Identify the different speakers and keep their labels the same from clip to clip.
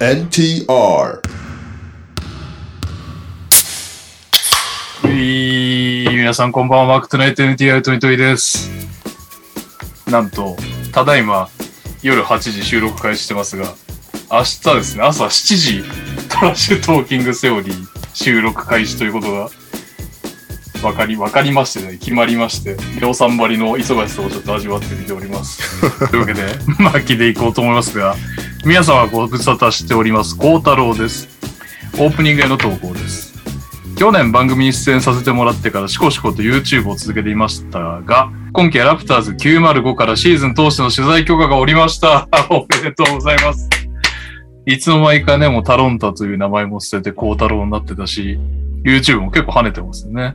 Speaker 1: NTR
Speaker 2: うい皆さんこんばんは、マークトナイト NTR トニトイです。なんと、ただいま夜8時収録開始してますが、明日ですね、朝7時、トラッシュトーキングセオリー収録開始ということが、わかり、わかりましてね、決まりまして、量産張りの忙しさをちょっと味わってみております。というわけで、まあ、聞いていこうと思いますが、皆さんはご無沙汰しております、孝太郎です。オープニングへの投稿です。去年番組に出演させてもらってからしこしこと YouTube を続けていましたが、今期ラプターズ905からシーズン通しての取材許可がおりました。 おめでとうございます。いつの間にかね、もうタロンタという名前も捨ててコウタロウになってたし、YouTube も結構跳ねてますよね。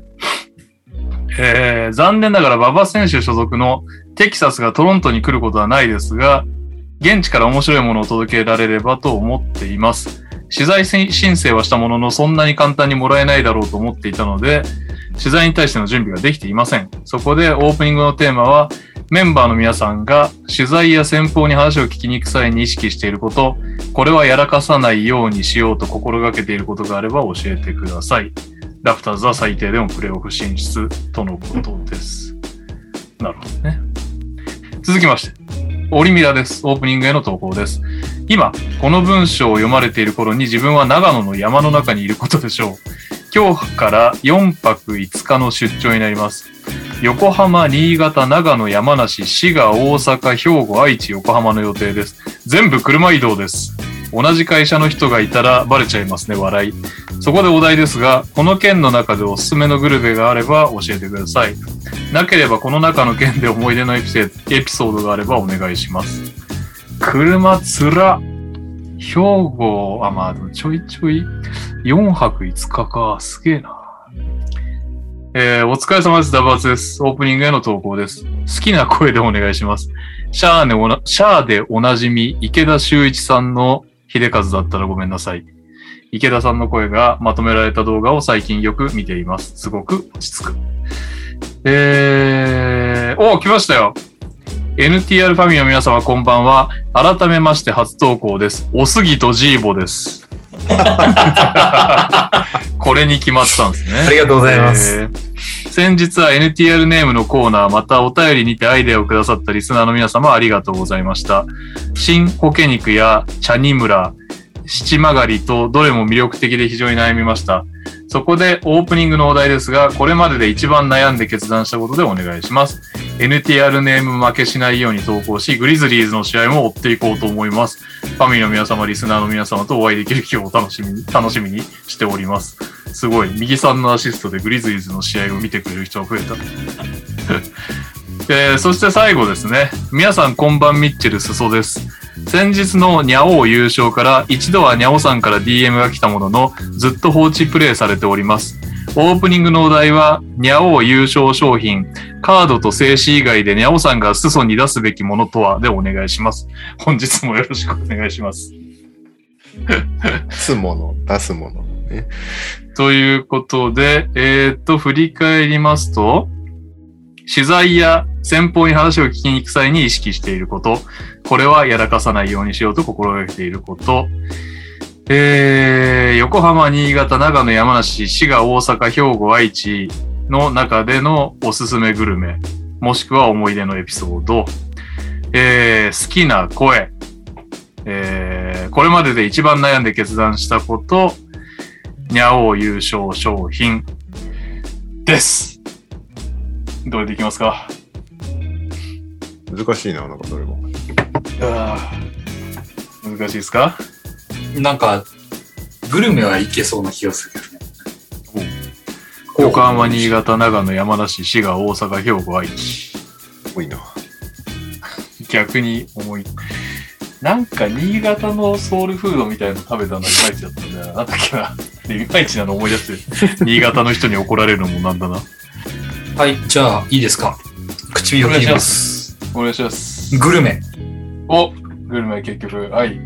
Speaker 2: えー残念ながら馬場選手所属のテキサスがトロントに来ることはないですが、現地から面白いものを届けられればと思っています。取材申請はしたものの、そんなに簡単にもらえないだろうと思っていたので、取材に対しての準備ができていません。そこでオープニングのテーマは、メンバーの皆さんが取材や先方に話を聞きに行く際に意識していること、これはやらかさないようにしようと心がけていることがあれば教えてください。ラプターズは最低でもプレーオフ進出とのことです。なるほどね。続きまして、オリミラです。オープニングへの投稿です。今、この文章を読まれている頃に自分は長野の山の中にいることでしょう。今日から4泊5日の出張になります。横浜、新潟、長野、山梨、滋賀、大阪、兵庫、愛知、横浜の予定です。全部車移動です。同じ会社の人がいたらバレちゃいますね、笑い。そこでお題ですが、この県の中でおすすめのグルメがあれば教えてください。なければこの中の県で思い出のエピセエピソードがあればお願いします。車つら。兵庫、あ、まあ、でもちょいちょい、4泊5日か。すげえな。えー、お疲れ様です。ダバーツです。オープニングへの投稿です。好きな声でお願いします。シャーねおな、シャーでおなじみ、池田修一さんの秀和だったらごめんなさい。池田さんの声がまとめられた動画を最近よく見ています。すごく落ち着く。えー、お、来ましたよ。NTR ファミリーの皆様こんばんは。改めまして初投稿です。おすぎとジーボ です。これに決まったんですね。
Speaker 3: ありがとうございます。
Speaker 2: えー先日は NTR ネームのコーナー、またお便りにてアイデアをくださったリスナーの皆様ありがとうございました。新ホケ肉や茶に村、七曲がりとどれも魅力的で非常に悩みました。そこでオープニングのお題ですが、これまでで一番悩んで決断したことでお願いします。NTR ネーム負けしないように投稿し、グリズリーズの試合も追っていこうと思います。ファミリーの皆様、リスナーの皆様とお会いできる日をお楽しみに、楽しみにしております。すごい。右さんのアシストでグリズリーズの試合を見てくれる人が増えた。 えーそして最後ですね。皆さんこんばんミッチェルすそです。先日のニャオー優勝から一度はニャオさんから DM が来たもののずっと放置プレイされております。オープニングのお題はニャオー優勝商品カードと静止以外でニャオさんが裾に出すべきものとはでお願いします。本日もよろしくお願いします。
Speaker 4: 出すもの、出すもの。ね、
Speaker 2: ということで、えーっと、振り返りますと、取材や先方に話を聞きに行く際に意識していること、これはやらかさないようにしようと心がけていること、えー、横浜、新潟、長野、山梨、滋賀、大阪、兵庫、愛知の中でのおすすめグルメ、もしくは思い出のエピソード、えー、好きな声、えー、これまでで一番悩んで決断したこと、にゃおう優勝商品です。どれでいきますか
Speaker 4: 難しいな、なんかどれも。
Speaker 2: 難しいですか
Speaker 3: なんか、グルメはいけそうな気がするけどね。
Speaker 2: 横浜、新潟、長野、山梨、滋賀、大阪、兵庫、愛知。
Speaker 4: 多いな。
Speaker 2: 逆に重い。なんか新潟のソウルフードみたいなの食べたのいまいちだったんだよな。なんだっけな。でいまいちなの思い出して、新潟の人に怒られるのもなんだな。
Speaker 3: はい、じゃあ、いいですか。唇を切ります。
Speaker 2: す。お願いします。
Speaker 3: グルメ。
Speaker 2: おグルメ結局、はい。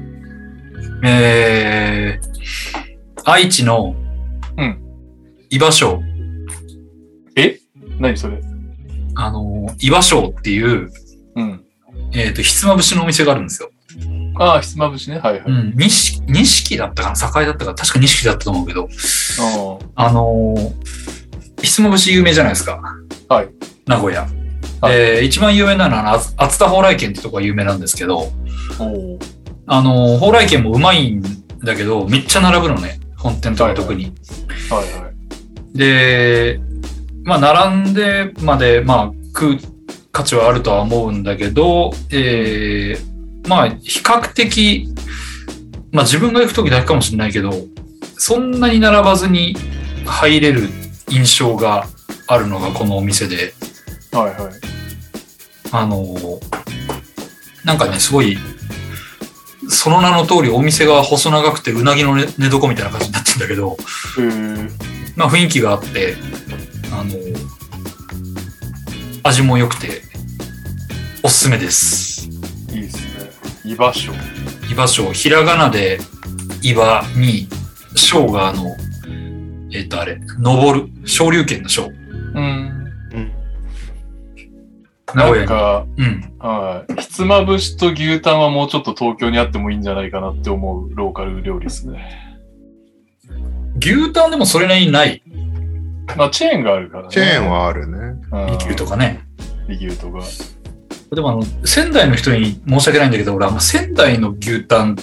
Speaker 3: えー、愛知の、
Speaker 2: うん。
Speaker 3: 伊波省。
Speaker 2: え何それ
Speaker 3: あのー、伊波省っていう、
Speaker 2: うん。
Speaker 3: えっ、と、ひつまぶしのお店があるんですよ。
Speaker 2: ああ、ひつまぶしね。はいは
Speaker 3: う
Speaker 2: い。
Speaker 3: ん、錦錦だったかな境だったかな確か錦だったと思うけど、あのー、ひつまぶし有名じゃないですか。
Speaker 2: はい。
Speaker 3: 名古屋。
Speaker 2: はい
Speaker 3: で、一番有名なのは、あつ熱田蓬莱軒ってとこが有名なんですけど、
Speaker 2: ああおお。
Speaker 3: あのー、蓬莱軒もうまいんだけど、めっちゃ並ぶのね。本店とか特に。
Speaker 2: はいはい。
Speaker 3: で、まあ、並んでまで、まあ、食う価値はあるとは思うんだけど、えーまあ、比較的、まあ、自分が行く時だけかもしれないけど、そんなに並ばずに入れる印象があるのがこのお店で、
Speaker 2: はいはい。
Speaker 3: あのなんかね、すごい、その名の通りお店が細長くてうなぎの寝寝床みたいな感じになってんだけど、
Speaker 2: えー、
Speaker 3: まあ、雰囲気があってあの味も良くておすすめです
Speaker 2: いいですね。居場所。
Speaker 3: 居場所ひらがなで居場に章があのえっ、とあれ登る昇竜拳の章
Speaker 2: うん。
Speaker 3: 名古
Speaker 2: な
Speaker 3: 屋
Speaker 2: ん
Speaker 3: に
Speaker 2: か、
Speaker 3: うん
Speaker 2: はい。ひつまぶしと牛タンはもうちょっと東京にあってもいいんじゃないかなって思うローカル料理ですね。
Speaker 3: 牛タンでもそれなりにない
Speaker 2: まあ、チェーンがあるからね。
Speaker 4: チェーンはあるね。
Speaker 2: うん。
Speaker 3: 利休とかね
Speaker 2: 利休とか。
Speaker 3: でもあの仙台の人に申し訳ないんだけど俺あんま仙台の牛タン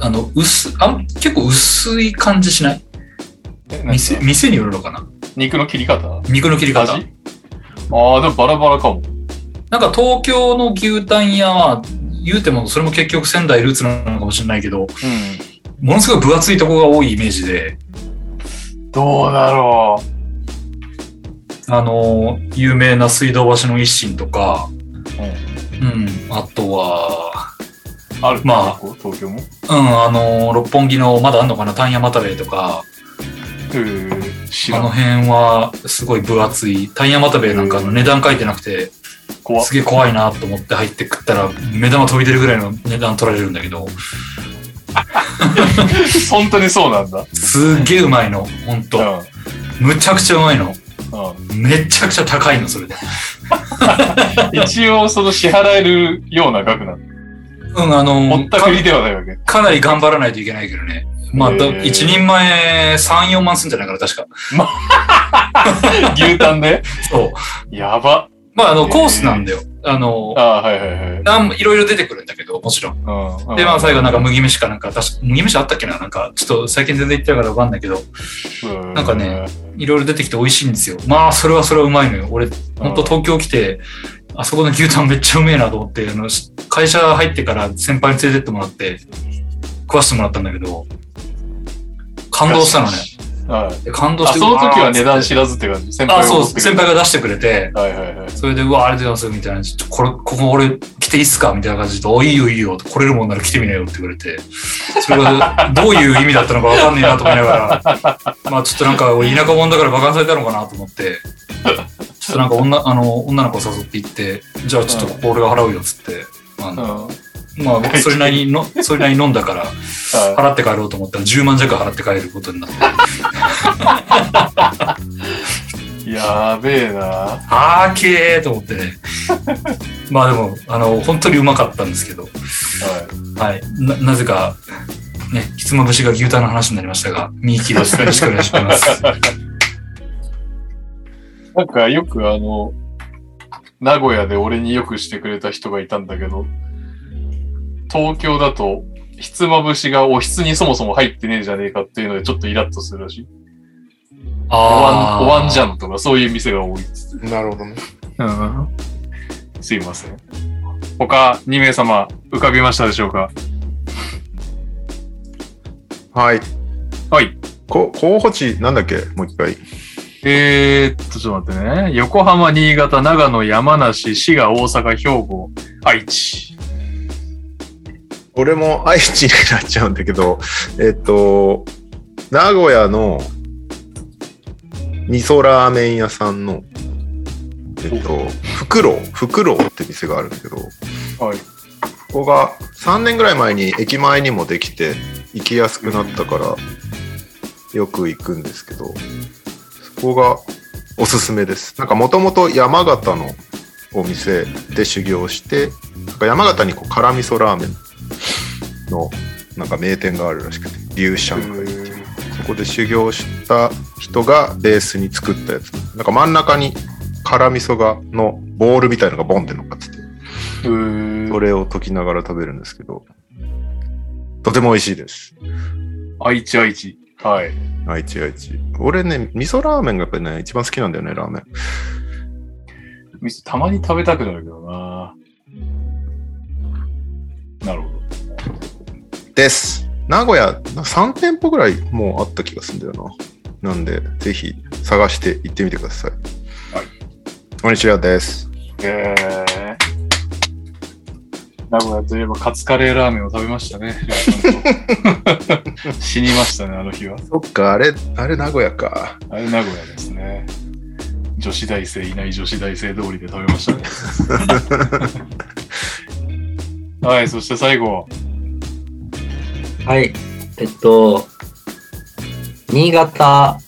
Speaker 3: あの薄あん結構薄い感じしない
Speaker 2: えなんか
Speaker 3: 店店によるのかな
Speaker 2: 肉の切り方
Speaker 3: 肉の切り
Speaker 2: 味
Speaker 3: 方
Speaker 2: ああ、でもバラバラかも。
Speaker 3: なんか東京の牛タン屋は、言うてもそれも結局仙台ルーツなのかもしれないけど、
Speaker 2: う
Speaker 3: ものすごい分厚いとこが多いイメージで、
Speaker 2: ん。どうだろ
Speaker 3: あのー、有名な水道橋の一心とか、うん、あとは、
Speaker 2: う。ある
Speaker 3: まあ
Speaker 2: 結構東京も。
Speaker 3: うん、あのー六本木のまだあんのかな、丹野又兵衛とか、
Speaker 2: えー、知
Speaker 3: あ
Speaker 2: ら
Speaker 3: の
Speaker 2: ん。
Speaker 3: 辺はすごい分厚い、丹野又兵衛なんかあの値段書いてなくて、
Speaker 2: 怖っ
Speaker 3: すげえ怖いなと思って入って食ったら、目玉飛び出るぐらいの値段取られるんだけど、
Speaker 2: 本当にそうなんだ。
Speaker 3: すっげえうまいの、ほん
Speaker 2: う
Speaker 3: と。むちゃくちゃうまいの。
Speaker 2: ん。うん。
Speaker 3: めちゃくちゃ高いの、それで。
Speaker 2: 一応、その支払えるような額なの。
Speaker 3: うん、あの
Speaker 2: ぼったくりではない わけ。
Speaker 3: か、かなり頑張らないといけないけどね。まあ、だ
Speaker 2: へー
Speaker 3: 一人前3、4万すんじゃないかな、確か。
Speaker 2: 牛タンで。
Speaker 3: そう。
Speaker 2: やば。
Speaker 3: まあ、あ
Speaker 2: へ
Speaker 3: の、
Speaker 2: ー
Speaker 3: コースなんだよ。あの
Speaker 2: あ、あ、はいはいはい。
Speaker 3: なんいろいろ出てくるんだけど、もちろん。
Speaker 2: うんうん。
Speaker 3: で、まあ、最後なんか麦飯かなんか、確か麦飯あったっけななんか、ちょっと最近全然言ってるからわかんないけど、
Speaker 2: うん
Speaker 3: なんかね、いろいろ出てきて美味しいんですよ。まあ、それはそれはうまいのよ。俺、ほんと東京来て、あそこの牛タンめっちゃうめえなと思って、あの、し会社入ってから先輩に連れてってもらって、食わしてもらったんだけど、感動したのね。
Speaker 2: はい。
Speaker 3: で感動
Speaker 2: あ、
Speaker 3: して、
Speaker 2: その時は値
Speaker 3: うわ
Speaker 2: 段
Speaker 3: ーっつって
Speaker 2: 知らずって感じ。先輩
Speaker 3: あ、
Speaker 2: が
Speaker 3: そう、
Speaker 2: 持ってく
Speaker 3: 先
Speaker 2: る
Speaker 3: 輩が出してくれて、
Speaker 2: はいはいはい。
Speaker 3: それで、うわ、ありがとうございます、みたいな、ちょこれ、ここ俺来ていいっすかみたいな感じで、おいいよいいよ、来れるもんなら来てみなよって言われて、それがどういう意味だったのかわかんねえなと思いながら、 まあちょっとなんか、俺田舎者だから馬鹿されたのかなと思って、ちょっとなんか女、あの、女の子を誘って行って、じゃあちょっとここ俺が払うよ、っつって、あ
Speaker 2: うん。
Speaker 3: の
Speaker 2: は
Speaker 3: まあ、それなりにの、それなりに飲んだか
Speaker 2: い
Speaker 3: ら、払って帰ろうと思ったら10万弱払って帰ることになって、
Speaker 2: やべえな。
Speaker 3: あーけーと思っ てね。まあでも、あの、本当にうまかったんですけど、はい。な、なぜか、ね、ひつまぶしが牛タンの話になりましたが、ミーキーです。よろしくお願い します。
Speaker 2: なんかよくあの、名古屋で俺によくしてくれた人がいたんだけど、東京だと、ひつまぶしがおひつにそもそも入ってねえじゃねえかっていうのでちょっとイラッとするらしい。おわん、おわんじゃ
Speaker 3: ん。
Speaker 2: んとかそういう店が多いっつって。
Speaker 4: なるほどね。
Speaker 2: すいません。他2名様浮かびましたでしょうか
Speaker 4: はい。
Speaker 2: はい。
Speaker 4: こ候補地、なんだっけもう一回。
Speaker 2: えー、っと、ちょっと待ってね。横浜、新潟、長野、山梨、滋賀、大阪、兵庫、愛知。
Speaker 4: 俺も愛知になっちゃうんだけど、えっと、名古屋の味噌ラーメン屋さんの、えっと、フクロウ、フクロウって店があるんだけど、
Speaker 2: はい。
Speaker 4: ここが3年ぐらい前に駅前にもできて行きやすくなったからよく行くんですけどそこがおすすめですなんかもともと山形のお店で修行してなんか山形にこう辛味噌ラーメンのなんか名店があるらしくて龍シャン会そこで修行した人がベースに作ったやつなんか真ん中に辛味噌がのボールみたいのがボンって乗っかってて
Speaker 2: うーん
Speaker 4: それを溶きながら食べるんですけどとても美味しいです
Speaker 2: 愛知愛知。はい。
Speaker 4: 愛知愛知俺ね味噌ラーメンがやっぱりね一番好きなんだよねラーメン
Speaker 2: みたまに食べたくなるけどな。なるほど。
Speaker 4: です。名古屋、3店舗ぐらいもうあった気がするんだよな。なんで、ぜひ探して行ってみてください。
Speaker 2: はい。
Speaker 4: こんにちはです。
Speaker 2: えー、名古屋といえばカツカレーラーメンを食べました ね。死にましたね、あの日は。
Speaker 4: そっか、あれ、あれ名古屋か。
Speaker 2: あれ名古屋ですね。女子大生いない女子大生通りで食べましたね。 はい、そして最後。
Speaker 1: はい。えっと、新潟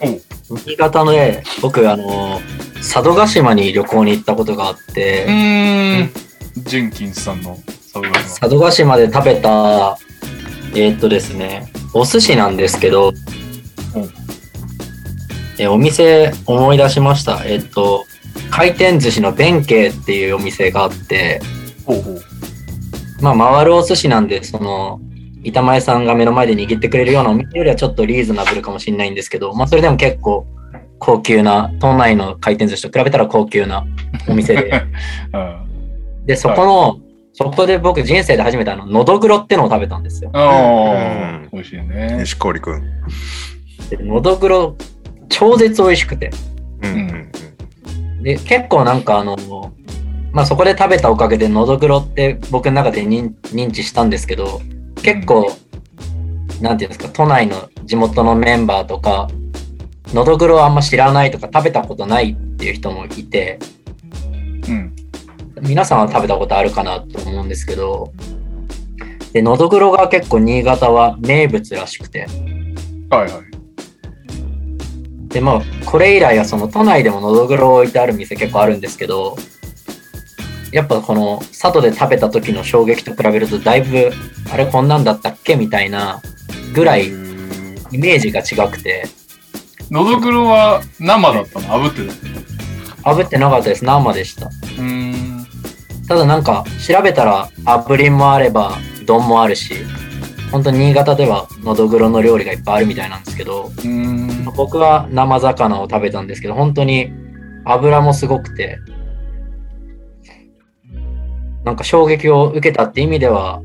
Speaker 2: おう、
Speaker 1: 新潟のね、僕、あの、佐渡島に旅行に行ったことがあって、
Speaker 2: ん。ジェンキンスさんのサブガイ
Speaker 1: 佐渡島で食べた、えーっとですね、お寿司なんですけど、
Speaker 2: うん
Speaker 1: えお店思い出しました。えっと、回転寿司の弁慶っていうお店があって、
Speaker 2: ほうほう。
Speaker 1: まあ、回るお寿司なんで、その、板前さんが目の前で握ってくれるようなお店よりはちょっとリーズナブルかもしれないんですけど、まあ、それでも結構高級な、都内の回転寿司と比べたら高級なお店
Speaker 2: う
Speaker 1: で、
Speaker 2: ん。
Speaker 1: で、そこの、そこで僕人生で初めてあの、のどぐろってのを食べたんですよ。
Speaker 2: あ
Speaker 4: うん
Speaker 2: あ、美味しいね。
Speaker 4: 西郡くん。
Speaker 1: でのどぐろ、超絶美味しくて。
Speaker 4: うん
Speaker 2: うん
Speaker 1: で、結構なんかあの、まあ、そこで食べたおかげでのどぐろって僕の中で認認知したんですけど、結構、なんていうんですか、都内の地元のメンバーとか、のどぐろあんま知らないとか食べたことないっていう人もいて、
Speaker 2: うん。
Speaker 1: 皆さんは食べたことあるかなと思うんですけど、で、のどぐろが結構新潟は名物らしくて、
Speaker 2: はいはい。
Speaker 1: でまあこれ以来はその都内でものどぐろを置いてある店結構あるんですけどやっぱこの佐渡で食べた時の衝撃と比べるとだいぶあれこんなんだったっけみたいなぐらい
Speaker 2: うん
Speaker 1: イメージが違くて
Speaker 2: のどぐろは生だったの炙ってた
Speaker 1: 炙ってなかったです生でした
Speaker 2: うーん。
Speaker 1: ただなんか調べたら炙りもあれば丼もあるし本当新潟ではのどぐろの料理がいっぱいあるみたいなんですけど
Speaker 2: うーん。
Speaker 1: 僕は生魚を食べたんですけど本当に油もすごくてなんか衝撃を受けたって意味では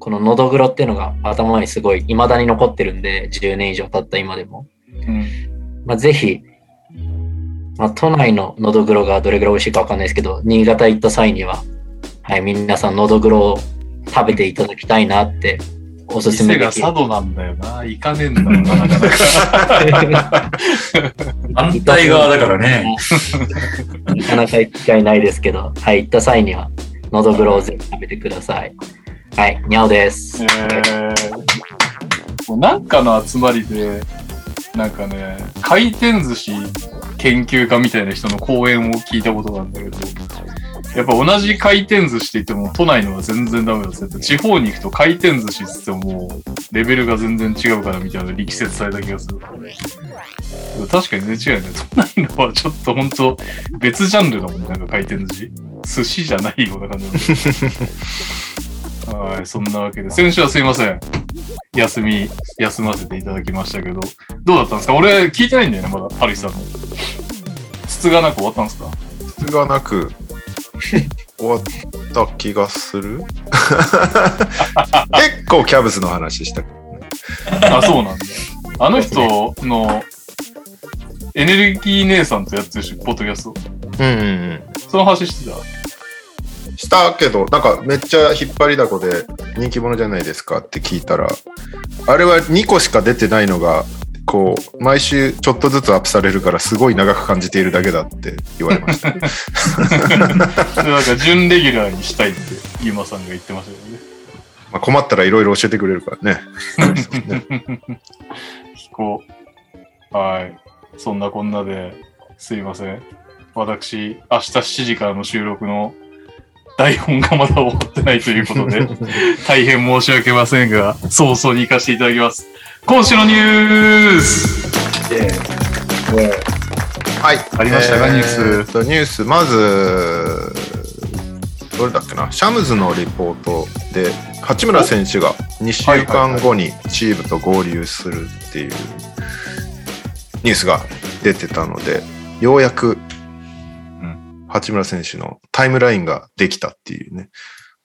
Speaker 1: こののどぐろっていうのが頭にすごい未だに残ってるんで10年以上経った今でも、
Speaker 2: うん
Speaker 1: まあ、ぜひ、まあ、都内ののどぐろがどれぐらい美味しいかわかんないですけど新潟行った際には、はい、皆さんのどぐろを食べていただきたいなっておすすめ
Speaker 2: 店
Speaker 1: で
Speaker 2: が
Speaker 1: き
Speaker 2: 佐渡なんだよな。行かねえんだよな、なかなか。
Speaker 3: 反対側だからね。
Speaker 1: なかなか機会ないですけど、はい、行った際には、のどぐろをぜひ食べてください。はい、にゃおです。
Speaker 2: えーもうなんかの集まりで、なんかね、回転寿司研究家みたいな人の講演を聞いたことがあるんだけど、やっぱ同じ回転寿司って言っても都内のは全然ダメだって言って地方に行くと回転寿司って言ってももうレベルが全然違うからみたいな力説された気がする。確かに全然違うよね。都内のはちょっと本当別ジャンルだもんね、なんか回転寿司。寿司じゃないような感じなんだけどはい、そんなわけで、先週はすいません。休み、休ませていただきましたけど、どうだったんですか俺、聞いてないんだよね、まだ、ハルヒさんの。筒がなく終わったんですか
Speaker 4: つがなく終わった気がする 結構キャブスの話した。
Speaker 2: あ、そうなんだ。あの人の、エネルギー姉さんとやってるし、ポッドキャスト。
Speaker 4: うんうん
Speaker 2: その話してた。
Speaker 4: うん。したけど、なんかめっちゃ引っ張りだこで人気者じゃないですかって聞いたら、あれは2個しか出てないのが、こう、毎週ちょっとずつアップされるからすごい長く感じているだけだって言われま した。
Speaker 2: それなんか、準レギュラーにしたいって、ゆまさんが言ってましたよね。
Speaker 4: まあ、困ったらいろいろ教えてくれる からね。
Speaker 2: 聞こう。 はい。そんなこんなで、すいません。私、明日7時からの収録の台本がまだ終わってないということ で、大変申し訳ませんが、早々に行かせていただきます。今週のニュース
Speaker 4: はい。
Speaker 2: ありましたかニュース
Speaker 4: えっとニュース、まず、どれだっけな、シャムズのリポートで、八村選手が2週間後にチームと合流するっていうニュースが出てたので、ようやく八村選手のタイムラインができたっていうね。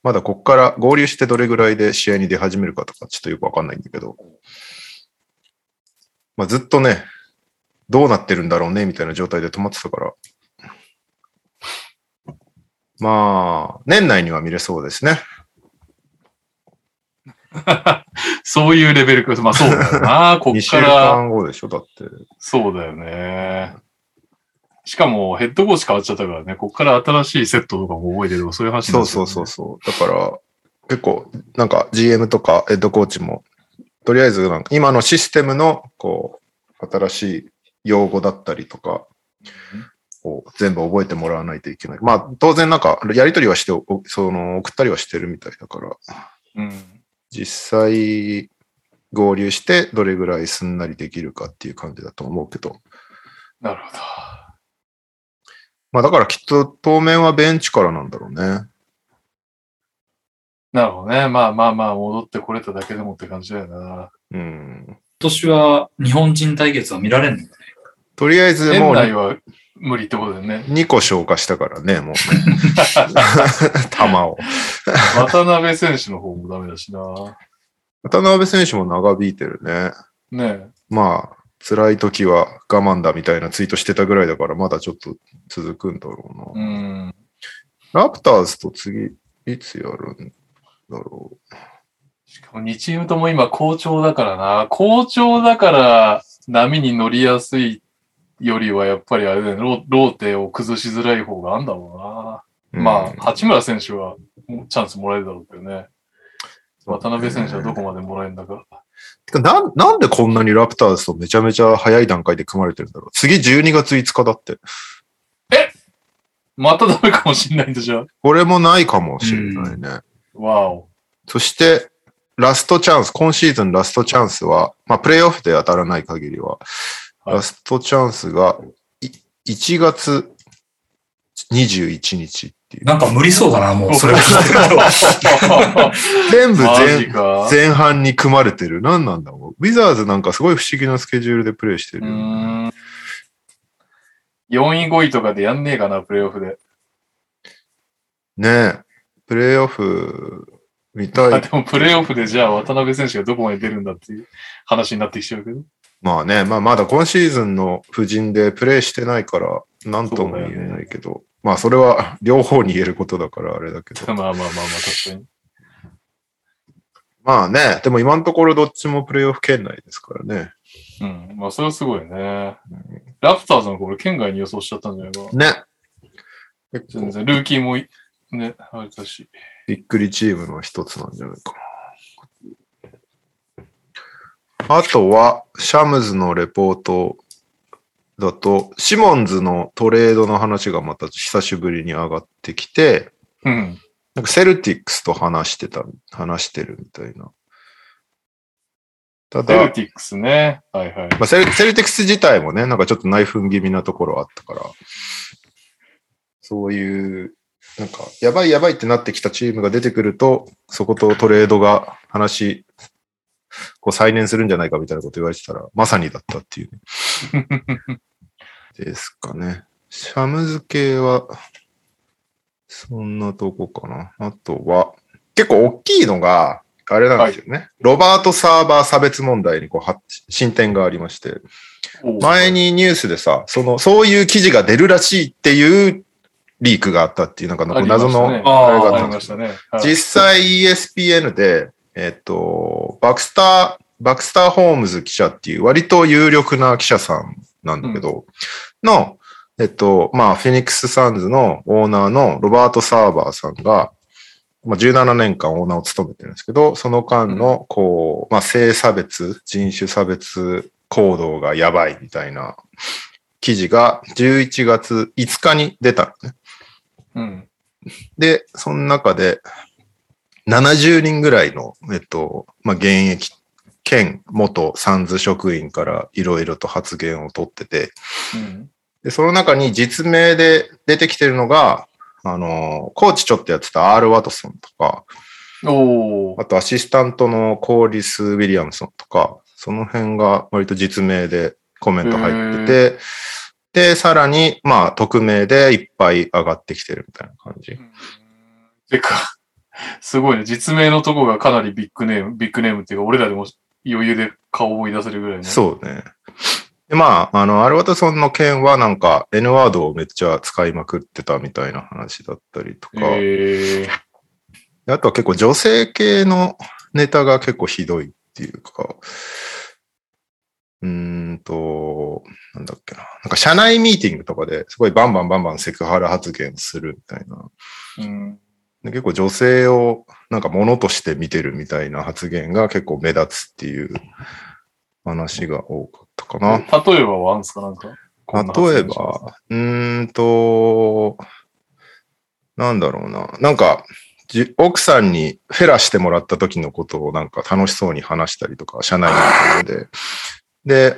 Speaker 4: まだここから合流してどれぐらいで試合に出始めるかとかちょっとよくわかんないんだけど、まあ、ずっとね、どうなってるんだろうねみたいな状態で止まってたから。まあ、年内には見れそうですね。
Speaker 2: そういうレベルか。まあそうだよ な。こ
Speaker 4: 2
Speaker 2: っ
Speaker 4: 週
Speaker 2: から、
Speaker 4: 間後でしょ、だって。
Speaker 2: そうだよね。しかもヘッドコーチ変わっちゃったからね、こっから新しいセットとかも覚えてるとかそういう話に
Speaker 4: そ
Speaker 2: なっ
Speaker 4: う
Speaker 2: ちゃ
Speaker 4: そう
Speaker 2: ね
Speaker 4: うそうそう。だから、結構、なんか GM とかヘッドコーチも、とりあえずなんか今のシステムの、こう、新しい用語だったりとか、を全部覚えてもらわないといけない。まあ、当然なんか、やりとりはしてお、その、送ったりはしてるみたいだから、
Speaker 2: うん。
Speaker 4: 実際合流してどれぐらいすんなりできるかっていう感じだと思うけど、
Speaker 2: なるほど。
Speaker 4: まあだからきっと当面はベンチからなんだろうね。
Speaker 2: なるほどね。まあまあまあ、戻ってこれただけでもって感じだよな。
Speaker 4: うん。
Speaker 3: 年は日本人対決は見られんの
Speaker 4: とりあえずもう
Speaker 2: 年内は無理ってことだよね。
Speaker 4: 2個消化したからね、もう ね。球を。
Speaker 2: 渡辺選手の方もダメだしな。
Speaker 4: 渡辺選手も長引いてるね。
Speaker 2: ね
Speaker 4: まあ、辛い時は我慢だみたいなツイートしてたぐらいだから、まだちょっと続くんだろうな。
Speaker 2: え。うん。
Speaker 4: ラプターズと次、いつやるんだろう。
Speaker 2: しかも2チームとも今好調だからな。好調だから波に乗りやすいよりはやっぱりあれだよね。ロローテを崩しづらい方があるんだろうな。まあ、八村選手はもうチャンスもらえるだろうけどね。渡辺選手はどこまでもらえるんだか。
Speaker 4: てかなんなんでこんなにラプターズとめちゃめちゃ早い段階で組まれてるんだろう。次12月5日だって。
Speaker 2: またダメかもしんないんでしょ。
Speaker 4: これもないかもしれないね。
Speaker 2: わ お。
Speaker 4: そして、ラストチャンス、今シーズンラストチャンスは、まあ、プレイオフで当たらない限りは、
Speaker 2: はい
Speaker 4: ラストチャンスがい1月21日っていう。
Speaker 3: なんか無理そうだな、も う。それは聞いてると
Speaker 4: 全部
Speaker 2: マジ
Speaker 4: 前
Speaker 2: か。
Speaker 4: 前半に組まれてる。何なんだろう。ウィザーズなんかすごい不思議なスケジュールでプレイして
Speaker 2: うー
Speaker 4: る。
Speaker 2: ん。4位、5位とかでやんねえかな、プレイオフで。
Speaker 4: ねえ。プレイオフ見たい
Speaker 2: あでも、プレイオフでじゃあ、渡辺選手がどこまで出るんだっていう話になってきちゃうけど。
Speaker 4: まあね、まあまだ今シーズンの布陣でプレーしてないから、なんとも言えないけど、まあそれは両方に言えることだからあれだけ
Speaker 2: まあ
Speaker 4: ど。
Speaker 2: まあまあまあ、確かに。
Speaker 4: まあね、でも今のところどっちもプレイオフ圏内ですからね。
Speaker 2: うん。まあ、それはすごいね。ラプターズのこれ、県外に予想しちゃったんじゃないかな。
Speaker 4: ね。結
Speaker 2: 全
Speaker 4: 構
Speaker 2: 然、ルーキーもい、ね、あれだし。
Speaker 4: びっくりチームの一つなんじゃないかな。あとは、シャムズのレポートだと、シモンズのトレードの話がまた久しぶりに上がってきて、
Speaker 2: うん。
Speaker 4: なんかセルティックスと話してた、話してるみたいな。た
Speaker 2: セル
Speaker 4: だ、
Speaker 2: ティックスね。はいはい。
Speaker 4: まあ、セルセルティックス自体もね、なんかちょっと内紛気味なところあったから、そういう、なんか、やばいやばいってなってきたチームが出てくると、そことトレードが話、こう再燃するんじゃないかみたいなこと言われてたら、まさにだったっていう、ですかね。シャムズ系は、そんなとこかな。あとは、結構大きいのが、あれなんですよね。ロバート・サーバー差別問題にこう発進展がありまして、
Speaker 2: おう
Speaker 4: 前。にニュースでさ、その、そういう記事が出るらしいっていうリークがあったっていう、なんかの
Speaker 2: ありま
Speaker 4: 謎
Speaker 2: した
Speaker 4: の、
Speaker 2: ね。
Speaker 3: あれがあったん
Speaker 2: あ
Speaker 3: です
Speaker 2: りましたね。はい
Speaker 4: 実際 ESPN で、えっと、バクスター、バクスター・ホームズ記者っていう割と有力な記者さんなんだけど、の、えっと、まあ、フェニックス・サンズのオーナーのロバート・サーバーさんが、まあ、17年間オーナーを務めてるんですけど、その間の、こう、まあ、性差別、人種差別行動がやばいみたいな記事が11月5日に出たのね
Speaker 2: うん。
Speaker 4: で、その中で、70人ぐらいの、えっと、まあ、現役、県元三津職員からいろいろと発言を取ってて、
Speaker 2: うん。
Speaker 4: で、その中に実名で出てきてるのが、あの、コーチちょっとやってた R ・ワトソンとか、
Speaker 2: おー
Speaker 4: あとアシスタントのコーリス・ウィリアムソンとか、その辺が割と実名でコメント入ってて、で、さらに、まあ、匿名でいっぱい上がってきてるみたいな感じ。
Speaker 2: てか、すごいね。実名のとこがかなりビッグネーム、ビッグネームっていうか、俺らでも余裕で顔を思い出せるぐらいね。う。
Speaker 4: そうね。で、まあ、あの、アルワトソンの件はなんか N ワードをめっちゃ使いまくってたみたいな話だったりとか、
Speaker 2: えー、
Speaker 4: であとは結構女性系のネタが結構ひどいっていうか、うーんと、なんだっけな。なんか社内ミーティングとかですごいバンバンバンバンセクハラ発言するみたいな。
Speaker 2: うん。
Speaker 4: で結構女性をなんか物として見てるみたいな発言が結構目立つっていう話が多かったかな。
Speaker 2: 例えばはあるんですかなんか。こんな発
Speaker 4: 例え
Speaker 2: 言します
Speaker 4: ば、うーんと、なんだろうな。なんか、じ奥さんにフェラしてもらった時のことをなんか楽しそうに話したりとか、社内のところで。 で、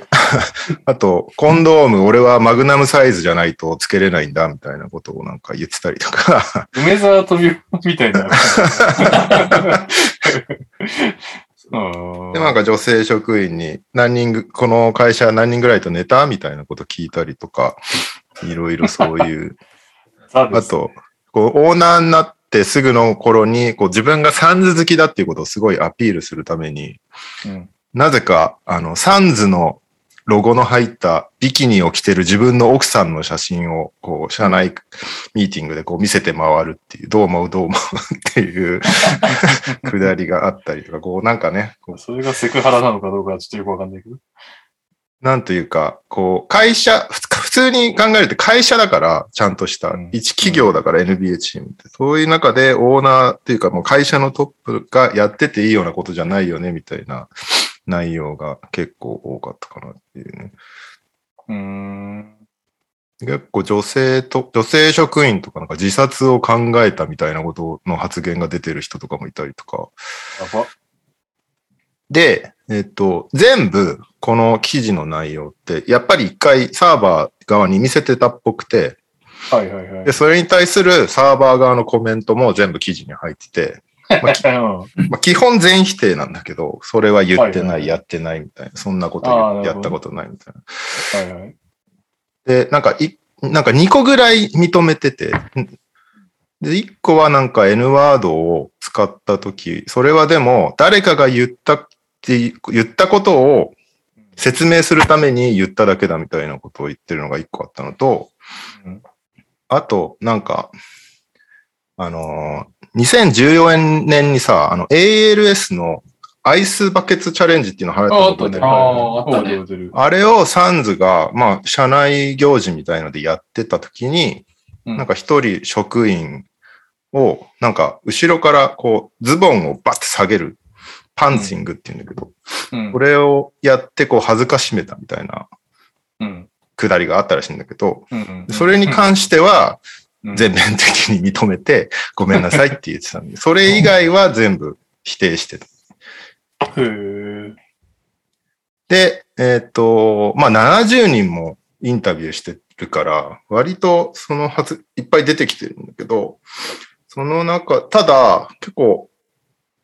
Speaker 4: あと、コンドーム、俺はマグナムサイズじゃないとつけれないんだ、みたいなことをなんか言ってたりと か、
Speaker 2: 梅沢富美男み たいな。うん
Speaker 4: で、なんか女性職員に何人ぐ、この会社何人ぐらいと寝たみたいなこと聞いたりとか、いろいろそういう
Speaker 2: ザで
Speaker 4: あ
Speaker 2: す
Speaker 4: と、こう、オーナーになってすぐの頃に、こう、自分がサンズ好きだっていうことをすごいアピールするために、
Speaker 2: うん
Speaker 4: なぜか、あの、サンズのロゴの入ったビキニを着てる自分の奥さんの写真を、こう、社内ミーティングでこう見せて回るっていう、どう思うどう思うっていう くだりがあったりとか、こう、なんかね、こう
Speaker 2: それがセクハラなのかどうかはちょっとよくわかんないけど。
Speaker 4: なんというか、こう、会社、ふつ普通に考えると会社だから、ちゃんとした
Speaker 2: うん、
Speaker 4: 一企業だから NBA チームって、そういう中でオーナーっていうか、もう会社のトップがやってていいようなことじゃないよね、みたいな内容が結構多かったかなっていうね。
Speaker 2: うーん。
Speaker 4: 結構女性と、女性職員とかなんか自殺を考えたみたいなことの発言が出てる人とかもいたりとか、
Speaker 2: やば。
Speaker 4: で、えっと、全部、この記事の内容って、やっぱり一回サーバー側に見せてたっぽくて、
Speaker 2: はいはいはい。
Speaker 4: で、それに対するサーバー側のコメントも全部記事に入ってて、
Speaker 2: うん
Speaker 4: まあ、基本全否定なんだけど、それは言って
Speaker 2: はい
Speaker 4: な、
Speaker 2: はいい
Speaker 4: やってないみたいな、そんなこと
Speaker 2: あー
Speaker 4: や
Speaker 2: なる
Speaker 4: や
Speaker 2: ほ
Speaker 4: っ
Speaker 2: ど
Speaker 4: たことないみたいな。
Speaker 2: はいはい。
Speaker 4: で、なんかい、なんか2個ぐらい認めてて、んで、1個はなんか N ワードを使ったとき、それはでも誰かが言ったって、言ったことを説明するために言っただけだみたいなことを言ってるのが1個あったのと、
Speaker 2: うん
Speaker 4: あと、なんか、あのー、2014年にさ、あの、ALS のアイスバケツチャレンジっていうの流行ったこと
Speaker 3: あ
Speaker 4: あ
Speaker 3: ああったね
Speaker 2: 覚えてる
Speaker 4: あれをサンズが、まあ、社内行事みたいのでやってた時に、
Speaker 2: うん
Speaker 4: なんか一人職員を、なんか後ろからこう、ズボンをバッて下げる、パンチングっていうんだけど、
Speaker 2: うん
Speaker 4: これをやってこう、恥ずかしめたみたいな
Speaker 2: うん
Speaker 4: くだりがあったらしいんだけど、
Speaker 2: うん
Speaker 4: それに関しては、
Speaker 2: うん
Speaker 4: 全面的に認めて、 ごめんなさいって言ってたんで、それ以外は全部否定してた。
Speaker 2: へー
Speaker 4: で、えっ、と、まあ、70人もインタビューしてるから、割とそのはず、いっぱい出てきてるんだけど、その中、ただ、結構、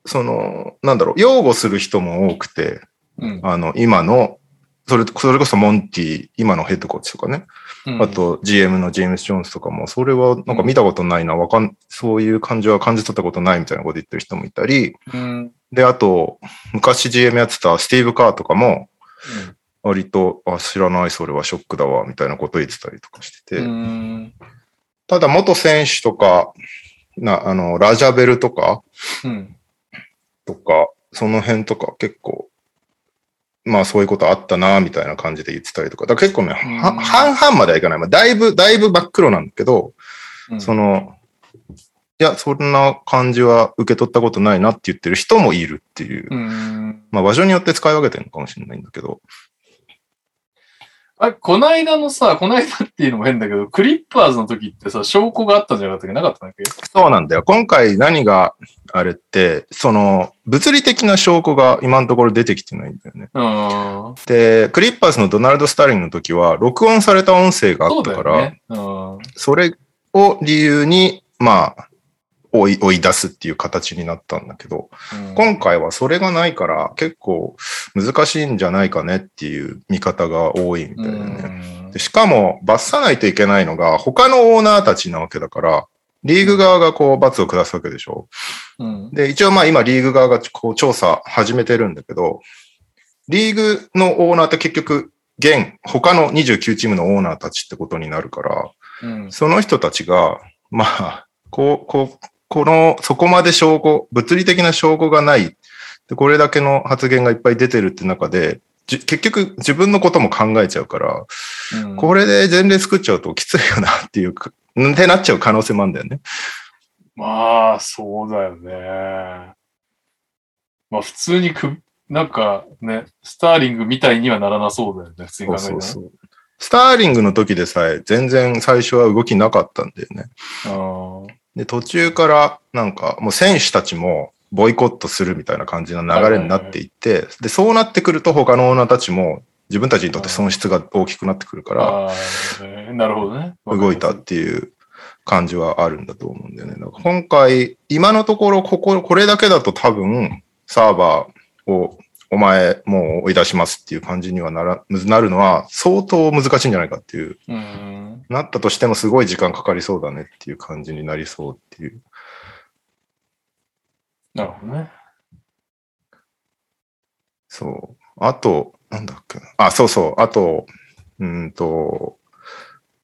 Speaker 4: その、なんだろう、擁護する人も多くて、
Speaker 2: うん
Speaker 4: あの、今の、それ、それこそモンティ、今のヘッドコーチとかね、
Speaker 2: うん
Speaker 4: あと GM のジェームス・ジョーンズとかも、それはなんか見たことないな、わかん、そういう感じは感じ取ったことないみたいなこと言ってる人もいたり、
Speaker 2: うん
Speaker 4: で、あと、昔 GM やってたスティーブ・カーとかも、割と、あ、知らない、それはショックだわ、みたいなこと言ってたりとかしてて、
Speaker 2: うん
Speaker 4: ただ元選手とか、な、あの、ラジャベルとか、
Speaker 2: うん
Speaker 4: とか、その辺とか結構、まあそういうことあったな、みたいな感じで言ってたりとか、だから結構ね、は
Speaker 2: うん
Speaker 4: 半々まではいかない。まあ、だいぶ、だいぶバックロなんだけど、
Speaker 2: うん
Speaker 4: その、いや、そんな感じは受け取ったことないなって言ってる人もいるっていう。
Speaker 2: うん
Speaker 4: まあ場所によって使い分けてるのかもしれないんだけど。
Speaker 2: あれ、こないだのさ、こないだっていうのも変だけど、クリッパーズの時ってさ、証拠があったんじゃなかったっけなかったんだっけ
Speaker 4: そうなんだよ。今回何があれって、その、物理的な証拠が今のところ出てきてないんだよね。
Speaker 2: うーん。
Speaker 4: で、クリッパーズのドナルド・スターリンの時は、録音された音声があ
Speaker 2: そ
Speaker 4: っ
Speaker 2: うだ
Speaker 4: たか
Speaker 2: よ
Speaker 4: ら、
Speaker 2: ね。うん。
Speaker 4: それを理由に、まあ、追い、追い出すっていう形になったんだけど、今回はそれがないから、結構難しいんじゃないかねっていう見方が多いみたいなね。
Speaker 2: うん
Speaker 4: でしかも、罰さないといけないのが、他のオーナーたちなわけだから、リーグ側がこう罰を下すわけでしょ。
Speaker 2: うん。
Speaker 4: で、一応まあ今リーグ側がこう調査始めてるんだけど、リーグのオーナーって結局、現、他の29チームのオーナーたちってことになるから、
Speaker 2: うん。
Speaker 4: その人たちが、まあ、こう、こう、この、そこまで証拠、物理的な証拠がない。で、これだけの発言がいっぱい出てるって中で、じ結局自分のことも考えちゃうから、
Speaker 2: うん
Speaker 4: これで前例作っちゃうときついよなっていうか、んってなっちゃう可能性もあるんだよね。
Speaker 2: まあ、そうだよね。まあ、普通にく、なんかね、スターリングみたいにはならなそうだよね、普通に考えたらね。
Speaker 4: う。スターリングの時でさえ全然最初は動きなかったんだよね。
Speaker 2: うん
Speaker 4: で、途中からなんかもう選手たちもボイコットするみたいな感じの流れになっていって、で、そうなってくると他のオーナーたちも自分たちにとって損失が大きくなってくるから
Speaker 2: あーなるほどね。
Speaker 4: 動いたっていう感じはあるんだと思うんだよね。だから今回、今のところここ、これだけだと多分サーバーをお前もう追い出しますっていう感じにはなら、なるのは相当難しいんじゃないかっていう
Speaker 2: うん。
Speaker 4: なったとしてもすごい時間かかりそうだねっていう感じになりそうっていう。
Speaker 2: なるほどね。
Speaker 4: そう。あと、なんだっけな。あ、そうそう。あと、うーんと、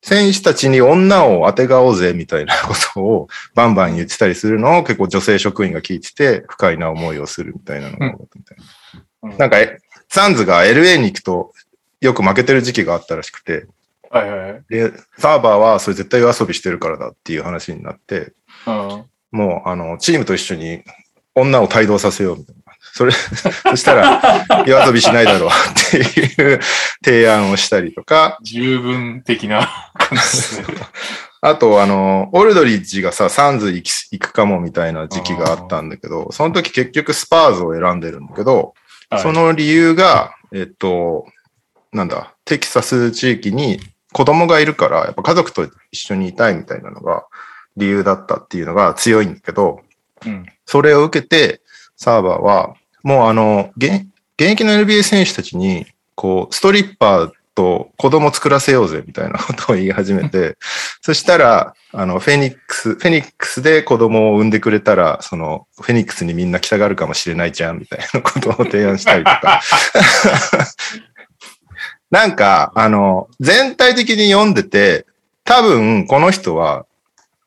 Speaker 4: 選手たちに女を当てがおうぜみたいなことをバンバン言ってたりするのを結構女性職員が聞いてて不快な思いをするみたいなのが、みたい
Speaker 2: うん
Speaker 4: ななんか、えサンズが LA に行くとよく負けてる時期があったらしくて、
Speaker 2: はいはい。うん。
Speaker 4: で、サーバーはそれ絶対夜遊びしてるからだっていう話になって、もう、あの、チームと一緒に女を帯同させようみたいな。それ、 そしたら、夜遊びしないだろうっていう提案をしたりとか、
Speaker 2: 十分 的な感じですね。
Speaker 4: あと、あの、オルドリッジがさ、サンズ行き行くかもみたいな時期があったんだけど、その時結局スパーズを選んでるんだけど、
Speaker 2: はい
Speaker 4: その理由が、えっと、なんだ、テキサス地域に子供がいるから、やっぱ家族と一緒にいたいみたいなのが理由だったっていうのが強いんだけど、
Speaker 2: うん。
Speaker 4: それを受けて、サーバーは、もうあの、現現役の NBA 選手たちに、こう、ストリッパーと子供作らせようぜ、みたいなことを言い始めて、そしたら、あの、フェニックス、フェニックスで子供を産んでくれたら、その、フェニックスにみんな来たがるかもしれないじゃん、みたいなことを提案したりとか。なんか、あの、全体的に読んでて、多分、この人は、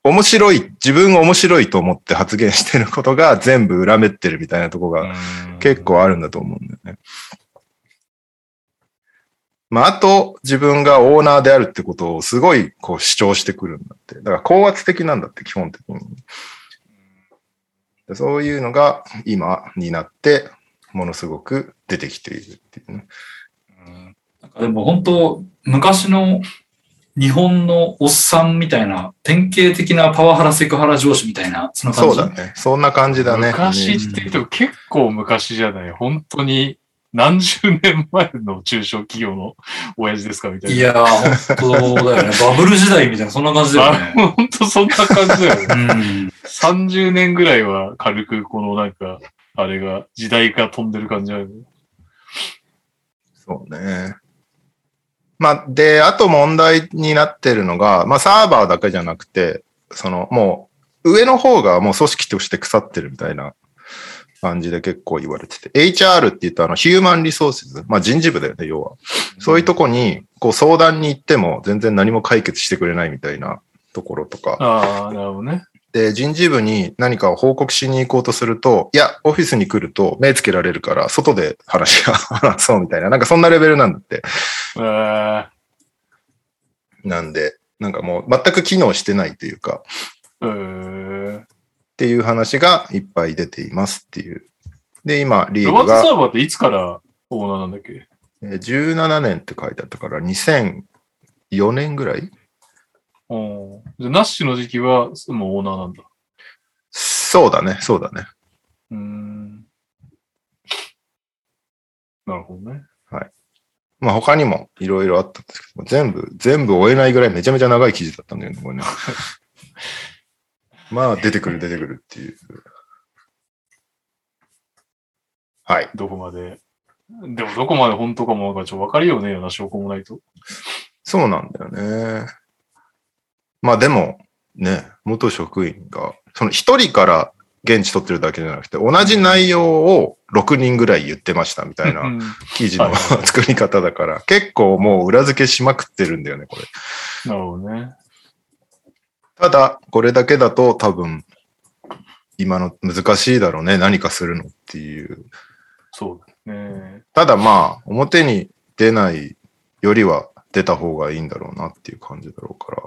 Speaker 4: 面白い、自分を面白いと思って発言してることが全部恨めってるみたいなとこが結構あるんだと思うんだよね。まあ、あと、自分がオーナーであるってことをすごいこう主張してくるんだって。だから高圧的なんだって、基本的に。でそういうのが今になって、ものすごく出てきているっていうね。
Speaker 2: うん
Speaker 3: なんかでも本当、昔の日本のおっさんみたいな、典型的なパワハラセクハラ上司みたいな、その感
Speaker 4: そ
Speaker 3: じ。
Speaker 4: うだね。そんな感じだね。
Speaker 2: 昔って言っても結構昔じゃない。本当に何十年前の中小企業の親父ですかみたいな。
Speaker 3: いやー、本当だよ ね。バブル時代みたいな、そんな感じだよね。
Speaker 2: あ、本当そんな感じだよね。
Speaker 3: うん。
Speaker 2: 30年ぐらいは軽くこのなんか、あれが、時代が飛んでる感じあるね。
Speaker 4: そうね。まあ、で、あと問題になってるのが、まあ、サーバーだけじゃなくて、その、もう、上の方がもう組織として腐ってるみたいな感じで結構言われてて、HR って言ったあの、ヒューマンリソースズ、まあ、人事部だよね、要は。そういうとこに、こう、相談に行っても全然何も解決してくれないみたいなところとか、
Speaker 2: ああ、なるほどね。
Speaker 4: で、人事部に何かを報告しに行こうとすると、いや、オフィスに来ると目つけられるから、外で話が話そうみたいな、なんかそんなレベルなんだって。
Speaker 2: えー
Speaker 4: なんで、なんかもう全く機能してないというか、っ
Speaker 2: えー、
Speaker 4: ていう話がいっぱい出ていますっていう。で、今、リ
Speaker 2: ロ
Speaker 4: ー
Speaker 2: バ
Speaker 4: グ
Speaker 2: ート・サ
Speaker 4: が、
Speaker 2: ーバーっていつからオーナーなんだっけ
Speaker 4: ええー17年って書いてあったから、2004年ぐらい
Speaker 2: うんじゃあナッシュの時期は、もうオーナーなんだ。
Speaker 4: そうだね、そうだね。
Speaker 2: うーん。なるほどね。
Speaker 4: まあ他にもいろいろあったんですけど、全部、全部終えないぐらいめちゃめちゃ長い記事だったんだよね、こ れね。まあ出てくる出てくるっていう。はい。
Speaker 2: どこまで。でもどこまで本当かもなんかちょっと分かりようねえよな証拠もないと。
Speaker 4: そうなんだよね。まあでも、ね、元職員が、その一人から現地取ってるだけじゃなくて、同じ内容を6人ぐらい言ってましたみたいな
Speaker 2: うん
Speaker 4: 記事の
Speaker 2: はい
Speaker 4: 作り方だから、結構もう裏付けしまくってるんだよね、これ。
Speaker 2: なるほどね。
Speaker 4: ただ、これだけだと多分、今の難しいだろうね、何かするのっていう。
Speaker 2: そうだね。
Speaker 4: ただまあ、表に出ないよりは出た方がいいんだろうなっていう感じだろうから、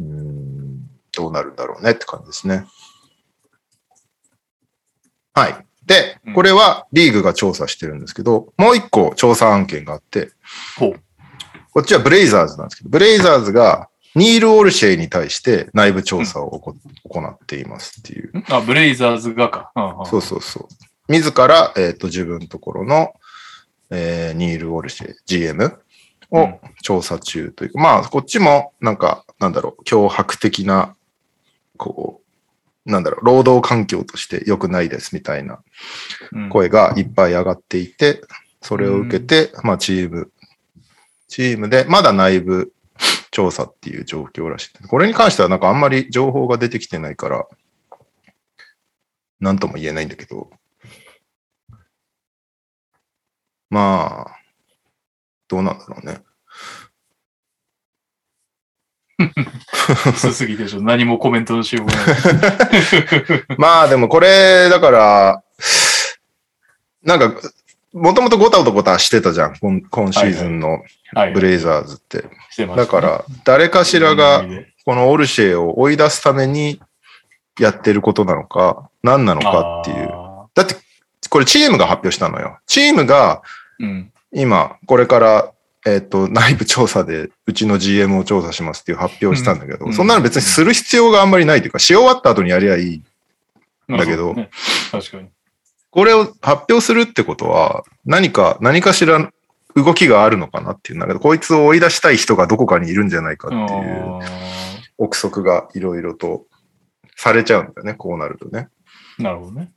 Speaker 4: うーん、どうなるんだろうねって感じですね。はい。で
Speaker 2: うん、
Speaker 4: これはリーグが調査してるんですけど、もう一個調査案件があって、
Speaker 2: ほう。
Speaker 4: こっちはブレイザーズなんですけど、ブレイザーズがニール・オルシェイに対して内部調査を行行っていますっていう。
Speaker 2: んあ、ブレイザーズがか。うんうん
Speaker 4: そうそうそう。自ら、えっ、と、自分のところの、えーニール・ウォルシェ、GM
Speaker 2: う
Speaker 4: を
Speaker 2: ん
Speaker 4: 調査中というか、まあ、こっちも、なんか、なんだろう、脅迫的な、こう、なんだろう、労働環境として良くないですみたいな
Speaker 2: うん
Speaker 4: 声がいっぱい上がっていて、それを受けて、まあ、チーム、チームで、まだ内部調査っていう状況らしい。これに関しては、なんかあんまり情報が出てきてないから、なんとも言えないんだけど、まあ、どうなんだろ うね。
Speaker 2: 薄すぎてちょっと何もコメントのしようが ない。
Speaker 4: まあでもこれ、だから、なんか、もともとごたごたごたしてたじゃん。今今シーズンの
Speaker 2: はい。
Speaker 4: ブレイザーズって。
Speaker 2: してます
Speaker 4: だから、誰かしらが、このオルシェを追い出すためにやってることなのか、何なのかっていう。
Speaker 2: あ
Speaker 4: だって、これチームが発表したのよ。チームが
Speaker 2: ーうん。
Speaker 4: 今、これから、えっ、と、内部調査でうちの GM を調査しますっていう発表をしたんだけど、
Speaker 2: うん
Speaker 4: そんなの別にする必要があんまりないというか、し終わった後にやりゃいい。
Speaker 2: まあ
Speaker 4: だけど
Speaker 2: そうね確かに。
Speaker 4: これを発表するってことは、何か、何かしら動きがあるのかなっていう。だけど、こいつを追い出したい人がどこかにいるんじゃないかっていう。
Speaker 2: あ
Speaker 4: 憶測がいろいろとされちゃうんだよね、こうなるとね。
Speaker 2: ーなるほどね。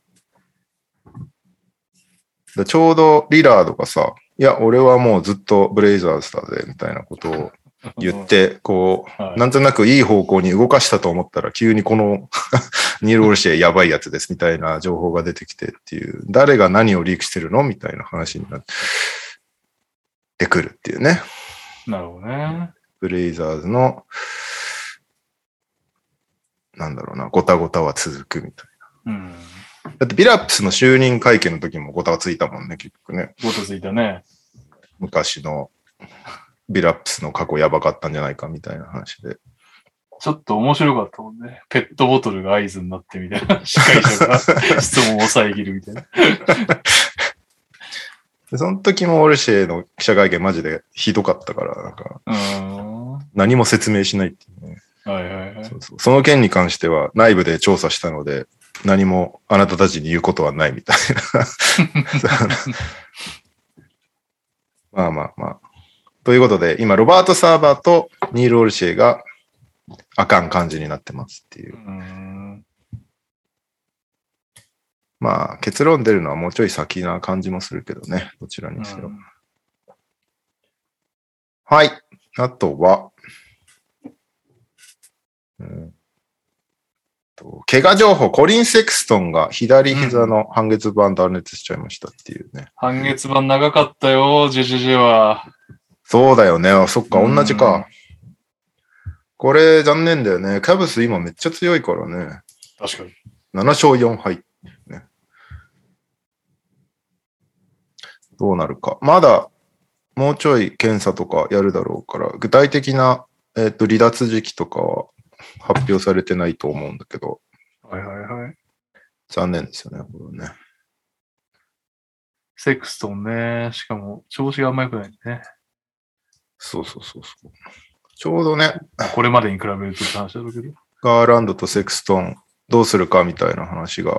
Speaker 4: でちょうどリラードがさ、いや、俺はもうずっとブレイザーズだぜ、みたいなことを言って、こ
Speaker 2: は
Speaker 4: う、
Speaker 2: い
Speaker 4: なんとなくいい方向に動かしたと思ったら、急にこの ニール・オルシェやばいやつです、みたいな情報が出てきてっていう、誰が何をリークしてるのみたいな話になってくるっていうね。
Speaker 2: なるほどね。
Speaker 4: ブレイザーズの、なんだろうな、ごたごたは続くみたいな。
Speaker 2: うん。
Speaker 4: だってビラップスの就任会見の時もごたついたもんね、結局ね。
Speaker 2: ごとついたね。
Speaker 4: 昔のビラップスの過去やばかったんじゃないかみたいな話で。
Speaker 2: ちょっと面白かったもんね。ペットボトルが合図になってみたいな。司会 者が質問を遮るみたいな。
Speaker 4: でその時もオルシェの記者会見マジでひどかったから、なんか
Speaker 2: うーん。は
Speaker 4: 何も説明しないっていうね。
Speaker 2: いはいはい。
Speaker 4: そうそうその件に関しては内部で調査したので、何もあなたたちに言うことはないみ たいな。まあまあまあ。ということで、今、ロバート・サーバーとニール・オルシェがあかん感じになってますっていう
Speaker 2: う。ーん。
Speaker 4: まあ結論出るのはもうちょい先な感じもするけどね、どちらにせよ。
Speaker 2: うん
Speaker 4: はい。あとは、うんと、怪我情報、コリン・セクストンが左膝の半月板断裂しちゃいましたっていうね。
Speaker 2: 半月板長かったよ、ジェジェジェは。
Speaker 4: そうだよね。あそっか、
Speaker 2: うん
Speaker 4: 同じか。これ残念だよね。カブス今めっちゃ強いからね。
Speaker 2: 確かに。
Speaker 4: 7勝4敗、ね。どうなるか。まだ、もうちょい検査とかやるだろうから、具体的な、えっと離脱時期とかは発表されてないと思うんだけど、
Speaker 2: はいはいはい。
Speaker 4: 残念ですよね、これはね。
Speaker 2: セクストンね。しかも、調子があんま良くないんでね。
Speaker 4: そうそうそうそう。ちょうどね、
Speaker 2: これまでに比べるとって話だろうけ ど。
Speaker 4: ガーランドとセクストンどうするかみたいな話が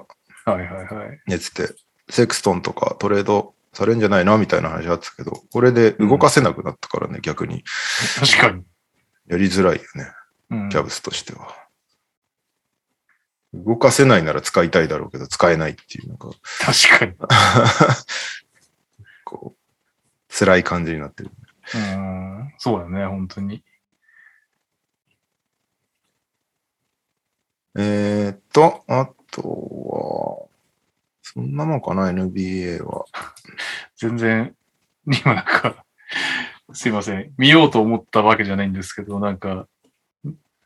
Speaker 2: はいはいはい。
Speaker 4: 出てて、セクストンとかトレードされんじゃないなみたいな話あったけど、これで動かせなくなったからね、逆に。
Speaker 2: 確かに。
Speaker 4: やりづらいよね、
Speaker 2: うん
Speaker 4: キャブスとしては。動かせないなら使いたいだろうけど、使えないっていうのが、
Speaker 2: 確かに。
Speaker 4: こう、辛い感じになってる。
Speaker 2: うん。そうだよね、本当に。
Speaker 4: えーっと、あとは、そんなもんかな、NBA は。
Speaker 2: 全然、今なんか、すいません。見ようと思ったわけじゃないんですけど、なんか、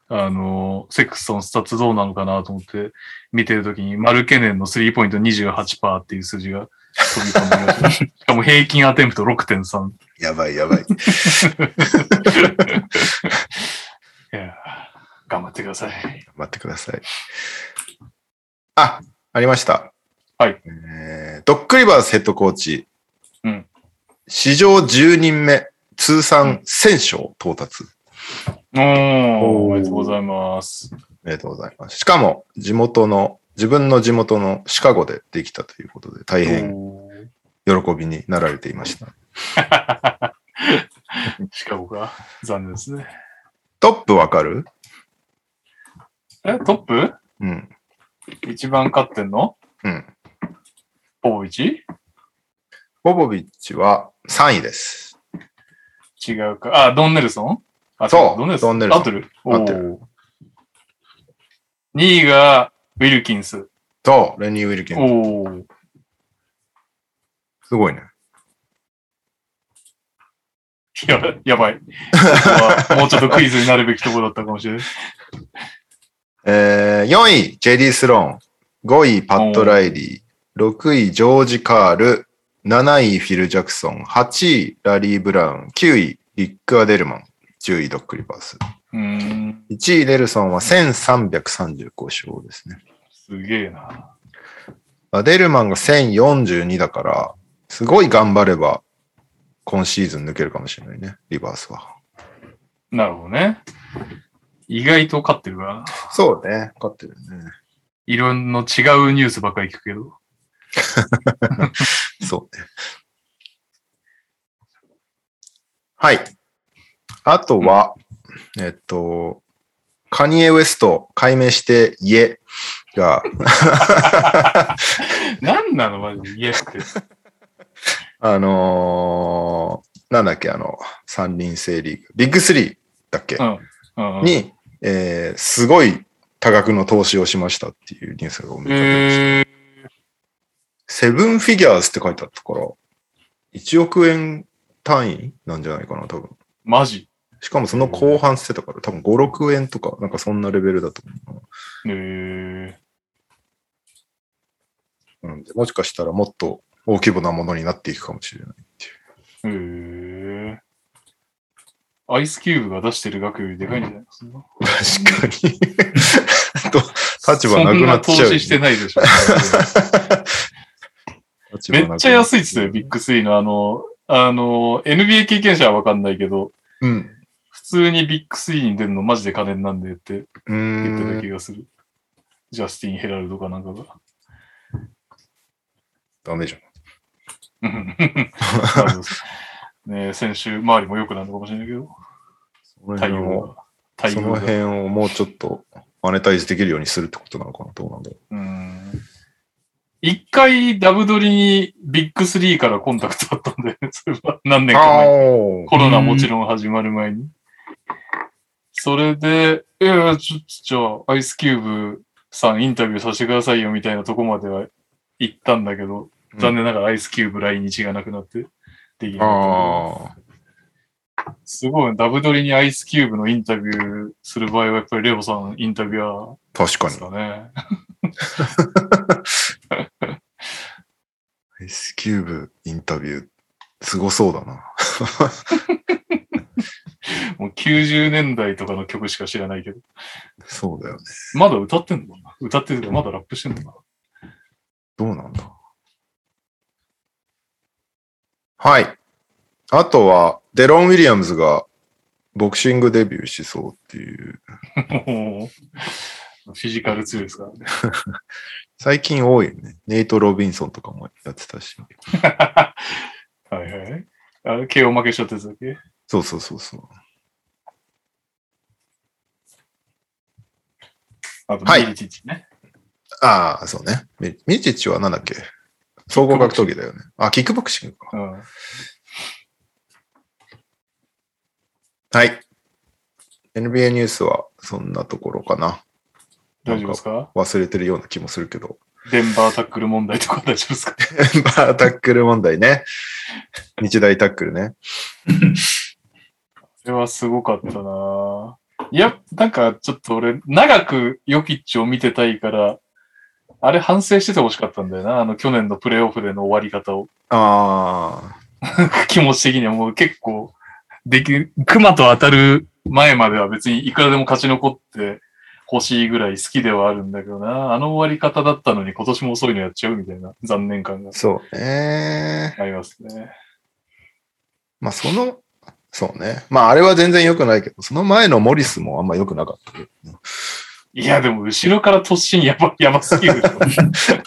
Speaker 2: あの、セクストンスタッツどうなのかなと思って見てるときに、マルケネンのスリーポイント28%っていう数字が飛び込んできました。 しかも平均アテンプト6.3。
Speaker 4: やばい やばい。
Speaker 2: いやー頑張ってください。
Speaker 4: 待ってください。あ、ありました。
Speaker 2: はい。
Speaker 4: えー、ドックリバースヘッドコーチ。
Speaker 2: うん。
Speaker 4: 史上10人目、通算1000勝到達。
Speaker 2: おー、おめでとうございます。
Speaker 4: おめでとうございます。しかも、地元の、自分の地元のシカゴでできたということで、大変
Speaker 2: おー
Speaker 4: 喜びになられていました。
Speaker 2: シカゴか。残念ですね。
Speaker 4: トップわかる
Speaker 2: え、トップ
Speaker 4: うん。
Speaker 2: 一番勝ってんの
Speaker 4: うん。
Speaker 2: ポポビッチ
Speaker 4: ボボビッチは3位です。
Speaker 2: 違うか。あ、ドンネルソンあ、
Speaker 4: そう
Speaker 2: 違ドンネルソン。
Speaker 4: ドンネルソン
Speaker 2: 合ってる
Speaker 4: 合ってる。
Speaker 2: 2位がウィルキンス。
Speaker 4: と、レニー・ウィルキン。
Speaker 2: おー
Speaker 4: すごいね。
Speaker 2: や、やばい。ここはもうちょっとクイズになるべきところだったかもしれない。
Speaker 4: えー、4位、ジェリー・スローン。5位、パッド・ライリー。6位、ジョージ・カール。7位、フィル・ジャクソン。8位、ラリー・ブラウン。9位、リック・アデルマン。10位、ドック・リバース。
Speaker 2: うーん、
Speaker 4: 1位、ネルソンは1335勝ですね。
Speaker 2: すげえな。
Speaker 4: アデルマンが1042だから、すごい頑張れば、今シーズン抜けるかもしれないね、リバースは。
Speaker 2: なるほどね。意外と勝ってるからな。
Speaker 4: そうね、勝ってるね。
Speaker 2: いろんな違うニュースばっかり聞くけど。
Speaker 4: そうね。はい。あとは、えっと、カニエ・ウエスト解明して家 が、
Speaker 2: なんなのマジでイ エスって。
Speaker 4: あのーなんだっけ、あの、三輪制リーグ、ビッグスリーだっけ、
Speaker 2: うん。うんうん、
Speaker 4: に、えーすごい多額の投資をしましたっていうニュースがお見かけました
Speaker 2: えー、
Speaker 4: セブンフィギュアーズって書いてあったから、1億円単位なんじゃないかな、多分。
Speaker 2: マジ。
Speaker 4: しかもその後半してたから、多分5、6円とか、なんかそんなレベルだと思
Speaker 2: えー、
Speaker 4: うな。うんで、もしかしたらもっと大規模なものになっていくかもしれない。
Speaker 2: えー。アイスキューブが出してる額よりでかいんじゃないですか。
Speaker 4: 確かに。 と立場なくなっちゃう
Speaker 2: そんな投資してない でしょ。めっちゃ安いっすよ、ビッグスリーの。あの、あの、NBA 経験者はわかんないけど、
Speaker 4: うん。
Speaker 2: 普通にビッグスリーに出るのマジで金になんでって
Speaker 4: う
Speaker 2: 言ってた
Speaker 4: ー
Speaker 2: 気
Speaker 4: ん。
Speaker 2: がする。ジャスティン・ヘラルドかなんかが。
Speaker 4: ダメじゃん。
Speaker 2: うんなるほどね先週、周りも良くなるのかもしれないけど、
Speaker 4: その
Speaker 2: 対
Speaker 4: 辺
Speaker 2: 応
Speaker 4: を、
Speaker 2: が。対
Speaker 4: そ
Speaker 2: 応
Speaker 4: の
Speaker 2: が。
Speaker 4: 辺をもうちょっとマネタイズできるようにするってことなのかな、どうなんだろ
Speaker 2: うん一回ダブドリにビッグスリーからコンタクトあったんだよね、それは何
Speaker 4: う。
Speaker 2: 年か前。
Speaker 4: お
Speaker 2: コロナもちろん始まる前に。それで、いやいや、ちょっと、じゃあ、アイスキューブさんインタビューさせてくださいよみたいなとこまでは行ったんだけど、
Speaker 4: うん
Speaker 2: 残念ながらアイスキューブ来日がなくなって、できなかっ
Speaker 4: ああ。
Speaker 2: た。すごい、ダブドリにアイスキューブのインタビューする場合は、やっぱりレオさんインタビュア
Speaker 4: 確
Speaker 2: ー
Speaker 4: か
Speaker 2: で
Speaker 4: に
Speaker 2: す。かね。
Speaker 4: S キューブインタビュー、すごそうだな。
Speaker 2: もう90年代とかの曲しか知らないけど、
Speaker 4: そうだよね。
Speaker 2: まだ歌ってんのかな歌ってるけど、まだラップしてんのかな
Speaker 4: どうなんだはい。あとは、デロン・ウィリアムズがボクシングデビューしそうっていう。
Speaker 2: もうフィジカル強いですからね。
Speaker 4: 最近多いよね。ネイト・ロビンソンとかもやってたし。
Speaker 2: はいはい。あれ、KO 負けしちゃったやつだっけ
Speaker 4: そうそうそうそう。
Speaker 2: あと、
Speaker 4: はい
Speaker 2: ミリティッチね。
Speaker 4: ああ、そうね。ミミチッチはなんだっけ総合格闘技だよね。あ、キックボクシングか。
Speaker 2: うん。
Speaker 4: はい。NBA ニュースはそんなところかな。
Speaker 2: 大丈夫ですか
Speaker 4: 忘れてるような気もするけど。
Speaker 2: デンバータックル問題とか 大丈夫ですか
Speaker 4: バータックル問題ね。日大タックルね。
Speaker 2: それはすごかったなぁいや、なんかちょっと俺、長くヨキッチを見てたいから、あれ反省しててほしかったんだよな。あの去年のプレイオフでの終わり方を。
Speaker 4: あ
Speaker 2: 気持ち的にはもう結構、でき、熊と当たる前までは別にいくらでも勝ち残って欲しいぐらい好きではあるんだけどな。あの終わり方だったのに今年も遅いのやっちゃうみたいな残念感が
Speaker 4: あ、そうね。
Speaker 2: ありますね。
Speaker 4: まあ、その、そうね。まあ、あれは全然良くないけど、その前のモリスもあんま良くなかったけどね。
Speaker 2: いや、でも後ろから突進やば、やばすぎるでし ょ。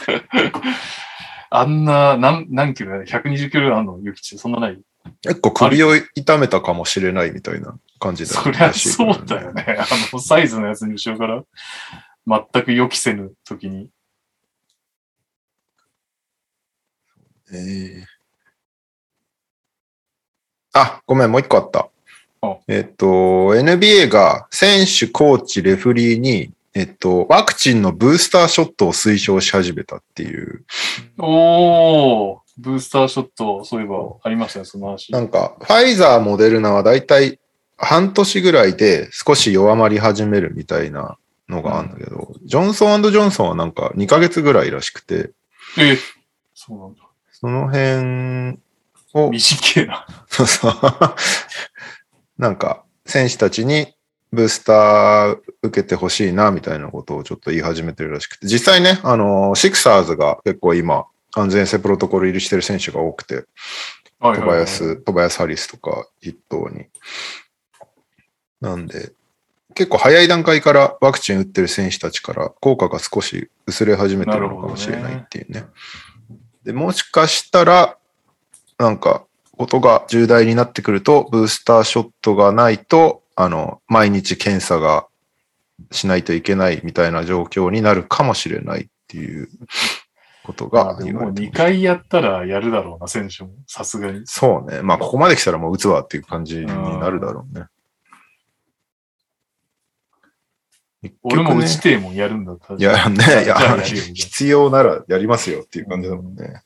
Speaker 2: あんな、なん、何キロや ?120 キロあんの諭吉そんなない
Speaker 4: 結構首を痛めたかもしれないみたいな感じだ
Speaker 2: そりゃそうだよ。ね。あの、サイズのやつに後ろから、全く予期せぬ時に。
Speaker 4: ええあ、ごめん、もう一個あった
Speaker 2: あ。
Speaker 4: えっと、NBA が選手、コーチ、レフリーに、えっと、ワクチンのブースターショットを推奨し始めたっていう、
Speaker 2: おー、ブースターショット、そういえばありましたね、その話。
Speaker 4: なんか、ファイザー、モデルナはだいたい半年ぐらいで少し弱まり始めるみたいなのがあるんだけど、ジョンソンジョンソンはなんか2ヶ月ぐらいらしくて、
Speaker 2: え、そうなんだ。
Speaker 4: その辺を、
Speaker 2: 短いな。
Speaker 4: そうそう。なんか、選手たちにブースター受けてほしいな、みたいなことをちょっと言い始めてるらしくて。実際ね、あの、シクサーズが結構今、安全性プロトコル入りしてる選手が多くて、
Speaker 2: はい
Speaker 4: ト
Speaker 2: はい
Speaker 4: バ
Speaker 2: は
Speaker 4: ヤ
Speaker 2: い
Speaker 4: ス、トバヤスハリスとか一頭に。なんで、結構早い段階からワクチン打ってる選手たちから効果が少し薄れ始めてるのかもしれないっていうね。で、もしかしたら、なんか、ことが重大になってくると、ブースターショットがないと、あの、毎日検査がしないといけないみたいな状況になるかもしれないっていうこと
Speaker 2: まあ
Speaker 4: が
Speaker 2: で
Speaker 4: 言
Speaker 2: も
Speaker 4: わ
Speaker 2: もう
Speaker 4: れて
Speaker 2: 2
Speaker 4: ます。
Speaker 2: 回やったらやるだろうな、選手も。さすがに。
Speaker 4: そうね。まあ、ここまで来たらもう打つわっていう感じになるだろうね。
Speaker 2: 俺も打ち
Speaker 4: 結
Speaker 2: てえもんやるんだった
Speaker 4: 局
Speaker 2: ら。
Speaker 4: ねいや、ね、いや
Speaker 2: じゃあやるよ
Speaker 4: 必要ならやりますよっていう感じだもんね。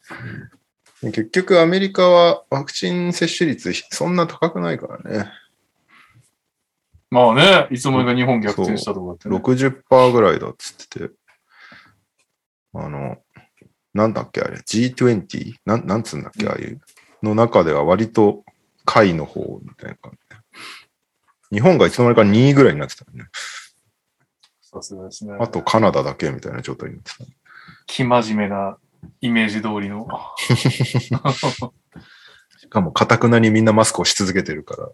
Speaker 4: 結局、アメリカはワクチン接種率そんな高くないからね。
Speaker 2: まあね、いつの間にか日本逆転したとかってね、
Speaker 4: 60%ぐらいだっつってて。あの、なんだっけあれ、G20? なん、なんつうんだっけああいう。の中では割と下位の方みたいな感じで。日本がいつの間にか2位ぐらいになってたよね。
Speaker 2: さすがですね。
Speaker 4: あとカナダだけみたいな状態になってた。
Speaker 2: 生真面目なイメージ通りの。
Speaker 4: しかも、かたくなにみんなマスクをし続けてるから。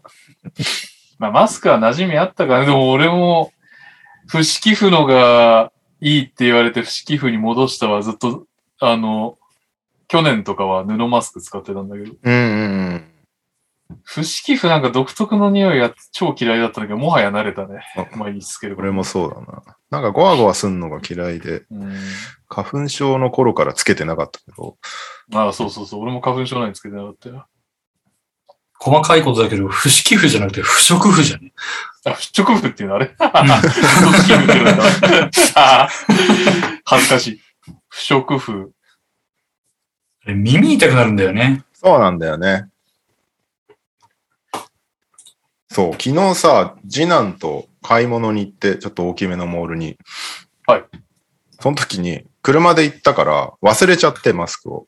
Speaker 2: まあ、マスクは馴染みあったからね。でも俺も、不織布のがいいって言われて不織布に戻したはずっと、あの、去年とかは布マスク使ってたんだけど、
Speaker 4: うんうんうん。
Speaker 2: 不織布なんか独特の匂いが超嫌いだったんだけど、もはや慣れたね
Speaker 4: あ。
Speaker 2: 毎日つけるから。
Speaker 4: 俺もそうだな。なんかゴワゴワすんのが嫌いで、
Speaker 2: うん。
Speaker 4: 花粉症の頃からつけてなかったけど、
Speaker 2: ああ、そうそうそう。俺も花粉症なんにつけてなかったよ。
Speaker 3: 細かいことだけど、不織布じゃなくて不織布じ ゃね。
Speaker 2: あ、不織布っていうのあれ不織布っていうのあれ恥ずかしい。不織布。
Speaker 3: あれ耳痛くなるんだよね。
Speaker 4: そうなんだよね。そう、昨日さ、次男と買い物に行って、ちょっと大きめのモールに。
Speaker 2: はい。
Speaker 4: その時に、車で行ったから、忘れちゃって、マスクを。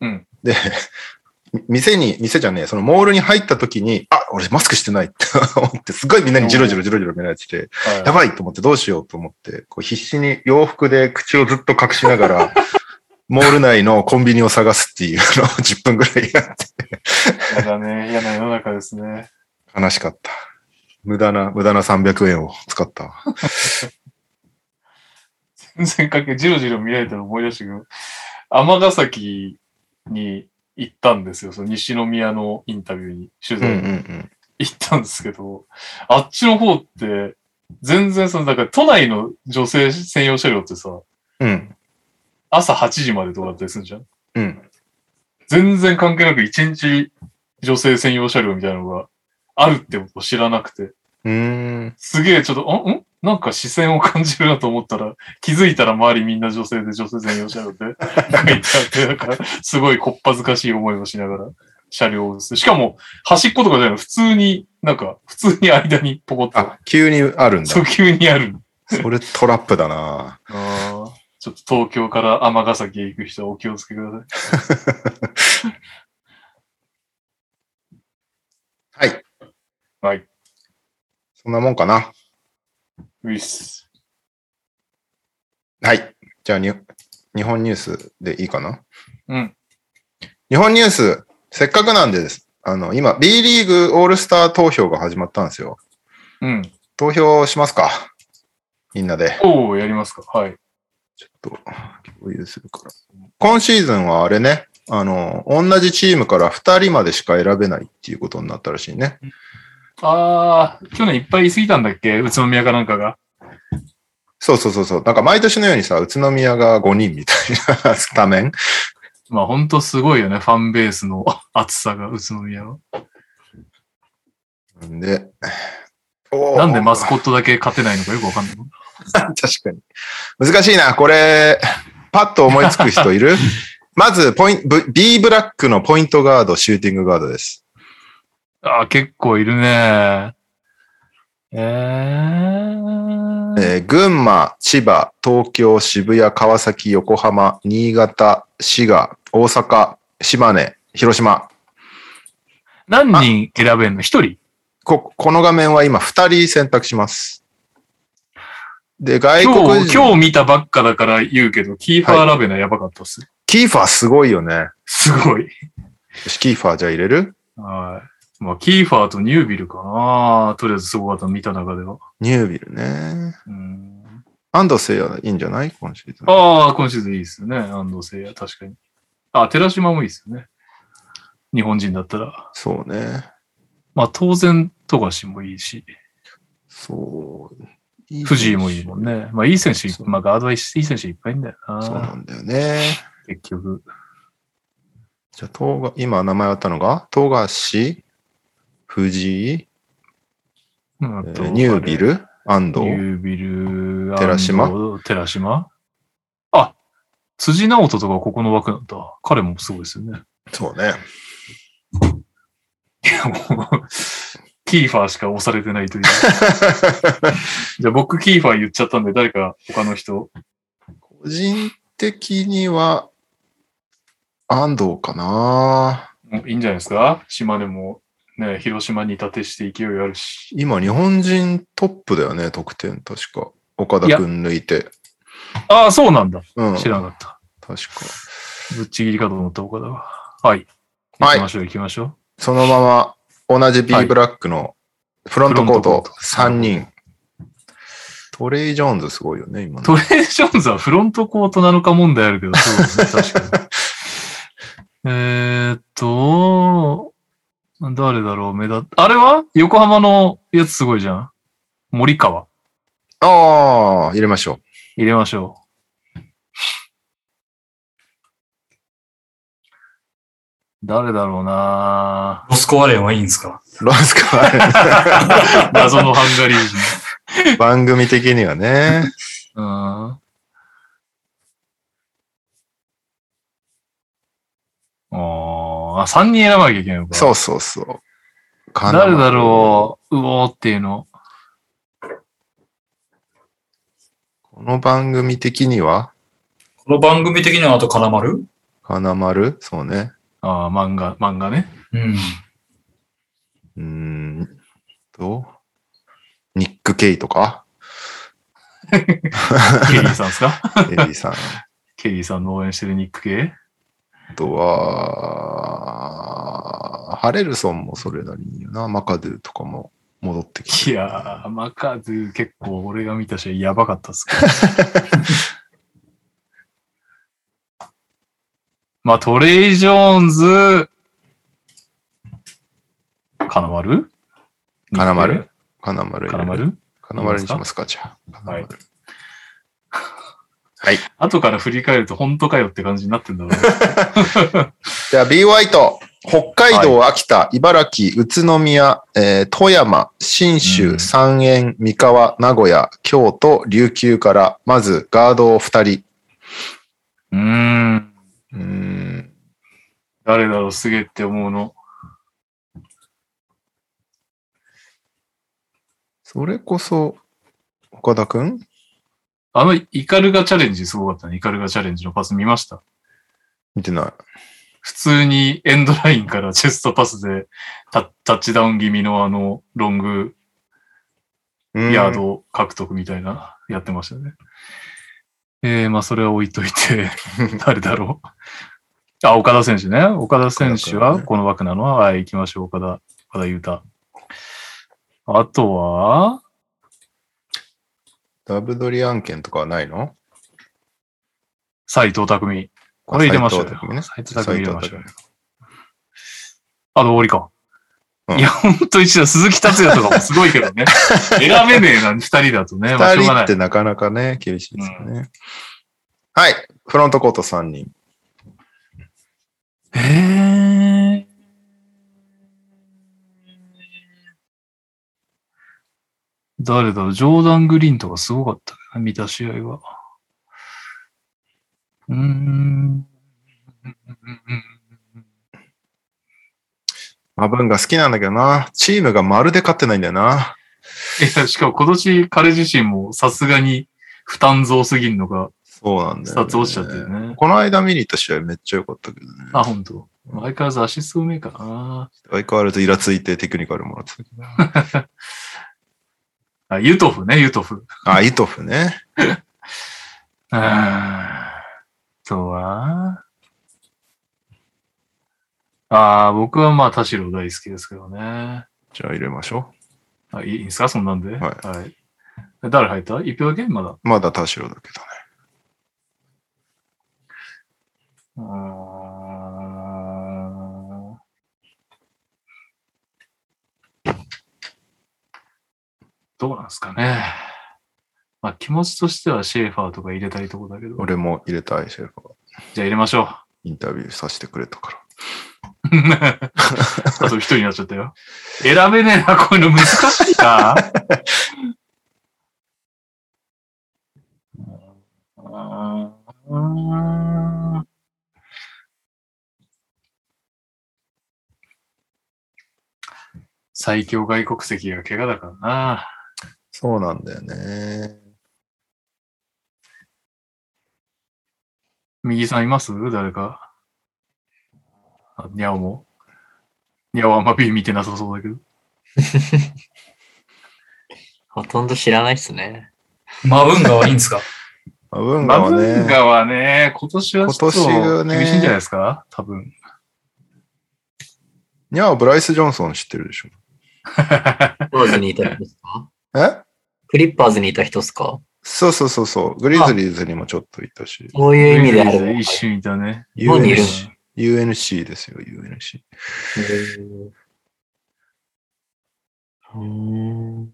Speaker 2: うん。
Speaker 4: で、 店に、店じゃねえ、そのモールに入った時に、あ、俺マスクしてないって思って、すごいみんなにジロジロジロジロ見られてて、
Speaker 2: はい
Speaker 4: やばいと思ってどうしようと思って、こう必死に洋服で口をずっと隠しながら、モール内のコンビニを探すっていうのを10分ぐ らいやって、
Speaker 2: やだね。嫌な世の中ですね。
Speaker 4: 悲しかった。無駄な、無駄な300円を使ったわ。
Speaker 2: 全然関係、じろじろ見られたら思い出してくる。尼崎に行ったんですよ。その西宮のインタビューに、取
Speaker 4: うんう
Speaker 2: 材
Speaker 4: ん
Speaker 2: に
Speaker 4: うん。
Speaker 2: 行ったんですけど、あっちの方って、全然その、だから都内の女性専用車両ってさ、
Speaker 4: うん。
Speaker 2: 朝8時までとかだったりするじゃん
Speaker 4: うん。
Speaker 2: 全然関係なく一日女性専用車両みたいなのがあるってことを知らなくて、
Speaker 4: うーん。
Speaker 2: すげえちょっと、んんなんか視線を感じるなと思ったら、気づいたら周りみんな女性で女性専用車 両で書いてあって、なんかすごいこっぱずかしい思いをしながら車両を、しかも端っことかじゃない普通に、なんか普通に間にポコッと、
Speaker 4: あ、急にあるんだ
Speaker 2: そう。急にある。
Speaker 4: それトラップだな
Speaker 2: あーちょっと東京から尼崎へ行く人はお気をつけください。
Speaker 4: はい。
Speaker 2: はい。
Speaker 4: そんなもんかな。
Speaker 2: ういっす。
Speaker 4: はい。じゃあに、日本ニュースでいいかな
Speaker 2: うん。
Speaker 4: 日本ニュース、せっかくなんでです。あの、今、B リーグオールスター投票が始まったんですよ。
Speaker 2: うん。
Speaker 4: 投票しますかみんなで。
Speaker 2: おおやりますか。はい。
Speaker 4: ちょっと共有するから。今シーズンはあれね、あの、同じチームから2人までしか選べないっていうことになったらしいね。
Speaker 2: ああ、去年いっぱい言い過ぎたんだっけ宇都宮かなんかが。
Speaker 4: そうそうそうそう。なんか毎年のようにさ、宇都宮が5人みたいなスタメン。
Speaker 2: まあ本当すごいよね。ファンベースの 厚さが宇都宮は。
Speaker 4: んで、おー
Speaker 2: なんでマスコットだけ勝てないのかよくわかんない。
Speaker 4: 確かに。難しいな。これ、パッと思いつく人い るまず、ポイン、ブ B ブラックのポイントガード、シューティングガードです。
Speaker 2: ああ、結構いるね。えー、
Speaker 4: えー群馬、千葉、東京、渋谷、川崎、横浜、新潟、滋賀、大阪、島根、広島。
Speaker 2: 何人選べんの一人
Speaker 4: こ、この画面は今2人選択します。で、外
Speaker 2: 今
Speaker 4: 国
Speaker 2: 日、
Speaker 4: 人、
Speaker 2: 今日見たばっかだから言うけど、キーファーラベナやばかったっす。
Speaker 4: キーファーすごいよね。よ
Speaker 2: すごい。
Speaker 4: し、キーファーじゃあ入れる
Speaker 2: はい。まあ、キーファーとニュービルかな。とりあえずすごかった、見た中では。
Speaker 4: ニュービルね。
Speaker 2: うん、
Speaker 4: 安藤聖也いいんじゃない今シーズン。
Speaker 2: ああ、今シーズンいいですよね。安藤聖也、確かに。あ、寺島もいいですよね。日本人だったら。
Speaker 4: そうね。
Speaker 2: まあ、当然、富樫もいいし、
Speaker 4: そう。
Speaker 2: 藤井もいいもん
Speaker 4: ね。
Speaker 2: ね。まあ、いい選手いっ、まあ、ガードはいい選手いっぱいいんだよ
Speaker 4: そうな
Speaker 2: な。
Speaker 4: んだよね。
Speaker 2: 結局。
Speaker 4: じゃあ、東が、今名前あったのが、富樫、藤井、
Speaker 2: うんあ
Speaker 4: え
Speaker 2: と
Speaker 4: ーニュービル、安
Speaker 2: ニ
Speaker 4: 藤。
Speaker 2: ュービル、
Speaker 4: 寺島
Speaker 2: 安藤寺島あ、辻直人とかここの枠なんだ。彼もすごいですよね。
Speaker 4: そうね。
Speaker 2: いやもうキーファーしか押され てないという。じゃあ僕キーファー言っちゃったんで、誰か他の人。
Speaker 4: 個人的には、安藤かな
Speaker 2: もういいんじゃないですか島根も、ね、広島に立てして勢いあるし。
Speaker 4: 今、日本人トップだよね、得点、確か。岡田くん抜いて。
Speaker 2: ああ、そうなんだ。
Speaker 4: うん。
Speaker 2: 知
Speaker 4: 確から
Speaker 2: なかった。。ぶっちぎりかと思った岡田は。はい。行
Speaker 4: はい
Speaker 2: きましょう、行きましょう。
Speaker 4: そのまま、同じ B ブラックのフロントコー
Speaker 2: フロン
Speaker 4: ト
Speaker 2: トコート
Speaker 4: 3人。トレイ・ジョーンズすごいよね、今の。
Speaker 2: トレーションズはフロントコートなのか問題あるけど、 そうですね、確かに。えーっと、誰だろう、目立っあれは横浜のやつすごいじゃん。森川。
Speaker 4: ああ、入れましょう。
Speaker 2: 入れましょう。誰だろうなぁ
Speaker 3: ロスコアレンはいいんですか
Speaker 4: ロスカワレン
Speaker 2: 謎のハンガリー人。
Speaker 4: 番組的には ね。
Speaker 2: うん。おーあ、3人選ばなきゃいけないのか。
Speaker 4: そうそうそう。
Speaker 2: 誰だろう、うおーっていうの。
Speaker 4: この番組的には、
Speaker 3: この番組的にはあと金丸
Speaker 4: 金丸そうね。
Speaker 2: ああ、漫画、漫 画ね。
Speaker 3: うん。
Speaker 4: うーんと、ニック・ ケイとか、
Speaker 2: ケリーさんですか
Speaker 4: エリーさん。
Speaker 2: ケケリーさんの応援してるニック系
Speaker 4: あとは、ハレルソンもそれなりによな、マカドゥとかも戻ってきて。
Speaker 2: いやー、マカズー結構俺が見た試合やばかったっ すからまあトレイ・ジョーンズ、金丸
Speaker 4: 金丸金丸
Speaker 2: 金丸
Speaker 4: 金丸にしますか、じゃあ。金丸
Speaker 2: 後から振り返ると本当かよって感じになってんだろうね。
Speaker 4: じゃあ B ホワイト。北海道、秋田、茨城、宇都宮、えー富山、信
Speaker 2: うん
Speaker 4: 州、三円、三河、名古屋、京都、琉球から、まずガードを2人。
Speaker 2: うーん。
Speaker 4: うーん。
Speaker 2: 誰だろう、すげえって思うの。
Speaker 4: それこそ、岡田くん
Speaker 2: あの、イカルガチャレンジすごかったね。イカルガチャレンジのパス見ました。
Speaker 4: 見てない。
Speaker 2: 普通にエンドラインからチェストパスでタタッチダウン気味のあの、ロング
Speaker 4: うーん
Speaker 2: ヤード獲得みたいな、やってましたね。えー、まあ、それは置いといて、誰だろう。あ、岡田選手ね。岡田選手
Speaker 4: 岡田君
Speaker 2: は、
Speaker 4: ね
Speaker 2: この枠なのは、はい、行きましょう。岡田、岡田優太。あとは、
Speaker 4: ダブドリ案件とかはないの
Speaker 2: 斎藤匠。これ入れましょう
Speaker 4: 斎藤
Speaker 2: よ。
Speaker 4: 匠ね
Speaker 2: 斎藤匠入れましょうよ
Speaker 4: 斎藤。
Speaker 2: あと、終わりか。
Speaker 4: うん
Speaker 2: いや、ほんと一度、鈴木達也とかもすごい けどね。選べねえな、二人だとね。まあ、しょ
Speaker 4: 二
Speaker 2: うが
Speaker 4: 人
Speaker 2: な
Speaker 4: っ
Speaker 2: い。
Speaker 4: てなかなかね、厳しいですよね。はい。フロントコート3人。
Speaker 2: えー誰だろうジョーダン・グリーンとかすごかったけどな見た試合は。うーん。
Speaker 4: マブンが好きなんだけどな。チームがまるで勝ってないんだよな。
Speaker 2: いや、しかも今年彼自身もさすがに負担増すぎんのか、
Speaker 4: そうなんだよ、ね。
Speaker 2: 2つ落ちちゃってるね。
Speaker 4: この間見に行った試合めっちゃ良かったけどね。
Speaker 2: あ、本当。相変わらずアシストうめえからな。
Speaker 4: 相変わらずイラついてテクニカルもらってたけど。
Speaker 2: あ、ユトフね、ユトフ。
Speaker 4: あ、イトフね。
Speaker 2: あーあとは、ああ、僕はまあ、田代大好きですけどね。
Speaker 4: じゃあ入れましょ
Speaker 2: あいいいいんですかそんなんで。。
Speaker 4: はい
Speaker 2: 誰入った一票だけまだ。
Speaker 4: う。まだ田代だけどね。
Speaker 2: うーんどうなんですかね。まあ、気持ちとしてはシェーファーとか入れたいとこだけど。
Speaker 4: 俺も入れたいシェフが
Speaker 2: じゃあ入れましょう。
Speaker 4: インタビューさせてくれたから。
Speaker 2: あと一人になっちゃったよ。選べねえな、こういうの難しいな。最強外国籍が怪我だからな。
Speaker 4: そうなんだよね。
Speaker 2: 右さんいます誰か。あにゃおも。にゃおはあんま B 見てなさそうだけど。
Speaker 1: ほとんど知らないっすね。
Speaker 3: マブンガはいいんですか
Speaker 4: マブンガ
Speaker 2: マ
Speaker 4: は
Speaker 2: ブン
Speaker 4: ね、
Speaker 2: ガはね、今年はちょっと
Speaker 4: 今年はね
Speaker 2: 厳しいんじゃないですか多分。
Speaker 4: にゃおブライス・ジョンソン知ってるでしょ。
Speaker 1: クリッパーズにいた人ですか
Speaker 4: え
Speaker 1: クリッパーズにいた人っすか
Speaker 4: そうそうそうそう。グリズリーズにもちょっといたし。
Speaker 1: そういう意味であ
Speaker 2: 一
Speaker 1: る。
Speaker 2: 瞬いたね。
Speaker 1: 日本にいる
Speaker 4: UNC, UNC ですよ、UNC。
Speaker 1: うーん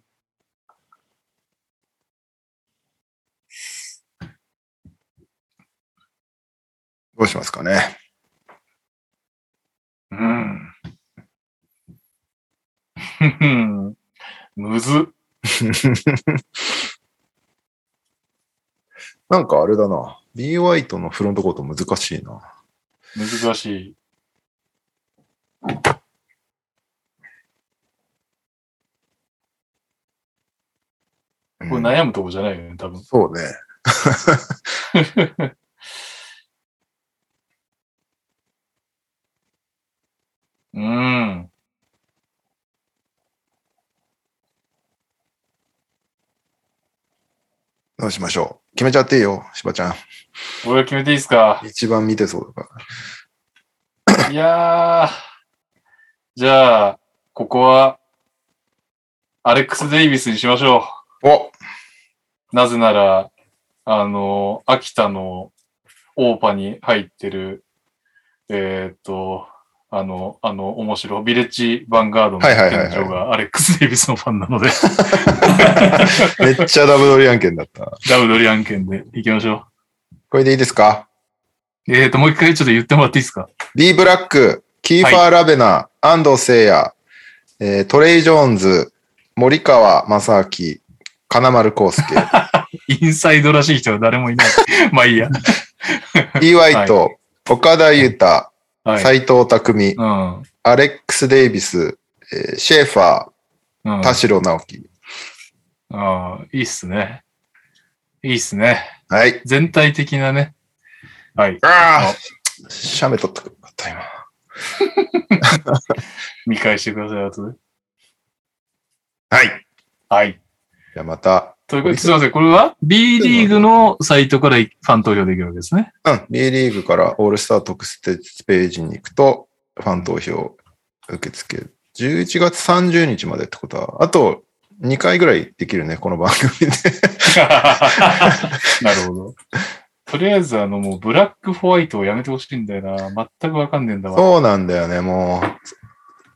Speaker 4: どうしますかね。
Speaker 2: うん。ふふんむずっ。
Speaker 4: なんかあれだな。B ワイトのフロントコート難しいな。
Speaker 2: 難しい。
Speaker 4: うん
Speaker 2: これ悩むとこじゃないよね、多分。
Speaker 4: そうね。
Speaker 2: うん。
Speaker 4: どうしましょう。決めちゃっていいよ、しばちゃん。
Speaker 2: 俺が決めていいですか
Speaker 4: 一番見てそうだから。
Speaker 2: いやー。じゃあ、ここは、アレックス・デイビスにしましょう。
Speaker 4: お
Speaker 2: なぜなら、あの、秋田のオーパに入ってる、えーっと、あの、あの、面白い、ビレッジヴァンガードの
Speaker 4: はいはいはいはい
Speaker 2: 店長がアレックス・デイビスのファンなので、
Speaker 4: めっちゃダブドリ案件だった。
Speaker 2: ダブドリ案件で行きましょ
Speaker 4: これでいいですか
Speaker 2: う。えーっと、もう一回ちょっと言ってもらっていいですか
Speaker 4: ?D ブラック、キーファー・ラベナ、安藤聖也、えートレイ・ジョーンズ、森川正明、金丸康 介、
Speaker 2: インサイドらしい人は誰もいない。ま あいいや。
Speaker 4: E ワイト、岡田優太、
Speaker 2: はい。
Speaker 4: 斎藤匠、
Speaker 2: うん。うん。
Speaker 4: アレックス・デイビス、えーシェーファー、田
Speaker 2: あ
Speaker 4: 代直樹。
Speaker 2: あ、いいっすね。いいっすね。
Speaker 4: はい。
Speaker 2: 全体的なね。はい。
Speaker 4: ああシャメ取っとくよかった、今。
Speaker 2: 見返してください、後で。
Speaker 4: はい。
Speaker 2: はい。
Speaker 4: じゃあまた、
Speaker 2: ということで、すみません。これは B リーグのサイトからファン投票できるわけですね。
Speaker 4: うん、B リーグからオールスター特設ページに行くと、ファン投票受付、11月30日までってことは、あと2回ぐらいできるね、この番組で。
Speaker 2: なるほど。とりあえず、あの、もうブラックホワイトをやめてほしいんだよな。全くわかんねえんだわ。
Speaker 4: そうなんだよね、も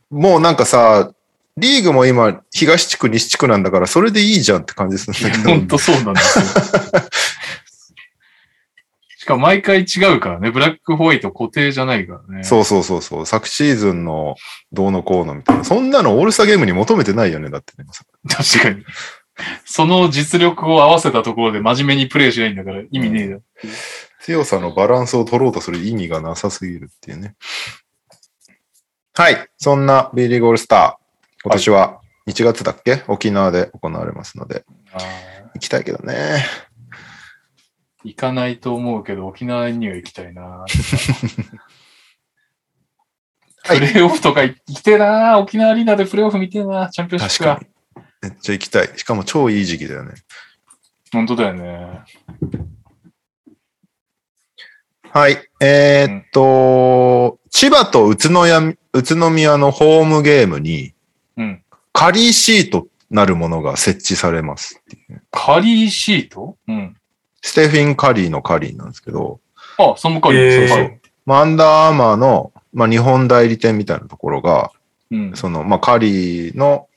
Speaker 4: う。もうなんかさ、リーグも今、東地区、西地区なんだから、それでいいじゃんって感じするんだけど。
Speaker 2: ほんとそうなんですよ。しかも毎回違うからね。ブラックホワイト固定じゃないからね。
Speaker 4: そうそうそうそう。昨シーズンのどうのこうのみたいな。そんなのオールスターゲームに求めてないよね、だってね。
Speaker 2: 確かに。その実力を合わせたところで真面目にプレイしないんだから意味ねえよ。
Speaker 4: 強さのバランスを取ろうとする意味がなさすぎるっていうね。はい。そんな B リーグオールスター、今年は1月だっけ、沖縄で行われますので、
Speaker 2: あ
Speaker 4: 行きたいけどね。
Speaker 2: ー行かないと思うけど、沖縄には行きた いな。
Speaker 4: はい
Speaker 2: プレイオフとか行きてえな。沖縄アリーナでプレイオフ見てえな。チャンピオンシッ
Speaker 4: 確
Speaker 2: プ
Speaker 4: か
Speaker 2: が。
Speaker 4: に。めっちゃ行きたい。しかも超いい時期だよね。
Speaker 2: 本当だよね。
Speaker 4: はい。えーっと、千葉と宇都宮宇都宮のホームゲームに、
Speaker 2: うん。
Speaker 4: 仮シートなるものが設置されますっていうね。
Speaker 2: カリーシートうん。
Speaker 4: ステフィン・カリーのカリーなんですけど、
Speaker 2: あ、そのカリー。
Speaker 3: えー
Speaker 2: そうそう
Speaker 4: まあアンダーアーマーの、まあ、日本代理店みたいなところが、
Speaker 2: うん。
Speaker 4: その、まあ、カリーの、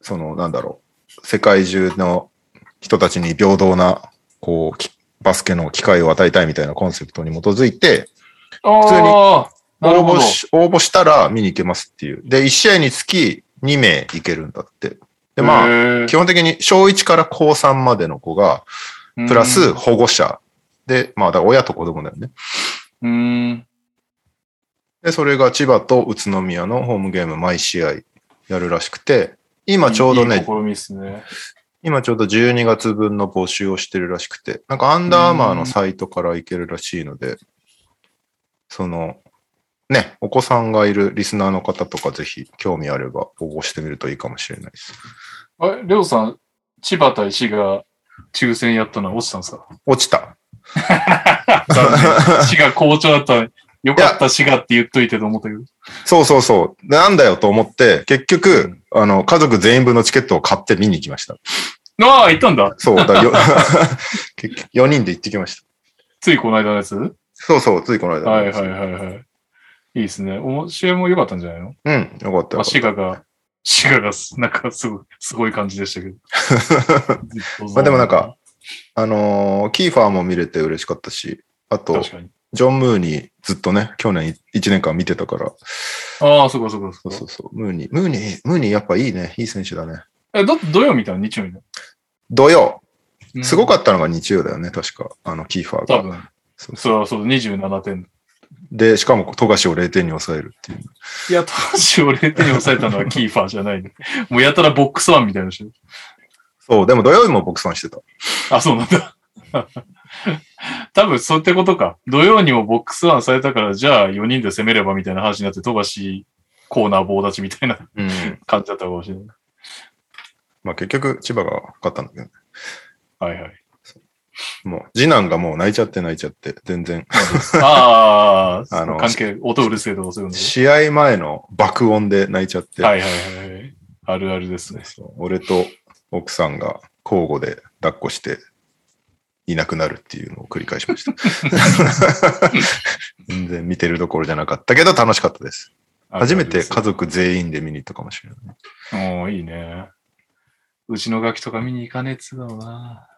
Speaker 4: その、なんだろう、世界中の人たちに平等な、こうき、バスケの機会を与えたいみたいなコンセプトに基づいて、
Speaker 2: ああ、なる
Speaker 4: 応
Speaker 2: ほ
Speaker 4: 募
Speaker 2: ど。
Speaker 4: し、応募したら見に行けますっていう。で、1試合につき2名行けるんだって。で、まあ、
Speaker 2: あ
Speaker 4: 基本的に小1から高3までの子が、プラス保護者。で、まあ、だから親と子供だよね。
Speaker 2: うん。
Speaker 4: で、それが千葉と宇都宮のホームゲーム毎試合やるらしくて、今ちょうど
Speaker 2: いい
Speaker 4: ね
Speaker 2: 試、みですね。
Speaker 4: 今ちょうど12月分の募集をしてるらしくて、なんかアンダーアーマーのサイトから行けるらしいので、その、ね、お子さんがいるリスナーの方とかぜひ興味あれば応募してみるといいかもしれないです。
Speaker 2: あれ、レオさん、千葉対市が抽選やったのは落ちたんですか
Speaker 4: 落ちた。
Speaker 2: 残念。市が好調だったのによかった市がって言っといてと思ったけど。
Speaker 4: そうそうそう。でなんだよと思って、結局、あの、家族全員分のチケットを買って見に行きました。
Speaker 2: ああ、行ったんだ。
Speaker 4: そう、だからよ 結局4人で行ってきました。
Speaker 2: ついこの間のやつは
Speaker 4: そうそう、ついこの
Speaker 2: い
Speaker 4: 間。
Speaker 2: はいはいはい。いいですね。おも試合も良かったんじゃないの
Speaker 4: うん、よかった
Speaker 2: ま
Speaker 4: よ
Speaker 2: あ、
Speaker 4: かっ
Speaker 2: シガが、シガがす、なんかすごい、すごい感じでしたけ ど。
Speaker 4: まあでもなんか、た。あのーキーファーも見れて嬉しかったし、あと、
Speaker 2: 確かに。
Speaker 4: ジョン・ムーにずっとね、去年1年間見てたから、
Speaker 2: ああ、そうかそう
Speaker 4: そうう
Speaker 2: かそか
Speaker 4: そうそう、ムーニー、ムーニー、ムーニーやっぱいいね、いい選手だね。
Speaker 2: え、だって土曜見たの日曜見た
Speaker 4: 土曜、
Speaker 2: の
Speaker 4: すごか
Speaker 2: っ
Speaker 4: ったのが日曜だよね、確か、あの、キーファー
Speaker 2: た。多
Speaker 4: が。
Speaker 2: 分。
Speaker 4: そうそう
Speaker 2: そうそう、27点。
Speaker 4: で、しかも、富樫を0点に抑えるっていう。
Speaker 2: いや、当時俺手に抑えたのはキーファーじゃない、ね、もうやたらボックスワンみたいな人。
Speaker 4: そう、でも土曜日もボクソンしてた。
Speaker 2: あ、そうなんだ。多分そうってことか。土曜にもボックスワンされたから、じゃあ4人で攻めればみたいな話になって、富樫コーナー棒立ちみたいな
Speaker 4: うん。
Speaker 2: 感じだったかもしれない。
Speaker 4: まあ結局、千葉が勝ったんだけどね。
Speaker 2: はいはい。
Speaker 4: もう、次男がもう泣いちゃって泣いちゃって、全然。
Speaker 2: ああ、
Speaker 4: あの
Speaker 2: 関係、音うるせえとかそういうの。
Speaker 4: 試合前の爆音で泣いちゃって、
Speaker 2: はいはいはいはい。あるあるですね。
Speaker 4: そう俺と奥さんが交互で抱っこして、いなくなるっていうのを繰り返しました。 全然見てるどころじゃなかったけど楽しかったです。初めて家族全員で見に行ったかもしれない。
Speaker 2: もういいね。うちのガキとか見に行かねえっつうだろうな。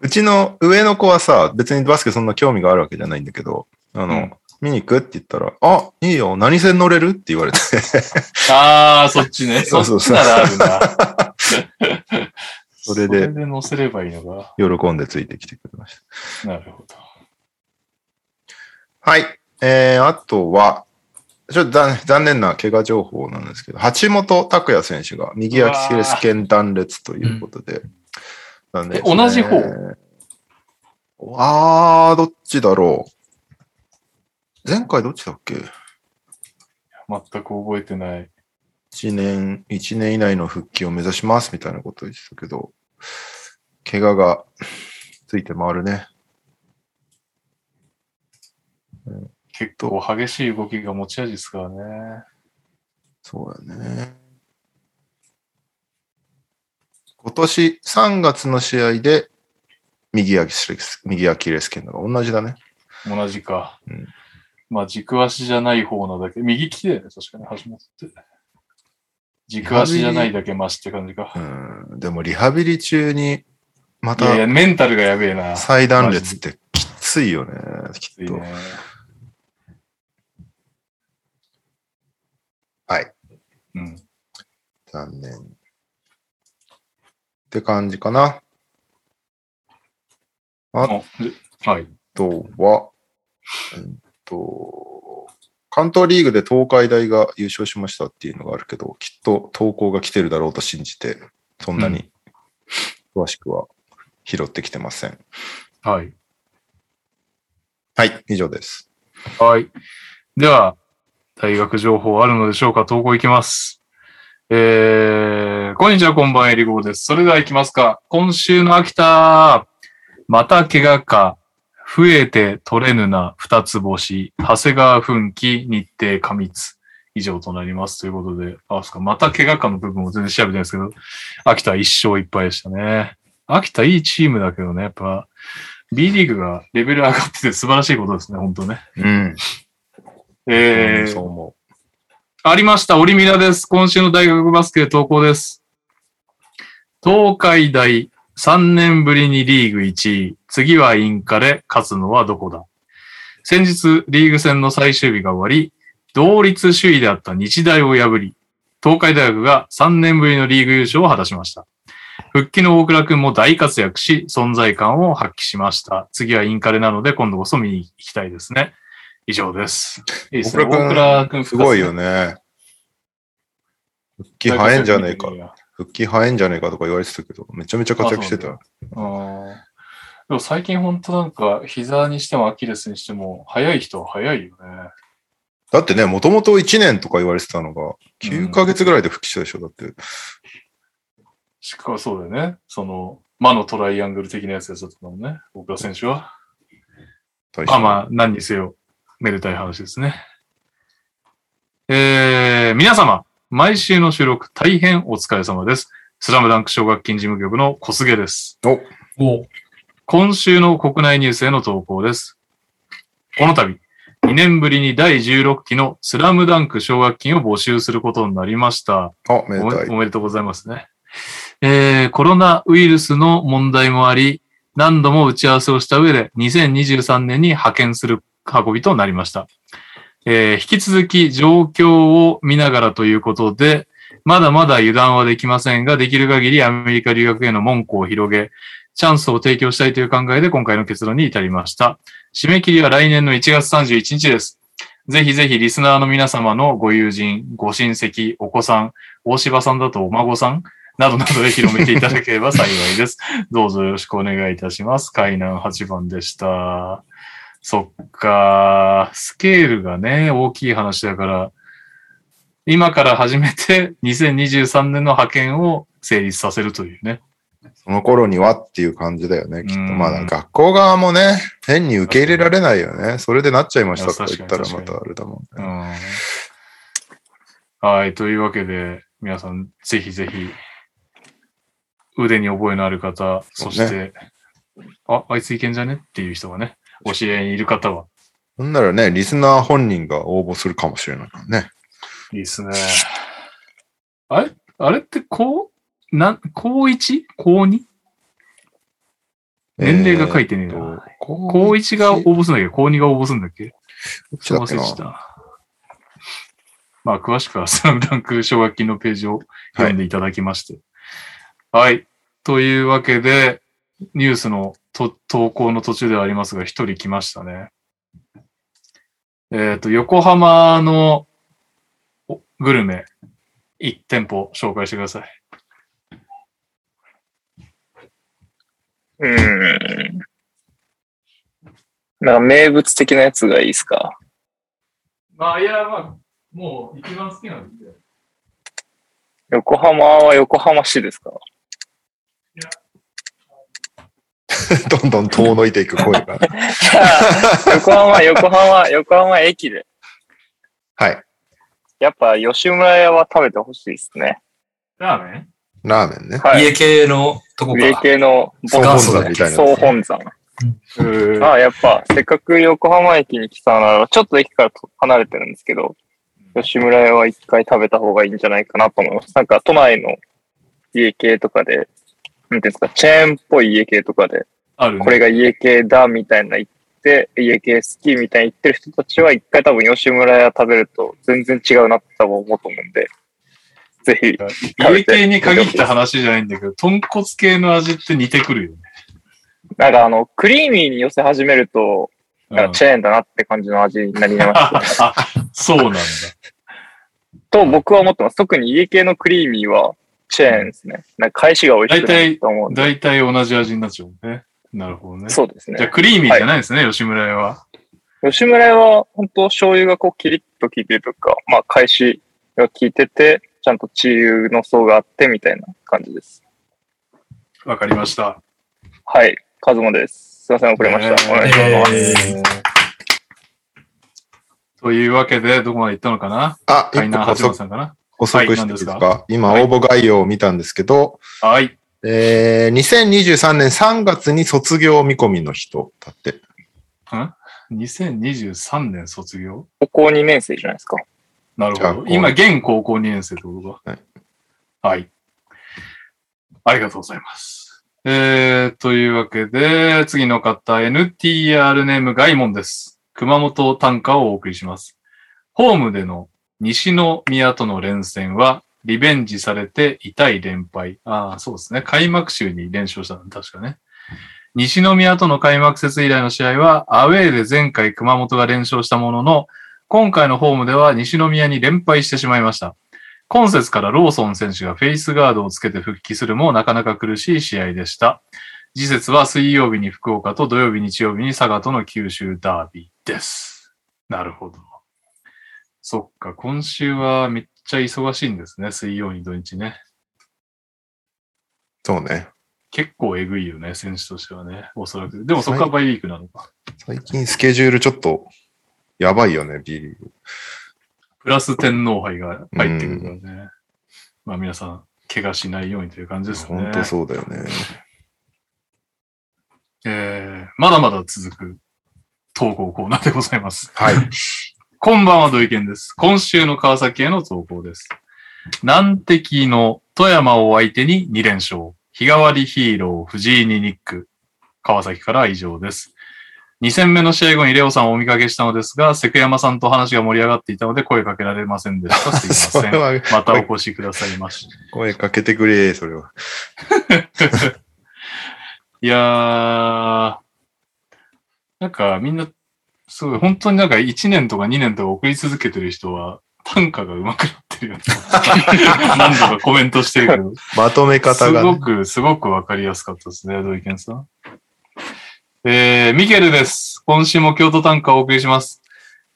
Speaker 4: うちの上の子はさ、別にバスケそんな興味があるわけじゃないんだけど、あの、
Speaker 2: うん
Speaker 4: 見に行くって言ったら、あ、いいよ、何線乗れるって言われて。
Speaker 2: ああ、そっちね。
Speaker 4: そ
Speaker 2: そう
Speaker 4: そう
Speaker 2: っ
Speaker 4: そ
Speaker 2: ち
Speaker 4: う
Speaker 2: ならあるな。
Speaker 4: それで
Speaker 2: それで乗せればいいのか。
Speaker 4: 喜んでついてきてくれました。
Speaker 2: なるほど。
Speaker 4: はい。えー、あとは、ちょっと残残念な怪我情報なんですけど、橋本拓也選手が右アキレス腱断裂ということで。残念ですね
Speaker 2: え同じ方
Speaker 4: あー、どっちだろう。前回どっちだっけ
Speaker 2: 全く覚えてない。
Speaker 4: 一年、一年以内の復帰を目指しますみたいなことを言ってたけど、怪我がついて回るね。
Speaker 2: 結構激しい動きが持ち味ですからね。
Speaker 4: そうだね。今年3月の試合で右アキレス、右アキレス腱だから同じだね。
Speaker 2: 同じか。
Speaker 4: うん
Speaker 2: まあ、軸足じゃない方なだけ。右利きだよね、確かに、橋本って。軸足じゃないだけマシって感じか
Speaker 4: う。ん。でもリハビリ中にま
Speaker 2: いやいや、
Speaker 4: た
Speaker 2: メンタルがやべえな。き
Speaker 4: 再断裂ってきついよね。き
Speaker 2: つい
Speaker 4: っと。
Speaker 2: ね。
Speaker 4: はい。
Speaker 2: うん。
Speaker 4: 残念。って感じかな。あ
Speaker 2: あではい。
Speaker 4: あとは、うんと、関東リーグで東海大が優勝しましたっていうのがあるけど、きっと投稿が来てるだろうと信じて、そんなに詳しくは拾ってきてません。
Speaker 2: はい。
Speaker 4: はい、以上です。
Speaker 2: はい。では、大学情報あるのでしょうか投稿いきます。えー、こんにちは、こんばんは、えりごーです。それでは行きますか。今週の秋田、また怪我か、増えて取れぬな、二つ星、長谷川奮起、日程過密。以上となります。ということで、あ、そうか、また怪我かの部分を全然調べてないですけど、秋田1勝1敗でしたね。秋田いいチームだけどね、やっぱ、B リーグがレベル上がってて素晴らしいことですね、本当ね。
Speaker 4: うん、
Speaker 2: え
Speaker 4: そう
Speaker 2: ー、
Speaker 4: 思
Speaker 2: ありました、オリミラです。今週の大学バスケ投稿です。東海大、3年ぶりにリーグ1位。次はインカレ、勝つのはどこだ先日、リーグ戦の最終日が終わり、同率首位であった日大を破り、東海大学が3年ぶりのリーグ優勝を果たしました。復帰の大倉くんも大活躍し、存在感を発揮しました。次はインカレなので、今度こそ見に行きたいですね。以上です。いいですね
Speaker 4: 大倉君
Speaker 2: 大倉くん
Speaker 4: う。すごいよね。復帰早いんじゃねえか。復帰早いんじゃねえかとか言われてたけど、めちゃめちゃ活躍してたよ。
Speaker 2: うんでも最近本当なんか、膝にしてもアキレスにしても、早い人は早いよね。
Speaker 4: だってね、もともと1年とか言われてたのが、9ヶ月ぐらいで復帰したでしょ、だって。
Speaker 2: しかもそうだよね。その、魔のトライアングル的なやつやつだったもんね。大倉選手は。
Speaker 4: 大した
Speaker 2: まあまあ、何にせよ、めでたい話ですね。えー、皆様、毎週の収録、大変お疲れ様です。スラムダンク奨学金事務局の小菅です。
Speaker 3: おう
Speaker 2: 今週の国内ニュースへの投稿です。この度、2年ぶりに第16期のスラムダンク奨学金を募集することになりました。
Speaker 4: あ、めで
Speaker 2: お
Speaker 4: たい
Speaker 2: め。おめでとうございますね。えーコロナウイルスの問題もあり、何度も打ち合わせをした上で、2023年に派遣する運びとなりました。えー引き続き状況を見ながらということで、まだまだ油断はできませんが、できる限りアメリカ留学への門戸を広げ、チャンスを提供したいという考えで今回の結論に至りました。締め切りは来年の1月31日です。ぜひぜひリスナーの皆様のご友人、ご親戚、お子さん、大柴さんだとお孫さんなどなどで広めていただければ幸いです。 どうぞよろしくお願いいたします。海南8番でした。そっか、スケールがね、大きい話だから、今から始めて2023年の派遣を成立させるというね。
Speaker 4: その頃にはっていう感じだよね、きっと。
Speaker 2: うん
Speaker 4: まだ学校側もね、変に受け入れられないよね。それでなっちゃいまし
Speaker 2: い
Speaker 4: た
Speaker 2: や
Speaker 4: とか
Speaker 2: 確か
Speaker 4: 言っ
Speaker 2: に
Speaker 4: たらまたあれだもん
Speaker 2: う
Speaker 4: ね。
Speaker 2: んはい、というわけで、皆さん、ぜひぜひ、腕に覚えのある方、
Speaker 4: そ
Speaker 2: そう
Speaker 4: ね
Speaker 2: して、あ、あいついけんじゃねっていう人がね、お知り合いにいる方は、
Speaker 4: ほんならね、リスナー本人が応募するかもしれないからね。
Speaker 2: いいっすね。あれあれって、こう、なん、高 1? 高 2? 年齢が書いてねえな。
Speaker 4: えーっと
Speaker 2: 高1が応募するんだけど、高2が応募するんだっけ
Speaker 4: どっち
Speaker 2: すい
Speaker 4: だっけ
Speaker 2: ません
Speaker 4: な
Speaker 2: でした。まあ、詳しくはスラムダンク奨学金のページを読んでいただきまして。はい。というわけで、ニュースのと投稿の途中ではありますが、一人来ましたね。えっ、と、横浜のおグルメ、1店舗紹介してください。
Speaker 5: うーん。なんか名物的なやつがいいですか
Speaker 2: まあ、いや、まあ、もう一番好きなんで。
Speaker 5: 横浜は横浜 市ですか
Speaker 4: どんどん遠のいていく声が。
Speaker 5: 横浜、横浜、横浜駅で。
Speaker 4: はい。
Speaker 5: やっぱ吉村屋は食べてほしいですね。
Speaker 2: ラーメン
Speaker 4: ラーメンね。
Speaker 5: はい。
Speaker 3: 家系のとこ
Speaker 5: 家
Speaker 3: か。
Speaker 5: 系のボ
Speaker 4: 総
Speaker 5: タン
Speaker 4: 本
Speaker 3: そう
Speaker 4: 山みたいな
Speaker 5: 総
Speaker 4: やつね。
Speaker 5: 本山。
Speaker 2: う
Speaker 5: まあやっぱ、せっかく横浜駅に来たなら、ちょっと駅から離れてるんですけど、吉村屋は一回食べた方がいいんじゃないかなと思います。なんか都内の家系とかで、なんていうんですか、チェーンっぽい家系とかで、
Speaker 2: あるね。
Speaker 5: これが家系だみたいな言って、家系好きみたいに言ってる人たちは一回多分吉村屋食べると全然違うなって多分思うと思うんで、ぜひ。
Speaker 2: 家系に限った話じゃないんだけど、豚骨系の味って似てくるよね。
Speaker 5: なんかあの、クリーミーに寄せ始めると、なん
Speaker 2: うん
Speaker 5: かチェーンだなって感じの味になりました、
Speaker 2: そうなんだ。
Speaker 5: と僕は思ってます。特に家系のクリーミーはチェーンですね。なんか返しが美味しくないと思うんで。
Speaker 2: 大体同じ味になっちゃうね。なるほどね。
Speaker 5: そうです
Speaker 2: じゃあ
Speaker 5: ね。
Speaker 2: クリーミーじゃないですね、吉村屋は。
Speaker 5: 吉村屋は本当醤油がこうキリッと効いてるというか、まあ返しが効いてて、ちゃんとチーの層があってみたいな感じです。
Speaker 2: わかりました。
Speaker 5: はい、カズマです。すいません、遅れました。お願いします。
Speaker 3: え
Speaker 2: というわけで、どこまで行ったのかな
Speaker 4: あ、
Speaker 2: カイ
Speaker 4: 一
Speaker 2: ナー
Speaker 4: 個
Speaker 2: 八
Speaker 4: 補
Speaker 2: 幡
Speaker 4: 足
Speaker 2: さんかな
Speaker 4: 補足して
Speaker 2: はい
Speaker 4: い
Speaker 2: 何
Speaker 4: い
Speaker 2: で
Speaker 4: ですす
Speaker 2: か
Speaker 4: か今応募概要を見たんですけど、
Speaker 2: はい。
Speaker 4: えー、2023年3月に卒業見込みの人だって。
Speaker 2: 2023年卒業
Speaker 5: 高校2年生じゃないですか。
Speaker 2: なる
Speaker 4: じゃあ
Speaker 2: ほ
Speaker 4: こ
Speaker 2: ど。
Speaker 4: う
Speaker 2: 今、現高校2年生ってこと
Speaker 4: は
Speaker 2: か
Speaker 4: い。
Speaker 2: はい。ありがとうございます。えー、というわけで、次の方、NTR ネームガイモンです。熊本短歌をお送りします。ホームでの西の宮との連戦は、リベンジされて痛い連敗。ああ、そうですね。開幕週に連勝したの、確かね。西宮との開幕節以来の試合は、アウェーで前回熊本が連勝したものの、今回のホームでは西宮に連敗してしまいました。今節からローソン選手がフェイスガードをつけて復帰するもなかなか苦しい試合でした。次節は水曜日に福岡と土曜日、日曜日に佐賀との九州ダービーです。なるほど。そっか、今週はめっちゃ忙しいんですね。水曜に土日ね。
Speaker 4: そうね。
Speaker 2: 結構えぐいよね、選手としてはね。おそらく。でもそこはバイウィークなのか。
Speaker 4: 最近スケジュールちょっとやばいよね、B リーグ。
Speaker 2: プラス天皇杯が入ってくるからね。まあ皆さん、怪我しないようにという感じですね。
Speaker 4: 本当そうだよね。
Speaker 2: えーまだまだ続く投稿コーナーでございます。
Speaker 4: はい。
Speaker 2: こんばんは、土井健です。今週の川崎への投稿です。難敵の富山を相手に2連勝。日替わりヒーロー、藤井にニック。川崎からは以上です。2戦目の試合後にレオさんをお見かけしたのですが、関山さんと話が盛り上がっていたので声かけられませんでした。す い
Speaker 4: そ
Speaker 2: ませ
Speaker 4: れ
Speaker 2: ん。
Speaker 4: は
Speaker 2: またお越しくださいまし。
Speaker 4: 声かけてくれ、それは。
Speaker 2: いやー、なんかみんな、すごい、本当になんか1年とか2年とか送り続けてる人は、短歌が上手くなってるよね。何度かコメントしてるけど、
Speaker 4: まとめ方が
Speaker 2: すご
Speaker 4: ね。
Speaker 2: く、すごくわかりやすかったですね、土井健さん。えー、ミケルです。今週も京都短歌をお送りします。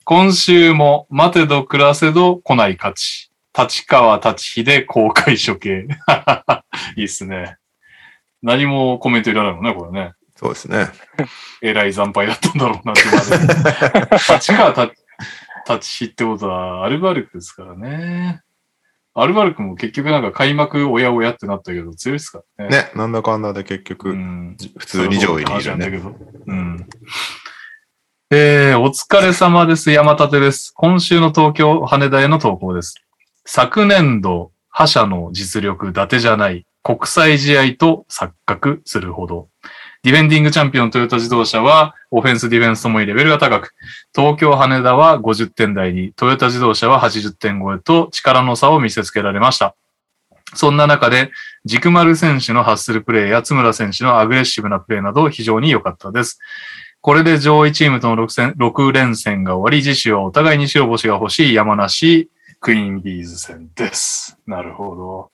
Speaker 2: 今週も、待てど暮らせど来ない勝 ち。立川立秀公開処刑。いいっすね。何もコメントいらないもんね、これね。
Speaker 4: そうですね。
Speaker 2: えらい惨敗だったんだろうなってまで。立川た立ちってことは、アルバルクですからね。アルバルクも結局なんか開幕おやおやってなったけど、強いですからね。
Speaker 4: ね、なんだかんだで結局、
Speaker 2: うん。
Speaker 4: 普通に上位にいるね。
Speaker 2: うん。えー、お疲れ様です。山立です。今週の東京、羽田への投稿です。昨年度、覇者の実力、伊達じゃない、国際試合と錯覚するほど。ディフェンディングチャンピオントヨタ自動車は、オフェンスディフェンスともにレベルが高く、東京羽田は50点台に、トヨタ自動車は80点超えと力の差を見せつけられました。そんな中で、軸丸選手のハッスルプレーや津村選手のアグレッシブなプレーなど非常に良かったです。これで上位チームとの 6, 戦6連戦が終わり、次週はお互いに白星が欲しい山梨クイーンビーズ戦です。なるほど。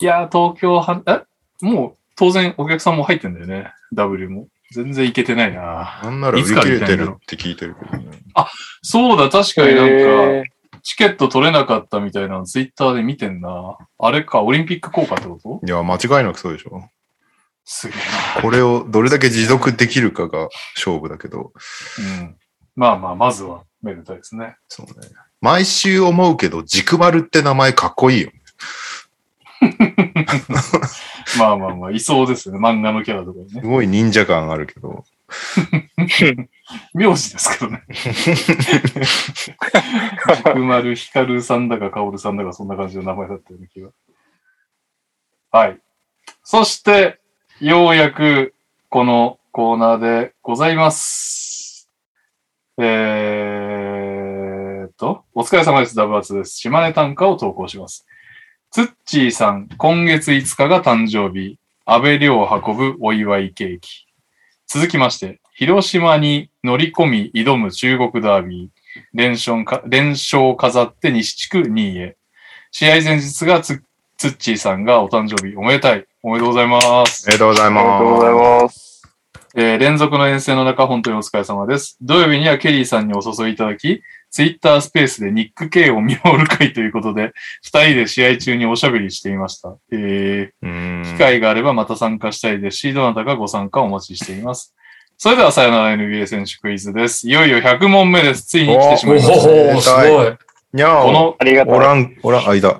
Speaker 2: いやー、東京は、えもう当然お客さんも入ってんだよね。W も。全然いけてないな。
Speaker 4: なんなら売り切れてるって聞いてるけどね。
Speaker 2: そうだ、確かになんか、
Speaker 5: え
Speaker 2: チケット取れなかったみたいなのツイッターで見てんな。あれか、オリンピック効果ってこと
Speaker 4: いや、間違いなくそうでしょ。
Speaker 2: すげ
Speaker 4: これをどれだけ持続できるかが勝負だけど、
Speaker 2: えな。うん。まあまあ、まずは、めでたいですね。
Speaker 4: そうね。毎週思うけど、軸丸って名前かっこいいよね。
Speaker 2: まあまあまあ、いそうですね。漫画のキャラとかにね
Speaker 4: す。ごい忍者感あるけど。
Speaker 2: 名字ですけどね。福丸、ヒカルさんだか、カオルさんだか、そんな感じの名前だったような気が。はい。そして、ようやく、このコーナーでございます。えーっと、お疲れ様です。ダブアツです。島根短歌を投稿します。ツッチーさん、今月5日が誕生日。安倍亮を運ぶお祝いケーキ。続きまして、広島に乗り込み挑む中国ダービー。連勝か連勝を飾って西地区2位へ。試合前日がつツッチーさんがお誕生日おめでたい。おめでとうございます
Speaker 4: あ。りがとうござい
Speaker 5: ありがとうござい
Speaker 4: ま
Speaker 5: ます。
Speaker 2: えー連続の遠征の中、本当にお疲れ様です。土曜日にはケリーさんにお注いいただき、ツイッタースペースでニック K を見守る会ということで、二人で試合中におしゃべりしていました。えー、
Speaker 4: す。うーん。
Speaker 2: 機会があればまた参加したいですし、どなたかご参加お待ちしています。それではさよなら NBA 選手クイズです。いよいよ100問目です。ついに来てしまいまし
Speaker 3: おほ
Speaker 2: た。
Speaker 3: ほすごい。
Speaker 4: にゃ
Speaker 2: こ
Speaker 4: お。
Speaker 2: の、
Speaker 5: ありがと
Speaker 4: お
Speaker 5: う。
Speaker 4: らん、おらん、間。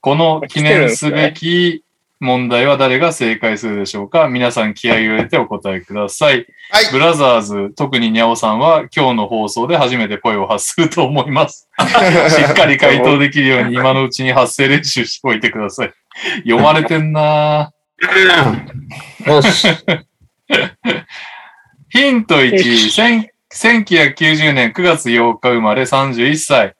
Speaker 2: この記念すべき問題は誰が正解するでしょうか皆さん気合を入れてお答えください。
Speaker 4: はい
Speaker 2: ブラザーズ、特ににゃおさんは今日の放送で初めて声を発すると思い ます。しっかり回答できるように今のうちに発声練習しておいてください。読まれてんなぁ。
Speaker 1: よし。
Speaker 2: ヒント
Speaker 5: よ
Speaker 2: 1、
Speaker 5: し
Speaker 2: せん1990年9月8日生まれ31歳。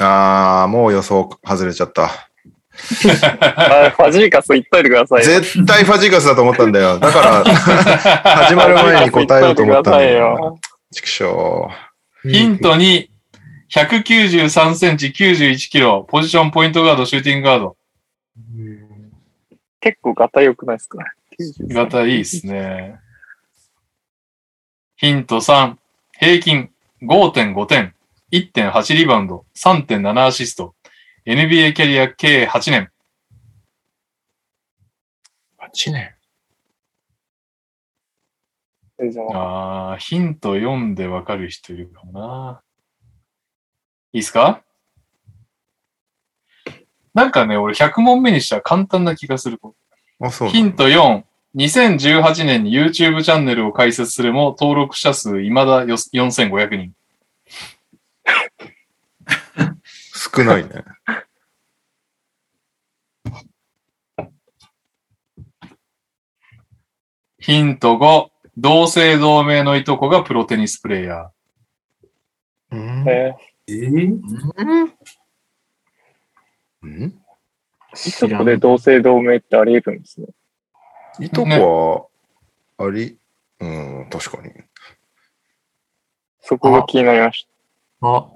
Speaker 4: あー、もう予想外れちゃった。
Speaker 5: あファジーカス言っといてくださいよ。
Speaker 4: 絶対ファジーカスだと思ったんだよ。だ から、始まる前に答えようと思ったんだよ。ちくしょ
Speaker 2: ヒント2、193センチ91キロ、ポジションポイントガード、シューティングガード。
Speaker 5: 結構ガタ良くないですか
Speaker 2: がたいいですね。ヒント3、平均5.5点、1.8リバウンド、3.7アシスト。NBA キャリア計8年。
Speaker 4: う。8年。
Speaker 5: えじゃあ
Speaker 2: あーヒント4でわかる人いるかもな。いいっすかなんかね、俺100問目にしたら簡単な気がする。
Speaker 4: あ、そうな
Speaker 2: ヒ
Speaker 4: の
Speaker 2: ント4。2018年に YouTube チャンネルを開設するも登録者数未だよ4500人。
Speaker 4: 少ないね。
Speaker 2: ヒント5。同姓同名のいとこがプロテニスプレイヤー。
Speaker 4: うん
Speaker 5: え
Speaker 3: えー
Speaker 4: うん
Speaker 5: ー、いとこで同姓同名ってあり得るんですね。
Speaker 4: いとこは、あり、うん、確かに。
Speaker 5: そこが気になりまし
Speaker 1: あ、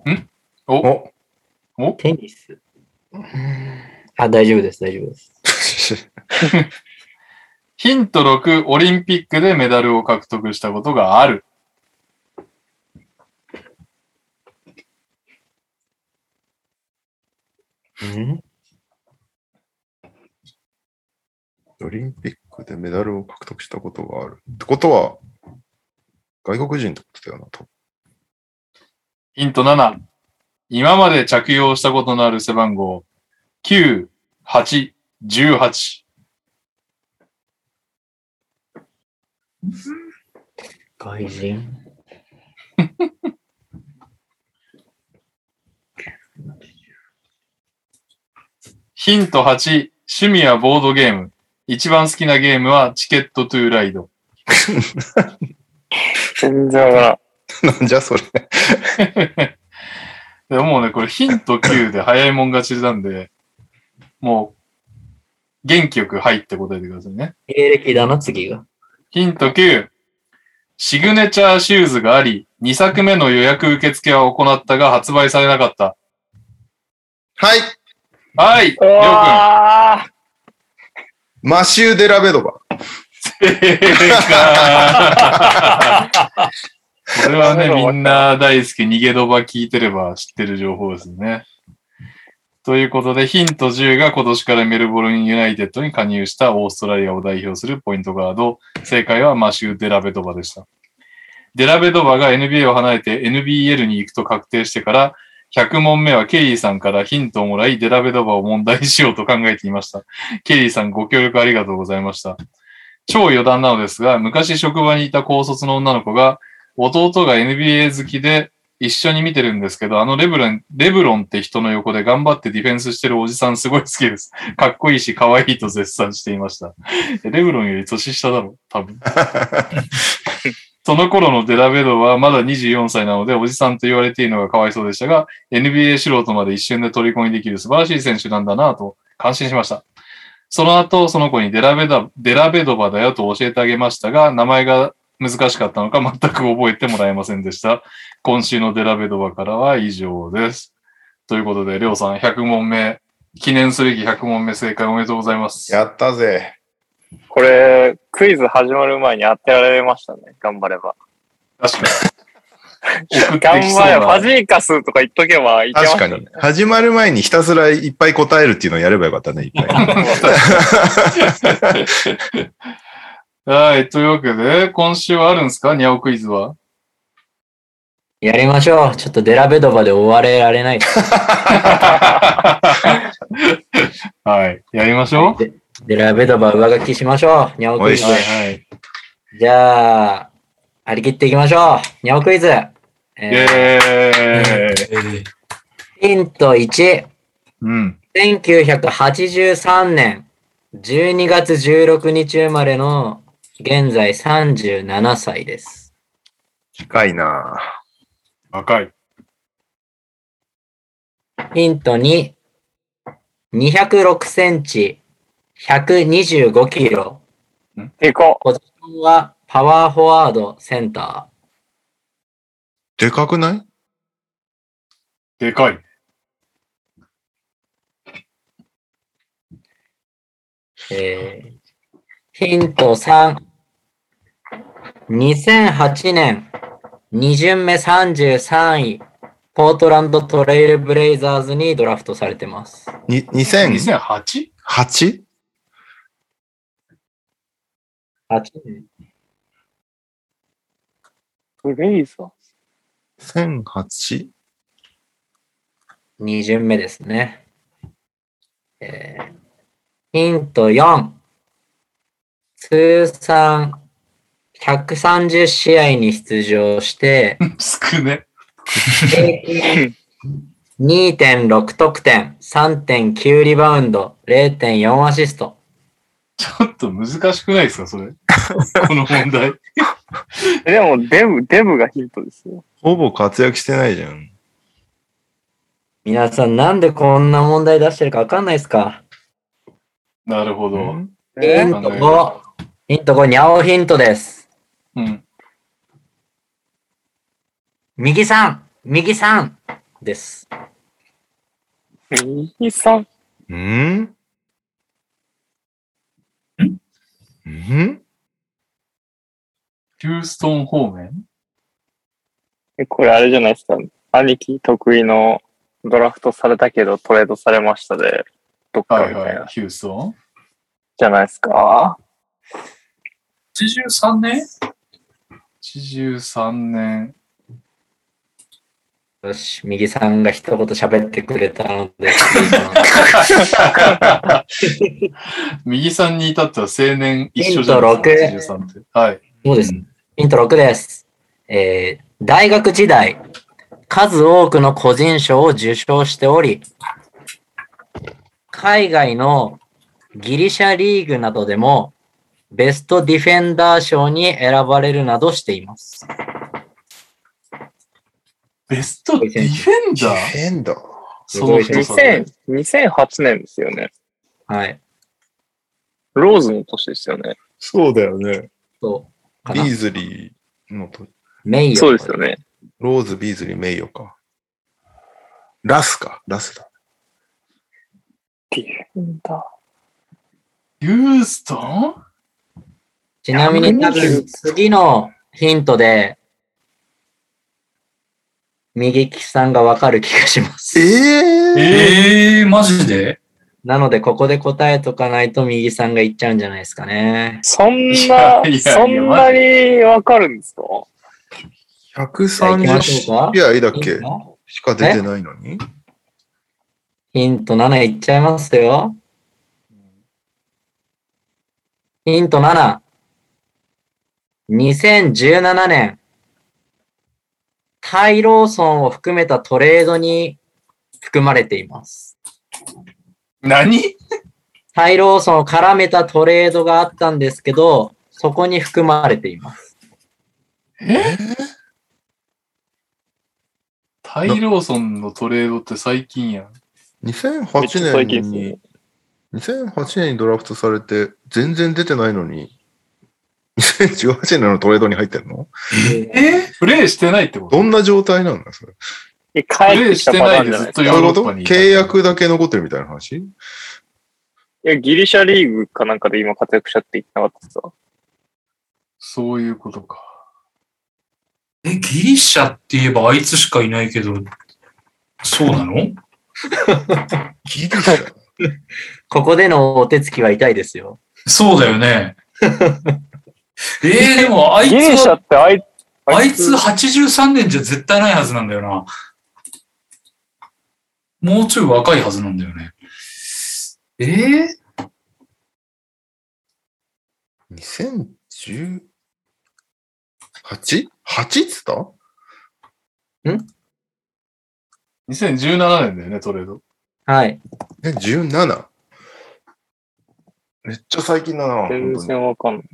Speaker 2: お、
Speaker 4: お
Speaker 1: テニス。あ、大丈夫です、大丈夫です。
Speaker 2: ヒント6。オリンピックでメダルを獲得したことがある。
Speaker 1: うん
Speaker 4: オリンピックでメダルを獲得したことがある。ってことは、外国人ってことだよな、と。
Speaker 2: ヒント7。今まで着用したことのある背番号。9、8、18。
Speaker 1: 外人
Speaker 2: ヒント8。趣味はボードゲーム。一番好きなゲームはチケットトゥーライド。
Speaker 5: 全然わからん。
Speaker 4: なんじゃそれ。
Speaker 2: でももうね、これヒント9で早いもん勝ちなんで、もう、元気よく入って答えてくださいね。
Speaker 1: 芸歴だな、次が。
Speaker 2: ヒント9。シグネチャーシューズがあり、2作目の予約受付は行ったが発売されなかった。
Speaker 4: はい
Speaker 2: はい、りょう
Speaker 5: うわー
Speaker 4: マシュー・デ・ラベドバ。
Speaker 2: くん。正解これはね、みんな大好き、逃げドバ聞いてれば知ってる情報ですね。ということで、ヒント10が今年からメルボルンユナイテッドに加入したオーストラリアを代表するポイントガード。正解はマシュー・デラベドバでした。デラベドバが NBA を離れて NBL に行くと確定してから、100問目はケリーさんからヒントをもらい、デラベドバを問題にしようと考えていました。ケリーさんご協力ありがとうございました。超余談なのですが、昔職場にいた高卒の女の子が、弟が NBA 好きで一緒に見てるんですけど、あのレブロン、レブロンって人の横で頑張ってディフェンスしてるおじさんすごい好きです。かっこいいし、可愛いと絶賛していました。 レブロンより年下だろ、多分。その頃のデラベドはまだ24歳なので、おじさんと言われているのがかわいそうでしたが、NBA 素人まで一瞬で虜にできる素晴らしい選手なんだなぁと感心しました。その後、その子にデラベダデラベドバだよと教えてあげましたが、名前が難しかったのか全く覚えてもらえませんでした。今週のデラベドバからは以上です。ということで、りょうさん100問目、記念すべき100問目正解おめでとうございます。
Speaker 4: やったぜ。
Speaker 5: これ、クイズ始まる前に当てられましたね。頑張れば。
Speaker 2: 確かに。送って
Speaker 5: 頑
Speaker 2: きそう
Speaker 5: 張れば。
Speaker 2: な
Speaker 5: ファジーカスとか言っとけばいけます
Speaker 4: 確かに。始まる前にひたすらいっぱい答えるっていうのをやればよかったね、いっぱ い。
Speaker 2: はい、というわけで、今週はあるんですかニャオクイズ は。
Speaker 1: やりましょう。ちょっとデラベドバで終われられない。
Speaker 2: はい、やりましょう。
Speaker 1: でデラベドバ上書きしましょう。ニャオクイズ
Speaker 4: お。
Speaker 2: はい、はい。
Speaker 1: じゃあ、張り切っていきましょう。ニャオクイズ。え
Speaker 2: イェ
Speaker 1: ー
Speaker 2: ーイ。
Speaker 3: え
Speaker 1: ヒント1。
Speaker 2: うん。
Speaker 1: 1983年12月16日生まれの現在37歳です。
Speaker 4: 近いな
Speaker 2: 若い。
Speaker 1: ヒント2。206センチ、125キロ。
Speaker 5: でかっ
Speaker 1: ポジションはパワーフォワード、センタ
Speaker 4: でかくない
Speaker 2: でかい。
Speaker 1: ー。えーヒント3。2008年、2巡目33位、ポートランドトレイルブレイザーズにドラフトされてます。
Speaker 4: に ?2008?
Speaker 2: 2008?
Speaker 1: 8年。
Speaker 5: ブレイザー。
Speaker 4: 1008?
Speaker 1: 2巡目ですね。えーヒント4。通算130試合に出場して、
Speaker 2: 少ね。
Speaker 1: 平均2.6得 点、3.9リバウンド、0.4アシスト。
Speaker 2: ちょっと難しくないですか それ。この問題。
Speaker 5: えでも、デブ、デブがヒントですよ。
Speaker 4: ほぼ活躍してないじゃん。
Speaker 1: 皆さんなんでこんな問題出してるかわかんないですか
Speaker 2: なるほど。
Speaker 1: ヒ
Speaker 5: え
Speaker 1: ント5。ヒント5、にゃおヒントです。
Speaker 2: うん。
Speaker 1: 右3、右3です。
Speaker 5: 右さん
Speaker 4: うんうん
Speaker 2: ヒューストン方面
Speaker 5: えこれあれじゃないですか。兄貴得意のドラフトされたけどトレードされましたで、どっか
Speaker 2: は
Speaker 5: み
Speaker 2: い
Speaker 5: たいな。
Speaker 2: はい。ヒューストン
Speaker 5: じゃないですか。
Speaker 3: 83年
Speaker 2: 83年。
Speaker 1: よし、右さんが一言喋ってくれたので、いいかな
Speaker 2: 右さんに至っては青年一緒じゃ
Speaker 1: ヒント
Speaker 2: ない
Speaker 1: 六
Speaker 2: ですか。83って。はい。
Speaker 1: そうです。ヒント6です。えー大学時代、数多くの個人賞を受賞しており、海外のギリシャリーグなどでも、ベストディフェンダー賞に選ばれるなどしています。
Speaker 2: ベストディフェン
Speaker 4: ディ
Speaker 2: ダー
Speaker 4: フェンダー
Speaker 2: その太さで
Speaker 5: 2000 2008年ですよね。
Speaker 1: はい。
Speaker 5: ローズの年ですよね。
Speaker 4: そうだよね。
Speaker 1: そうか
Speaker 4: ビ
Speaker 1: な
Speaker 4: ーズリーのと、
Speaker 1: メイヨ
Speaker 5: そうですよね。
Speaker 4: ローズ、ビーズリー、名誉か。ラスか。ラスだ。
Speaker 5: ディフェンダー。
Speaker 2: ユーストン
Speaker 1: ちなみに多分次のヒントで、右利きさんがわかる気がします。
Speaker 4: ええ
Speaker 3: ええー、マジで
Speaker 1: なので、ここで答えとかないと右さんがいっちゃうんじゃないですかね。
Speaker 5: そん
Speaker 2: いやいやい
Speaker 5: な、
Speaker 2: や
Speaker 5: そんなにわかるんですか
Speaker 4: 130試合だっ
Speaker 1: ヒ
Speaker 4: け
Speaker 1: ント
Speaker 4: しか出てないのに
Speaker 1: ヒント7いっちゃいますよ。ヒント7。2017年、タイローソンを含めたトレードに含まれています。
Speaker 2: 何
Speaker 1: タイローソンを絡めたトレードがあったんですけど、そこに含まれています。
Speaker 2: タイローソンのトレードって最近やん。
Speaker 5: めっちゃ
Speaker 4: 2008
Speaker 5: 最近
Speaker 4: 年
Speaker 5: です
Speaker 4: に
Speaker 5: ね、
Speaker 4: 2008年にドラフトされて、全然出てないのに、2018年のトレードに入ってんの
Speaker 2: えプレイしてないってこと
Speaker 4: どんな状態なんだ、それ。
Speaker 5: え、帰
Speaker 2: プ
Speaker 5: っ
Speaker 2: レ
Speaker 5: て
Speaker 2: イ
Speaker 5: き
Speaker 2: して
Speaker 5: たパ
Speaker 2: な
Speaker 5: ター
Speaker 2: い
Speaker 5: ン
Speaker 2: で
Speaker 5: じゃな
Speaker 2: ず
Speaker 5: い
Speaker 2: っ
Speaker 5: です
Speaker 2: と
Speaker 4: そ
Speaker 2: ヨ
Speaker 5: か。
Speaker 4: ういうこと
Speaker 2: ーロッパにいた
Speaker 4: 契約だけ残ってるみたいな話
Speaker 5: いや、ギリシャリーグかなんかで今活躍しちゃって言ってなかったですか
Speaker 2: そういうことか。
Speaker 3: え、ギリシャって言えばあいつしかいないけど、そうなの
Speaker 4: ギリシャ。
Speaker 1: ここでのお手つきは痛いですよ。
Speaker 3: そうだよ ね。えー、でもあいつ
Speaker 5: ギリシャ
Speaker 3: は、
Speaker 5: ってあい
Speaker 3: あいつ83年じゃ絶対ないはずなんだよな。もうちょい若いはずなんだよね。えー、
Speaker 4: 2018? 8っつった
Speaker 2: 2017年だよね、トレード。
Speaker 1: はい。
Speaker 4: え、17? めっちゃ最近だな。本
Speaker 5: 全
Speaker 4: 当に
Speaker 5: 然わかんない。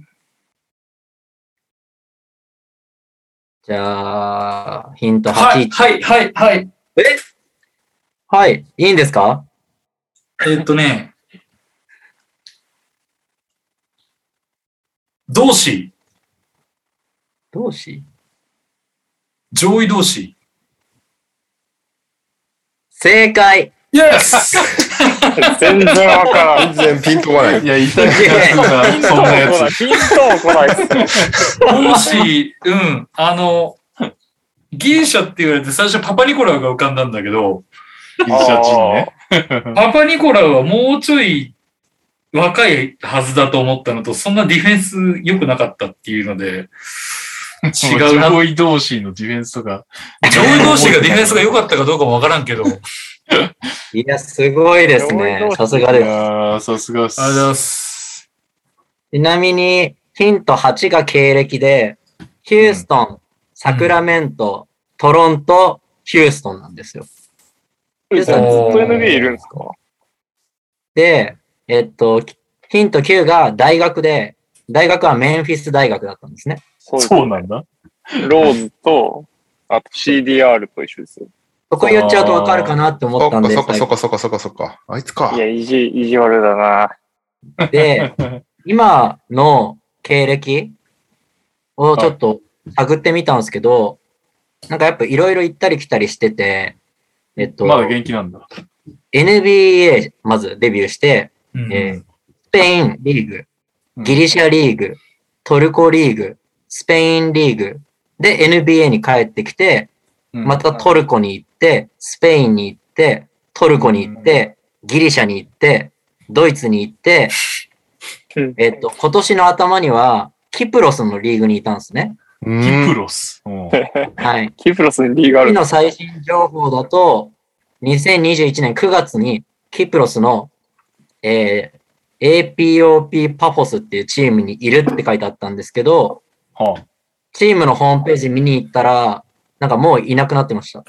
Speaker 1: じゃあ、ヒント8。
Speaker 3: はい、はい、はい、はい。
Speaker 1: はい。いいんですか
Speaker 3: えーっとね、同士、
Speaker 1: どうし
Speaker 3: 上位同士。
Speaker 1: 正解
Speaker 3: イエ ス
Speaker 5: 全然わからん。
Speaker 4: 全然ピンとこない。
Speaker 2: いや、痛い気がする
Speaker 5: ヒン
Speaker 2: な、
Speaker 5: ト
Speaker 2: そん
Speaker 5: も
Speaker 2: な
Speaker 5: 来
Speaker 2: や
Speaker 5: な
Speaker 2: つ。
Speaker 5: い。ヒントも来ないですね。
Speaker 3: 同士、うん、あの、ギリシャって言われて最初パパニコラウが浮かんだんだけど、
Speaker 2: ギリシャ人ね。
Speaker 3: パパニコラウはもうちょい若いはずだと思ったのと、そんなディフェンス良くなかったっていうので、違 うな。
Speaker 2: 上位同士のディフェンスとか。
Speaker 3: 上位同士がディフェンスが良かったかどうかもわからんけど、ありがとう
Speaker 1: いや、すごいですね。さすが
Speaker 2: い
Speaker 1: です。
Speaker 2: やー、さすがっす。
Speaker 3: ございます。
Speaker 1: ちなみに、ヒント8が経歴で、ヒューストン、サクラメント、トロント、ヒューストンなんですよ。
Speaker 5: ずっと NBA いるんですか
Speaker 1: で、えっと、ヒント9が大学で、大学はメンフィス大学だったんですね。
Speaker 5: そうです
Speaker 2: そうなんだ。
Speaker 5: ローズと、あと CDR と一緒ですよ。
Speaker 1: そこ言っちゃうとわかるかなって思
Speaker 4: そ
Speaker 1: ったんで、
Speaker 4: っかそっかそっかそっかそっかそっか。あいつか
Speaker 5: い。や、意地、意地悪だな。
Speaker 1: で、今の経歴をちょっと探ってみたんですけど、なんかやっぱいろいろ行ったり来たりしてて、えっと、
Speaker 2: まだ元気なんだ。
Speaker 1: NBA まずデビューして、
Speaker 3: うん
Speaker 1: えースペインリーグ、
Speaker 2: うん
Speaker 1: ギリシャリーグ、トルコリーグ、スペインリーグで NBA に帰ってきて、
Speaker 2: うん
Speaker 1: またトルコに行って、スペインに行って、トルコに行って、ギリシャに行って、ドイツに行って、
Speaker 5: うん
Speaker 1: えっと、今年の頭には、キプロスのリーグにいたんですね。
Speaker 2: キプ
Speaker 4: プ
Speaker 2: ロス。うん
Speaker 1: はい。
Speaker 5: キプロスにリーがあ
Speaker 1: 次
Speaker 5: る。
Speaker 1: の最新情報だと、2021年9月に、キプロスの、えー APOP パフォスっていうチームにいるって書いてあったんですけど、
Speaker 2: はあ
Speaker 1: チームのホームページ見に行ったら、なんかもういなくなってました。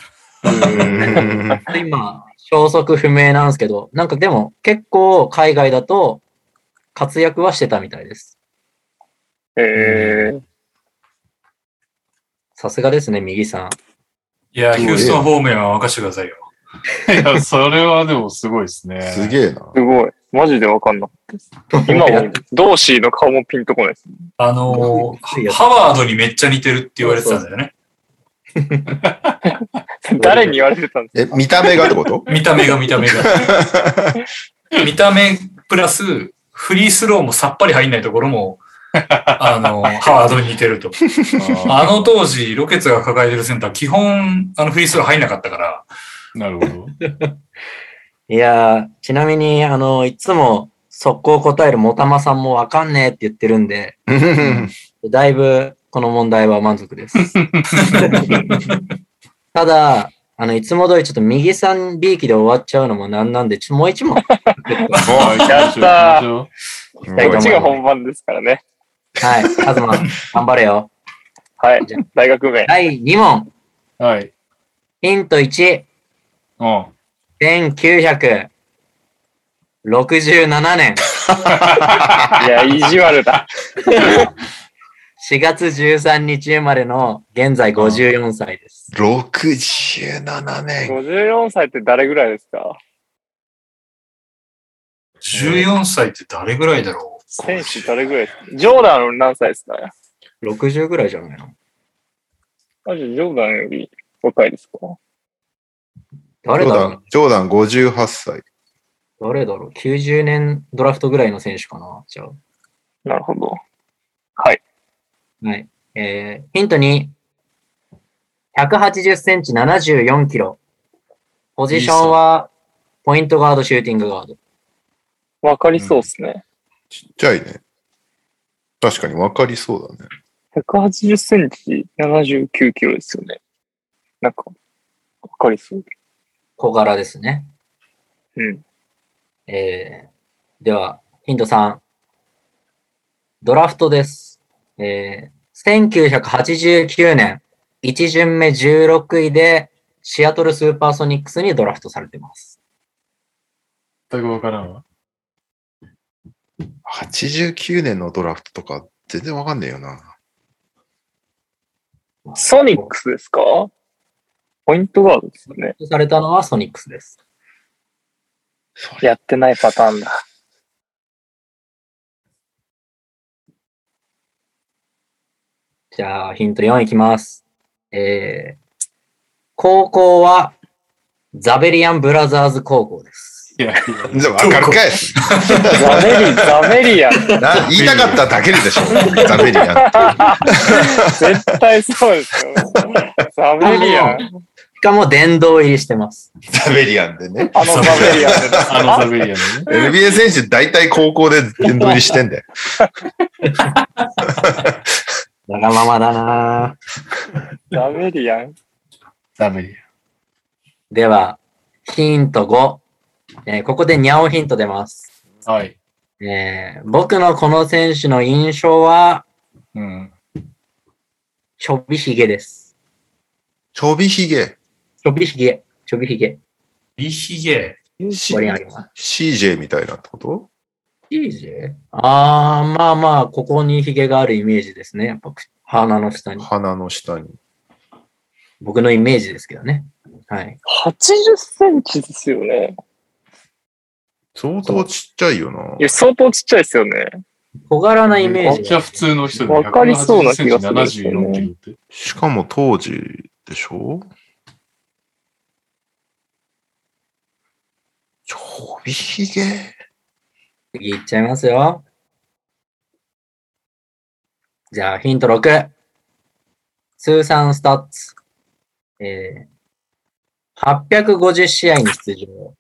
Speaker 1: 今、消息不明なんですけど、なんかでも結構海外だと活躍はしてたみたいです。
Speaker 5: えー、
Speaker 1: さすがですね、右さん。
Speaker 3: いや、ヒューストン方面は任せてくださいよ。
Speaker 2: いや、それはでもすごいですね。
Speaker 4: すげえな。
Speaker 5: すごい。マジでわかんなかったです。今も、ドーシーの顔もピンとこないです。
Speaker 3: あのー、ハワードにめっちゃ似てるって言われてたんだよね。
Speaker 5: 誰に言われてたんです
Speaker 4: え、見た目がってこと
Speaker 3: 見た目が見た目が。 見た目プラス、フリースローもさっぱり入んないとこ ろも、あのー、ハワードに似てると。
Speaker 2: あ
Speaker 3: あの当時、ロケッツが抱えてるセンター、基本、あの、フリースロー入んなかったから、
Speaker 2: ーなるほど。
Speaker 1: いやー、ちなみに、あの、いつも速攻答えるもたまさんもわかんねえって言ってるんで、だいぶこの問題は満足です。ただ、あの、いつも通りちょっと右さん B 期で終わっちゃうのもなんなんで、ちょもう一問。
Speaker 2: はい、や
Speaker 5: ったー
Speaker 4: うん
Speaker 5: かこっちが本番ですからね。
Speaker 1: はい、カズマ、頑張れよ。
Speaker 5: はい。大 学名。
Speaker 1: 第2問、
Speaker 2: はい。
Speaker 1: ヒント1。
Speaker 2: うん。
Speaker 1: 1967年
Speaker 5: いや、意地悪だ。
Speaker 1: 4月13日生まれの現在54歳です。
Speaker 4: 67年。
Speaker 5: 54歳って誰ぐらいですか
Speaker 3: 14歳って誰ぐらいだろう
Speaker 5: 選手誰ぐらいですかジョーダン何歳ですか
Speaker 1: 60ぐらいじゃないの
Speaker 5: マジジョーダンより若いですか
Speaker 4: ジ
Speaker 1: 誰
Speaker 4: ョー
Speaker 1: だ
Speaker 4: ダ
Speaker 1: ろう
Speaker 4: ン、ジョーダン58歳。
Speaker 1: 誰だろう ?90 年ドラフトぐらいの選手かなじゃあ。
Speaker 5: なるほど。
Speaker 1: はい。えー、ヒント2。180センチ74キロ。ポジションは、ポイントガード、シューティングガード。
Speaker 5: わかりそうですね。
Speaker 4: ちっちゃいね。確かに分かりそうだね。
Speaker 5: 180センチ、79キロですよね。なんか、わかりそう。
Speaker 1: 小柄ですね。
Speaker 5: うん。
Speaker 1: えー、では、ヒント3。ドラフトです。えー、1989年、1巡目16位で、シアトルスーパーソニックスにドラフトされてます。
Speaker 2: 全くわからんわ。
Speaker 4: 89年のドラフトとか全然分かんねえよな。
Speaker 5: ソニックスですかポイントガードですよね。
Speaker 1: されたのはソニックスです。
Speaker 5: やってないパターンだ。
Speaker 1: じゃあ、ヒント4いきます。えー、高校は、ザベリアンブラザーズ高校です。
Speaker 2: いやい
Speaker 4: じゃあ分かるかい
Speaker 5: ザベリ、ザベリアン。
Speaker 4: な言いたかっただけでしょ。ダメリアン。
Speaker 5: 絶対そうですよ。ザベリアン。
Speaker 1: しかも殿堂入りしてます。
Speaker 4: ダメリアンでね。
Speaker 5: あのザベリアンで
Speaker 2: や、あのザベリアのね。
Speaker 4: NBA 選手大体高校で殿堂入りしてんだよ。
Speaker 1: わがままだなぁ。
Speaker 5: ザベリアン。
Speaker 2: ザベリ
Speaker 1: では、ヒント5。えーここでニャオヒント出ます、
Speaker 2: ア。はい。
Speaker 1: えー僕のこの選手の印象は、
Speaker 2: うん。
Speaker 1: ちょびひげです。
Speaker 4: ちょびひげ。
Speaker 1: ちょびひげ。ちょびひげ。
Speaker 3: ビヒゲ。
Speaker 4: C-
Speaker 1: 割りあります。
Speaker 4: CJ みたいなってこと
Speaker 1: いいぜ。あー、まあまあ、ここにひげがあるイメージですね。やっぱ、鼻の下に。
Speaker 4: 鼻の下に。
Speaker 1: 僕のイメージですけどね。はい。
Speaker 5: 80センチですよね。。
Speaker 4: 相当ちっちゃいよない
Speaker 5: や、相当ちっちゃいですよね。
Speaker 1: 小柄なイメ
Speaker 2: め
Speaker 1: ー
Speaker 2: っ
Speaker 1: ジ
Speaker 2: ち
Speaker 1: が。
Speaker 2: ゃ普通の人で。
Speaker 5: わかりそうな気がする
Speaker 2: 180センチ74キロって。
Speaker 4: しかも当時でしょちょびひげ。
Speaker 1: 次いっちゃいますよ。じゃあ、ヒント6。通算スタッツ。えー、850試合に出場。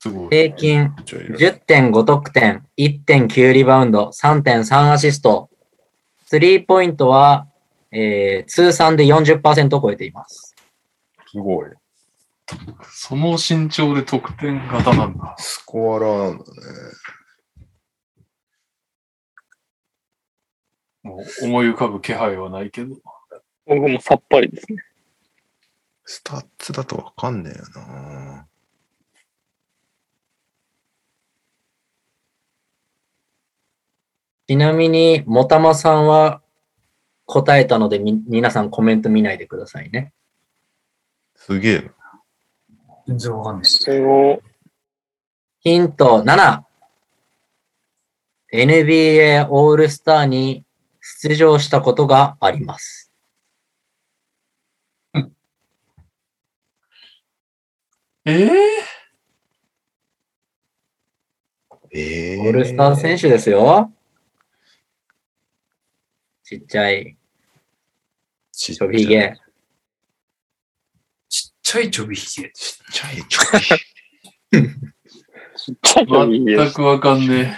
Speaker 2: すごい。
Speaker 1: 平均
Speaker 4: ちょいろいろ
Speaker 1: 10.5得点、1.9リバウンド、3.3アシスト。スリーポイントは、えー通算で40%を超えています。
Speaker 4: すごい。
Speaker 2: その身長で得点型なんだ。
Speaker 4: スコアラーなんだね。
Speaker 2: もう思い浮かぶ気配はないけど。
Speaker 5: 僕もさっぱりですね。
Speaker 4: スタッツだとわかんねえよな。
Speaker 1: ちなみに、もたまさんは答えたので、み、皆さんコメント見ないでくださいね。
Speaker 4: すげえな。
Speaker 3: 全然わかんない。
Speaker 5: それを、
Speaker 1: ヒント7。NBA オールスターに出場したことがあります。
Speaker 2: ええ
Speaker 4: ええ
Speaker 1: オールスター選手ですよ。ちっちゃい、
Speaker 4: ちっ
Speaker 1: ちょびげ。
Speaker 3: ちっちゃいちょびひげ。
Speaker 4: ちっちゃいちょびひげ。
Speaker 5: ちっちゃいのにいいで
Speaker 2: 全
Speaker 5: す。
Speaker 2: くわかんね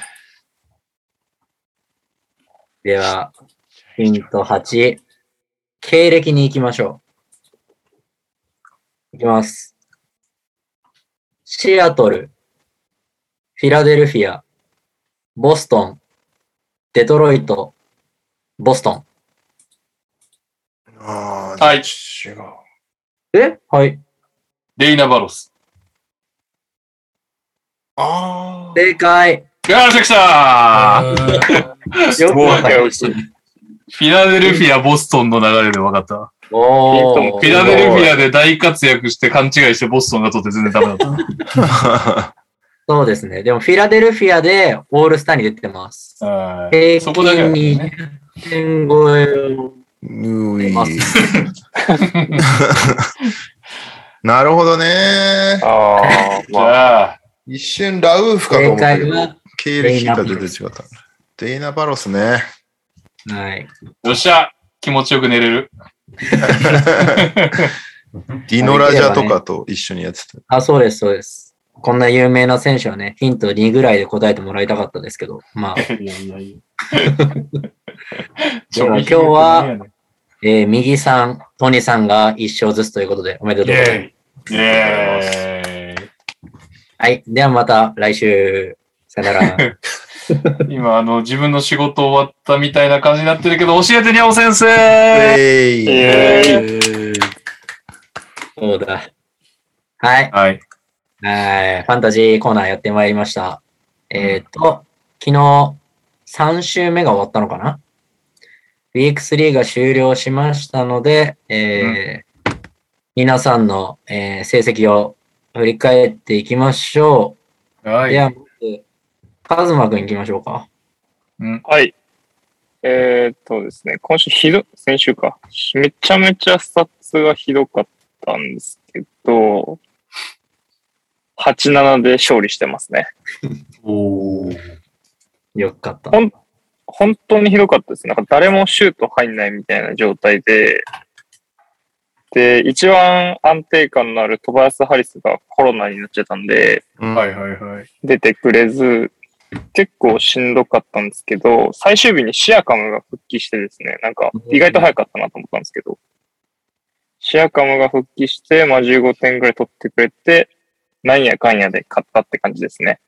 Speaker 1: では、ヒント8。経歴に行きましょう。いきます。シアトル、フィラデルフィア、ボストン、デトロイト、ボスト
Speaker 4: あ
Speaker 2: え。
Speaker 4: あ、
Speaker 2: はい。
Speaker 1: ン。えはい。
Speaker 2: レイナ・バロス。
Speaker 4: あ
Speaker 1: 正解。
Speaker 2: よーし、来た
Speaker 1: よくわかりま
Speaker 5: すご
Speaker 2: フ
Speaker 1: し
Speaker 5: い
Speaker 2: ィラデルフィア、ボストンの流れで分かった。
Speaker 1: た。お
Speaker 5: フ
Speaker 2: フ
Speaker 1: ー。
Speaker 2: ィラデルフィアで大活躍して勘違いしてボストンが取って全然ダメだった。
Speaker 4: あ。
Speaker 1: そうですね。でも、フィラデルフィアでオールスターに出てます。
Speaker 2: はい
Speaker 1: 平
Speaker 2: そこだけな
Speaker 1: 均
Speaker 2: んですね
Speaker 1: に1 0超えを
Speaker 4: う
Speaker 1: 出
Speaker 4: い
Speaker 1: ま。す。
Speaker 4: なるほどね。
Speaker 5: ああ、
Speaker 2: じ
Speaker 5: まあ、
Speaker 2: ゃあ、
Speaker 4: 一瞬ラウーフかと思
Speaker 1: 正
Speaker 4: ったけ
Speaker 1: 解
Speaker 4: ど
Speaker 1: は、、
Speaker 4: 経歴が出て違った。デイナ・バロスね。
Speaker 1: はい。
Speaker 2: よっしゃ気持ちよく寝れる。
Speaker 4: ディノラジャとかと一緒にやってた。
Speaker 1: あ、そうです、そうです。こんな有名な選手はね、ヒント2ぐらいで答えてもらいたかったですけど、まあ、
Speaker 2: いやいやいや。
Speaker 1: では今日は、えー右さん、トニさんが1勝ずつということで、おめで
Speaker 3: イ
Speaker 1: とうございます。
Speaker 3: ェイ。
Speaker 2: イエーイ
Speaker 1: はい。ではまた来週、さよなら。
Speaker 2: 今、あの、自分の仕事終わったみたいな感じになってるけど、教えてにゃお先生
Speaker 4: えい
Speaker 5: えー
Speaker 1: そうだ。はい。
Speaker 2: はい。
Speaker 1: はい。ファンタジーコーナーやってまいりました。えっ、と、昨日、3週目が終わったのかなウィーク3が終了しましたので、えー皆さんの、えー成績を振り返っていきましょう。
Speaker 2: は
Speaker 1: で
Speaker 2: い。
Speaker 1: は、まず、カズマくんいきましょうか。
Speaker 5: はい。えー、っとですね、今週ひど、先週か。めちゃめちゃスタッツがひどかったんですけど、8-7で勝利してますね。
Speaker 2: お
Speaker 1: よかった。
Speaker 5: ほん本当にひどかったですね。なんか誰もシュート入んないみたいな状態で、で、一番安定感のあるトバヤス・ハリスがコロナになっちゃったんで、
Speaker 2: はいはいはい。
Speaker 5: 出てくれず、結構しんどかったんですけど、最終日にシアカムが復帰してですね、なんか意外と早かったなと思ったんですけど、シアカムが復帰して、まあ、15点ぐらい取ってくれて、なんやかんやで勝ったって感じですね。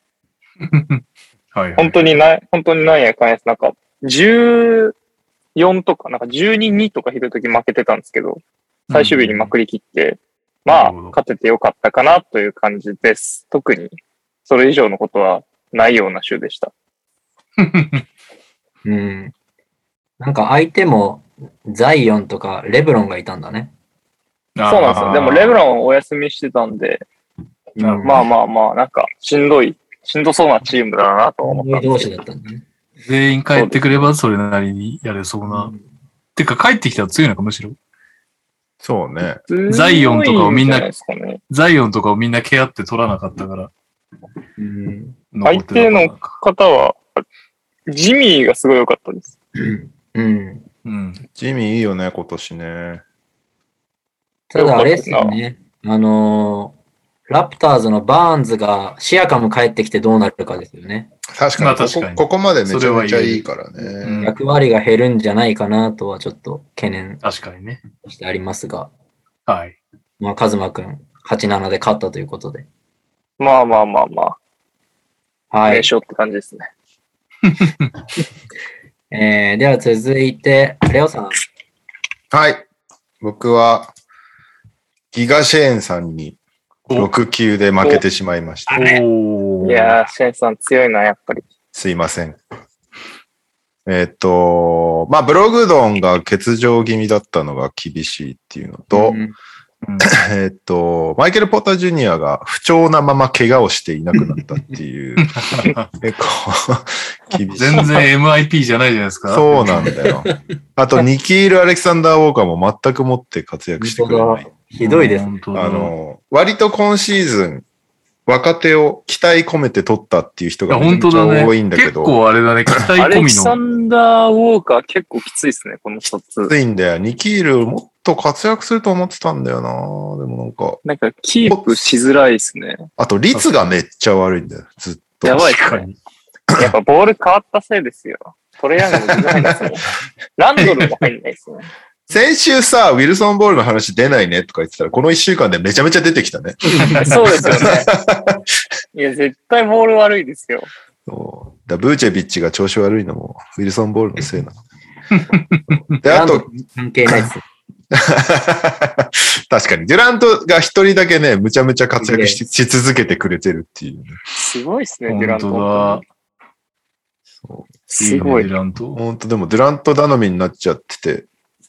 Speaker 2: はいは
Speaker 5: 本
Speaker 2: い。
Speaker 5: 当にな、本当になんやかんやです。なんか、14とか、なんか12、2とかひどい時負けてたんですけど、最終日にまくり切って、ま
Speaker 2: な
Speaker 5: あ、
Speaker 2: るほど
Speaker 5: 勝ててよかったかなという感じです。特に、それ以上のことはないような週でした。
Speaker 1: うん。なんか相手も、ザイオンとかレブロンがいたんだね。
Speaker 5: そうなんですよ。でも、レブ
Speaker 2: ン。
Speaker 5: ロンお休みしてたんで、
Speaker 2: なるほど
Speaker 5: まあまあまあ、なんか、しんどい、しんどそうなチームだなと思っ
Speaker 1: 思
Speaker 5: たん
Speaker 1: い
Speaker 5: で
Speaker 1: 同
Speaker 5: す
Speaker 1: 士
Speaker 5: け
Speaker 1: だったんだね。
Speaker 2: 全員帰ってくれば、それなりにやれそうな。てか、帰ってきたら強いのか、むしろ。
Speaker 4: そうね。
Speaker 5: ど。
Speaker 2: ザイオンとかをみんな
Speaker 5: 強いじゃいですかね
Speaker 2: ザイオンとかをみんなケアって取らなかったから。
Speaker 1: うん。
Speaker 2: 残ってたのかな
Speaker 5: 方は、ジミーがすごい良かったです。
Speaker 1: うん。
Speaker 2: うん。
Speaker 4: ジミーいいよね、今年ね。
Speaker 1: ただあれですよね。あのーラプターズのバーンズがシアカム帰ってきてどうなるかですよね。
Speaker 4: 確
Speaker 2: ま
Speaker 4: か
Speaker 2: あ
Speaker 4: にここ
Speaker 2: 確かに
Speaker 4: ここまでめちゃ
Speaker 2: それは
Speaker 4: めちゃ
Speaker 2: 言える
Speaker 4: いいからね。
Speaker 2: うん
Speaker 1: 役割が減るんじゃないかなとはちょっと懸念
Speaker 2: 確かにね。
Speaker 1: としてありますが、
Speaker 2: はい。
Speaker 1: まあ、カズマくん、8-7で勝ったということで。
Speaker 5: まあまあまあまあ、
Speaker 1: は
Speaker 5: 名
Speaker 1: い。
Speaker 5: 称って感じですね。
Speaker 1: えー、では続いて、レオさん。
Speaker 4: はい。僕は、ギガシェーンさんに
Speaker 2: お
Speaker 4: 6球で負けてしまいました。
Speaker 2: おー
Speaker 5: いやー、シェンさん強いな、やっぱり。
Speaker 4: すいません。えっと、まあ、ブログドンが欠場気味だったのが厳しいっていうのと、
Speaker 1: うん
Speaker 4: えっと、マイケル・ポッター・ジュニアが不調なまま怪我をしていなくなったって いう、結構、厳しい。
Speaker 2: 全然 MIP じゃないじゃないですか。
Speaker 4: そうなんだよ。あ と、ニキール・アレクサンダー・ウォーカーも全くもって活躍してくれない。
Speaker 1: ひどいですね。
Speaker 2: 本当だ
Speaker 4: あの、割と今シーズン、若手を期待込めて取ったっていう人
Speaker 2: いや、
Speaker 4: が
Speaker 2: 本当だね。
Speaker 4: 多いんだけ
Speaker 2: 結
Speaker 4: ど、
Speaker 2: 構あれだね、期待
Speaker 5: ア
Speaker 2: 込
Speaker 5: レキ
Speaker 2: み
Speaker 5: サ
Speaker 2: の。
Speaker 5: ンダー・ウォーカー結構きついですね、この一つ
Speaker 4: き。ついんだよ。ニキールもっと活躍すると思ってたんだよなでもなんか、
Speaker 5: なんかキープしづらいですね。
Speaker 4: あと率がめっちゃ悪いんだよ。ずっと。
Speaker 5: やばいっす
Speaker 2: 確か
Speaker 5: ね。
Speaker 2: に。
Speaker 5: やっぱボール変わったせいですよ。トレイヤングル出ないですもん。 ランドルも入んないですね。
Speaker 4: 先週さ、ウィルソン・ボールの話出ないねとか言ってたら、この一週間でめちゃめちゃ出てきたね。
Speaker 5: そうです よね。いや、絶対ボール悪いですよ。
Speaker 4: そうだブーチェビッチが調子悪いのも、ウィルソン・ボールのせいなの。で、あと、
Speaker 1: 関係ないです。
Speaker 4: 確かに、デュラントが一人だけね、むちゃむちゃ活躍しし続けてくれてるっていうね、
Speaker 5: すごいですね、デュラ
Speaker 2: 本
Speaker 5: ント。
Speaker 2: 当だ。
Speaker 5: すご
Speaker 2: いね
Speaker 5: い。
Speaker 2: デュラント
Speaker 4: 本当でも、デュラント頼みになっちゃってて、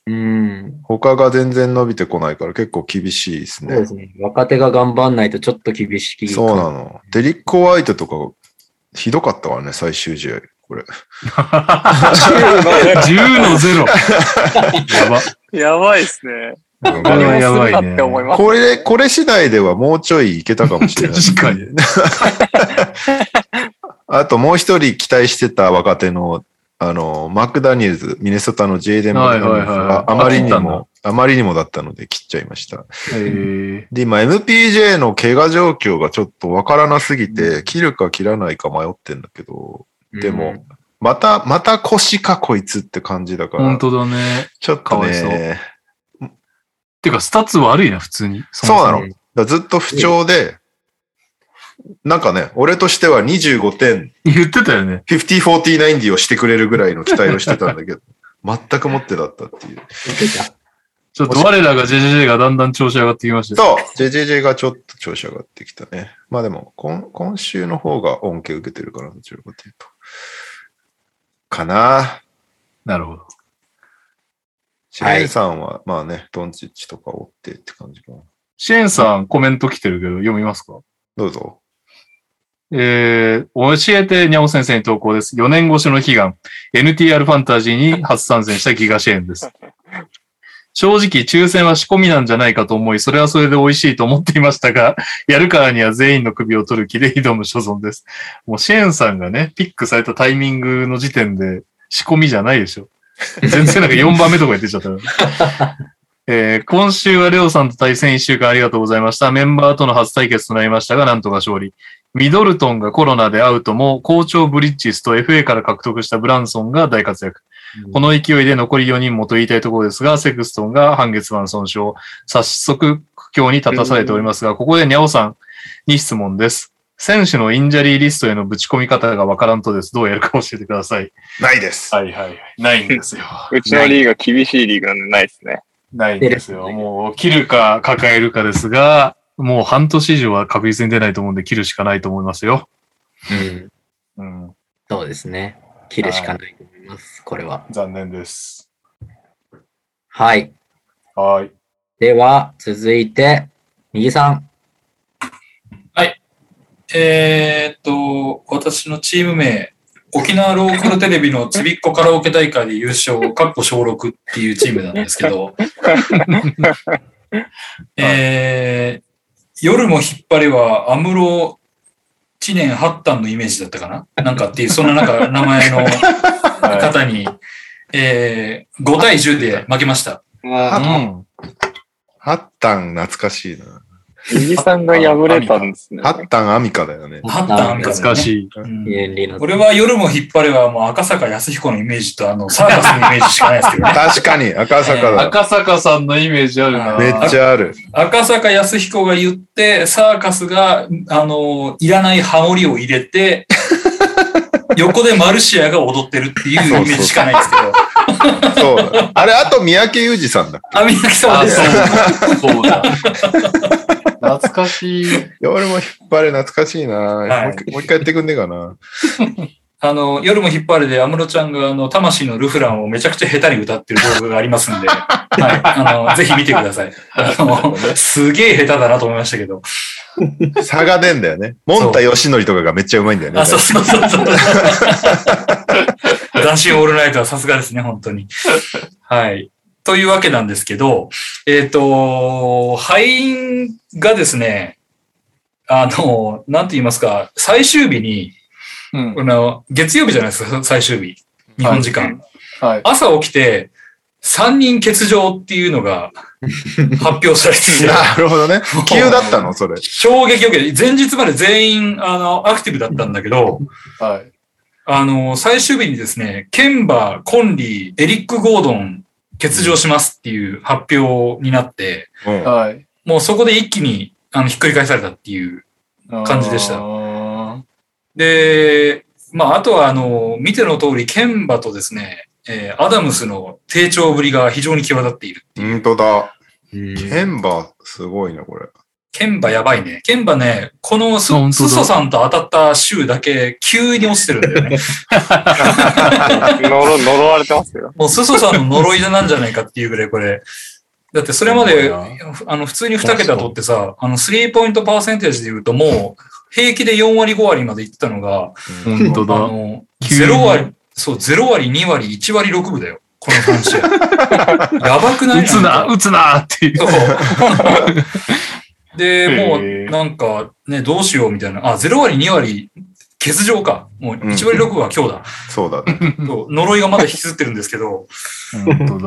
Speaker 1: うん。
Speaker 4: 他が全然伸びてこないから結構厳しいです
Speaker 1: そうで
Speaker 4: ね。
Speaker 1: すね。若手が頑張んないとちょっと厳しい。
Speaker 4: そうなの。デリック・ホワイトとか、ひどかったからね、最終試合。これ。
Speaker 2: 10の0。やば。
Speaker 5: やばいですね。
Speaker 2: こ
Speaker 5: 何
Speaker 2: れはや
Speaker 5: も
Speaker 2: ば
Speaker 5: す
Speaker 2: い
Speaker 5: る
Speaker 2: ね
Speaker 5: かっ て思います。
Speaker 4: これ、これ次第ではもうちょいいけたかもしれない。
Speaker 2: 確かに。
Speaker 4: あともう一人期待してた若手の、あの、マック・ダニエルズ、ミネソタのジェイデン・マクダニエルズ
Speaker 2: はいはいはい
Speaker 4: があまりに
Speaker 2: あ切ったんだ
Speaker 4: も、あまりにもだったので切っちゃいました。
Speaker 2: え
Speaker 4: で、今 MPJ の怪我状況がちょっとわからなすぎて、切るか切らないか迷ってんだけど、
Speaker 1: うん
Speaker 4: でも、また、また腰かこいつって感じだ
Speaker 2: ー、
Speaker 4: か
Speaker 2: 本
Speaker 4: ら、
Speaker 2: 当だね。
Speaker 4: ちょっ
Speaker 2: か
Speaker 4: と
Speaker 2: わいそう
Speaker 4: ね、
Speaker 2: てか、スタッツ悪いな、普通に。
Speaker 4: そうなの。だ
Speaker 1: う
Speaker 4: からずっと不調で、なんかね、俺としては25点
Speaker 2: 言ってたよね。
Speaker 4: 50-40-90をしてくれるぐらいの期待をしてたんだけど、全く持ってだったっていう。
Speaker 2: ちょっと我らが JJJ がだんだん調子上がってきましたよ。
Speaker 4: そう !JJJ がちょっと調子上がってきたね。まあでも、今今週の方が恩恵受けてるから、どちらかというと。かな
Speaker 2: なるほど。
Speaker 4: シェーンさんは、まあね、ドンチッチとか追ってって感じかな。
Speaker 2: シェーンさんコメント来てるけど、読みますか
Speaker 4: どうぞ。
Speaker 2: えー、教えてにゃお先生に投稿です。4年越しの悲願、NTR ファンタジーに初参戦したギガシェーンです。正直、抽選は仕込みなんじゃないかと思い、それはそれで美味しいと思っていましたが、やるからには全員の首を取る気で挑む所存です。もうシェーンさんがね、ピックされたタイミングの時点で仕込みじゃないでしょ。全然なんか4番目とかに出ちゃったよ。 えー今週はレオさんと対戦1週間ありがとうございました。メンバーとの初対決となりましたが、なんとか勝利。ミドルトンがコロナでアウトも、好調ブリッジスと FA から獲得したブランソンが大活躍。この勢いで残り4人もと言いたいところですが、セクストンが半月板損傷、早速苦境に立たされておりますが、ここでニャオさんに質問です。選手のインジャリーリストへのぶち込み方がわからんとです。どうやるか教えてください。
Speaker 4: ないです。
Speaker 2: はいはいはい。ないんですよ。
Speaker 5: うちのリーグは厳しいリーグなんでないですね。
Speaker 2: ないんですよ。もう、切るか抱えるかですが、もう半年以上は確実に出ないと思うんで、切るしかないと思いますよ。う
Speaker 1: うん。
Speaker 2: ん。
Speaker 1: そうですね。切るしかないと思います。これは。
Speaker 2: 残念です。
Speaker 1: はい。
Speaker 2: はい。
Speaker 1: では、続いて、右さん。
Speaker 3: えーっと、私のチーム名、沖縄ローカルテレビのちびっこカラオケ大会で優勝、かっこ小6っていうチームなんですけど、えー夜も引っ張れは、アムロ知念八端のイメージだったかななんかっていう、そんななんか名前 の方に、えー5対10で負けました。
Speaker 4: あ
Speaker 2: うん。
Speaker 4: ハッタン懐かしいな。
Speaker 5: 右さんが破れたんですね。
Speaker 4: ハッタンアミカだよね。
Speaker 3: ハッタンが、ね。
Speaker 2: 懐かしい。
Speaker 3: うん
Speaker 1: ユンリの。
Speaker 3: 俺は夜も引っ張れば、もう赤坂康彦のイメージと、あの、サーカスのイメージしかないですけ ど、ね、
Speaker 4: 確かに、赤坂だ。
Speaker 2: 赤坂さんのイメージあるな。
Speaker 3: 赤
Speaker 4: めっちゃある。
Speaker 3: 赤坂康彦が言って、サーカスが、あの、いらないハモリを入 れて、横でマルシアが踊ってるっていうイメージしかない ですけど、
Speaker 4: そう。あれ、あと三宅裕二さんだ。
Speaker 3: あ、宮崎さん
Speaker 2: あ、
Speaker 3: です。
Speaker 2: そう。そうだ。懐かしい。
Speaker 4: 夜も引っ張れ、懐かしいな。
Speaker 3: い
Speaker 4: もう一もう一回やってくんねえかな。
Speaker 3: あの、夜も引っ張れで、安室ちゃんが、あの、魂のルフランをめちゃくちゃ下手に歌ってる動画がありますんで、はい。あの、ぜひ見てください。あの、すげえ下手だなと思いましたけど。
Speaker 4: 差が出んだよね。モンタヨシノリとかがめっちゃうまいんだよね。
Speaker 3: あ、そうそうそ うそう。斬新オールナイトはさすがですね、本当に。はい。というわけなんですけど、えっ、と、敗因がですね、あの、なんて言いますか、最終日に、
Speaker 2: うん。
Speaker 3: この月曜日じゃないですか、最終日。日本時間。
Speaker 2: はい。
Speaker 3: 朝起きて、3人欠場っていうのが発表さ れてて、
Speaker 4: なるほどね。急だったの、それ。
Speaker 3: 衝撃を受けて、前日まで全員、あの、アクティブだったんだけど、
Speaker 2: はい。
Speaker 3: あの、最終日にですね、ケンバ、コンリー、エリック・ゴードン、欠場しますっていう発表になって、
Speaker 4: うん。
Speaker 2: はい。
Speaker 3: もうそこで一気にあのひっくり返されたっていう。感じでした
Speaker 2: あー
Speaker 3: で、まあ、あとはあの、見ての通り、ケンバとですね、えーアダムスの低調ぶりが非常に際立っている。
Speaker 4: 本当だ。
Speaker 1: うん
Speaker 4: ケンバ、すごいな、これ。
Speaker 3: ケンバやばいね。ケンバね、このス
Speaker 2: 本当だ
Speaker 3: スソさんと当たった週だけ急に落ちてるんだよね。
Speaker 5: 呪呪われてますよ。
Speaker 3: もうスソさんの呪いなんじゃないかっていうぐらいこれ。だってそれまで、あの、普通に2桁取ってさ、あの、スリーポイントパーセンテージで言うともう、平気で4割5割までいってたのが、
Speaker 2: 本当
Speaker 3: あ
Speaker 2: だ。
Speaker 3: の、
Speaker 2: 急に
Speaker 3: 0割、そう、0割、2割、1割6分だよ。この3試 合。やばくない
Speaker 2: 打つな、打つなっていう。
Speaker 3: そうで、も
Speaker 2: へ
Speaker 3: う、
Speaker 2: ー
Speaker 3: なんか、ね、どうしようみたいな。あ、0割、2割、欠場か。もう、1割6分は今日だ。
Speaker 4: そうだね。
Speaker 3: そう呪いがまだ引きずってるんですけど、
Speaker 2: 本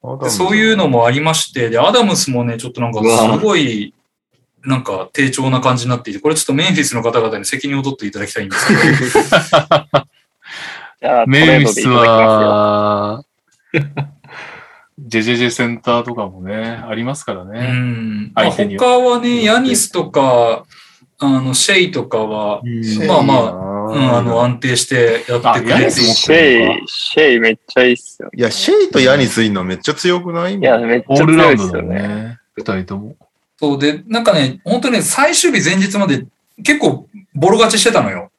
Speaker 2: 当だ。
Speaker 3: でそういうのもありまして、で、アダムスもね、ちょっとなんか
Speaker 1: うわ
Speaker 3: すごい、なんか低調な感じになっていて、これちょっとメンフィスの方々に責任を取っていただきたいんですけど、
Speaker 5: じゃあ、トレ
Speaker 2: メ
Speaker 5: ー
Speaker 2: イ
Speaker 5: ド
Speaker 2: ウ
Speaker 5: でい
Speaker 2: ス
Speaker 5: ただきますよ。
Speaker 2: は、ジェジェジェセンターとかもね、ありますから
Speaker 3: う
Speaker 2: ね。
Speaker 3: ん。まあ、
Speaker 2: 相手に
Speaker 3: 他はね、ヤニスとか、あの、シェイとかは、まあま
Speaker 4: あ
Speaker 3: うん、あの、安定してやってく
Speaker 2: あヤ
Speaker 3: れ
Speaker 2: ニス
Speaker 3: て、
Speaker 2: も
Speaker 5: シェイ、シェイめっちゃいいっすよね。
Speaker 4: いや、シェイとヤニスいんのめっちゃ強くない
Speaker 5: いや、めっち
Speaker 2: オ
Speaker 5: ゃ
Speaker 2: ール
Speaker 5: 強
Speaker 2: ラウ
Speaker 5: い
Speaker 2: ン
Speaker 5: っ
Speaker 2: ド
Speaker 5: す
Speaker 2: だ
Speaker 5: よ
Speaker 2: もん
Speaker 5: ね。
Speaker 2: ね。二人とも。
Speaker 3: そうで、なんかね、本当にね、最終日前日まで結構ボロ勝ちしてたのよ。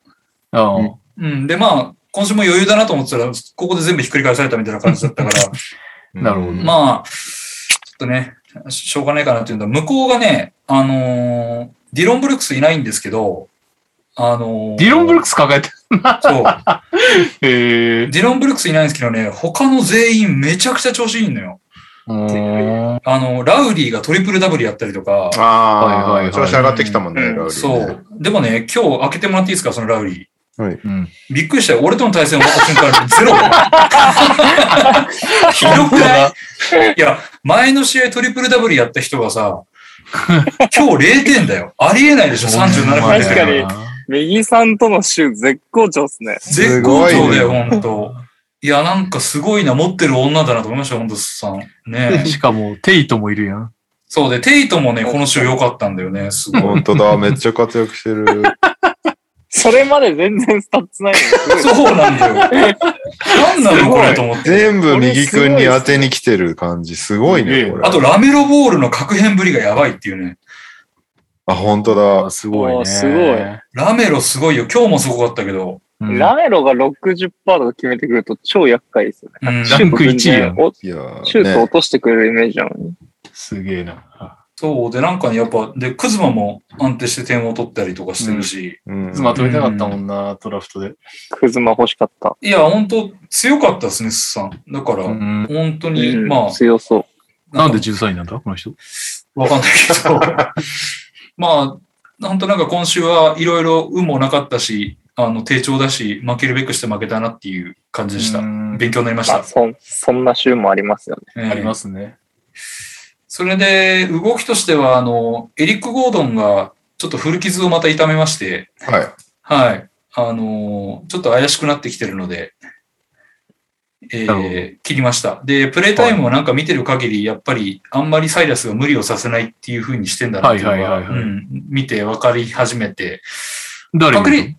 Speaker 2: あ
Speaker 1: うん
Speaker 3: うん、で、まあ、今週も余裕だなと思ってたら、ここで全部ひっくり返されたみたいな感じだったから、
Speaker 2: なるほど
Speaker 4: うん
Speaker 3: まあ、ちょっとね、ししょうがないかなっていうのは、向こうがね、あのーディロン・ブルックスいないんですけど、あの
Speaker 2: あディロン・ブルッ
Speaker 3: ク
Speaker 2: クス抱えて
Speaker 3: スそう。
Speaker 2: る。へえ。
Speaker 3: ディロン・ブルックスいないんですけどね、他の全員めちゃくちゃ調子いいのよ。
Speaker 2: うん
Speaker 3: あの、ラウリーがトリプルダブルやったりとか、
Speaker 4: ああ、
Speaker 2: はいはいはい
Speaker 4: 調子上がってきたもんね、
Speaker 5: うん
Speaker 4: ラウリーね
Speaker 3: そう。でもね、今日開けてもらっていいですか、そのラウリー。
Speaker 2: うん
Speaker 3: びっくりしたよ。俺との対戦終わった瞬間、ゼロ。ひ どくないいや、前の試合トリプルダブルやった人がさ、今日0点だよ。ありえないでしょ、37分
Speaker 5: 確
Speaker 3: で。
Speaker 5: かに右さんとのシュー絶好調っすね。
Speaker 3: 絶好
Speaker 4: す
Speaker 3: 調
Speaker 4: ごい
Speaker 3: だ
Speaker 4: ね
Speaker 3: よ、本当いや、なんかすごいな、持ってる女だなと思いましたよ、本当さん。ね
Speaker 2: しかも、テイトもいるやん。
Speaker 3: そうで、テイトもね、この週良かったんだよね、すごい。
Speaker 4: 本当だ、めっちゃ活躍してる。
Speaker 5: それまで全然スタッツないのに すご い
Speaker 3: そうなんだよ。なんなのこれと思って。
Speaker 4: 全部右くんに当てに来てる感じ、すごい
Speaker 2: すげ
Speaker 4: ね、
Speaker 2: え
Speaker 4: これ。
Speaker 3: あと、ラメロボールの確変ぶりがやばいっていうね。
Speaker 4: あ、本当だ。
Speaker 2: すごいね。
Speaker 5: おーすごい
Speaker 3: ラメロすごいよ。今日もすごかったけど。
Speaker 2: うん
Speaker 5: ラメロが60%とか決めてくると超厄介ですよね。
Speaker 3: うん、
Speaker 2: ランク一位やん
Speaker 5: シュート全然お
Speaker 4: いやー
Speaker 5: シュート
Speaker 4: ね
Speaker 5: 落としてくれるイメージなのに。
Speaker 2: すげえな。
Speaker 3: そうで、なんかね、やっぱ、で、クズマも安定して点を取ったりとかしてるし、
Speaker 4: うん
Speaker 2: まとめたかったもんな、ドラフトで。
Speaker 5: クズマ欲しかった。
Speaker 3: いや、本当強かったですね、スさん。だから、
Speaker 2: うん
Speaker 3: 本当に、
Speaker 5: うん
Speaker 3: まあ、
Speaker 5: 強そう。
Speaker 2: なんで13位なんだこの人。
Speaker 3: わかんないけど、まあ、本当なんか今週はいろいろ運もなかったし、あの、低調だし、負けるべくして負けたなっていう感じでした。
Speaker 2: うん
Speaker 3: 勉強になりまし
Speaker 5: まあ、
Speaker 3: た。
Speaker 5: そんそんな週もありますよね。
Speaker 3: ええ
Speaker 2: ありますね。
Speaker 3: それで、動きとしては、あの、エリック・ゴードンが、ちょっと古傷をまた痛めまして、
Speaker 4: はい。
Speaker 3: はい。あのーちょっと怪しくなってきてるので、え
Speaker 2: なるほ
Speaker 3: ー、切りました。で、プレイタイムをなんか見てる限り、やっぱり、あんまりサイラスが無理をさせないっていう風にしてんだなっていうのが、
Speaker 2: はいはいはいはい
Speaker 3: うん見て分かり始めて、
Speaker 2: 誰
Speaker 3: 確
Speaker 2: に
Speaker 3: 認、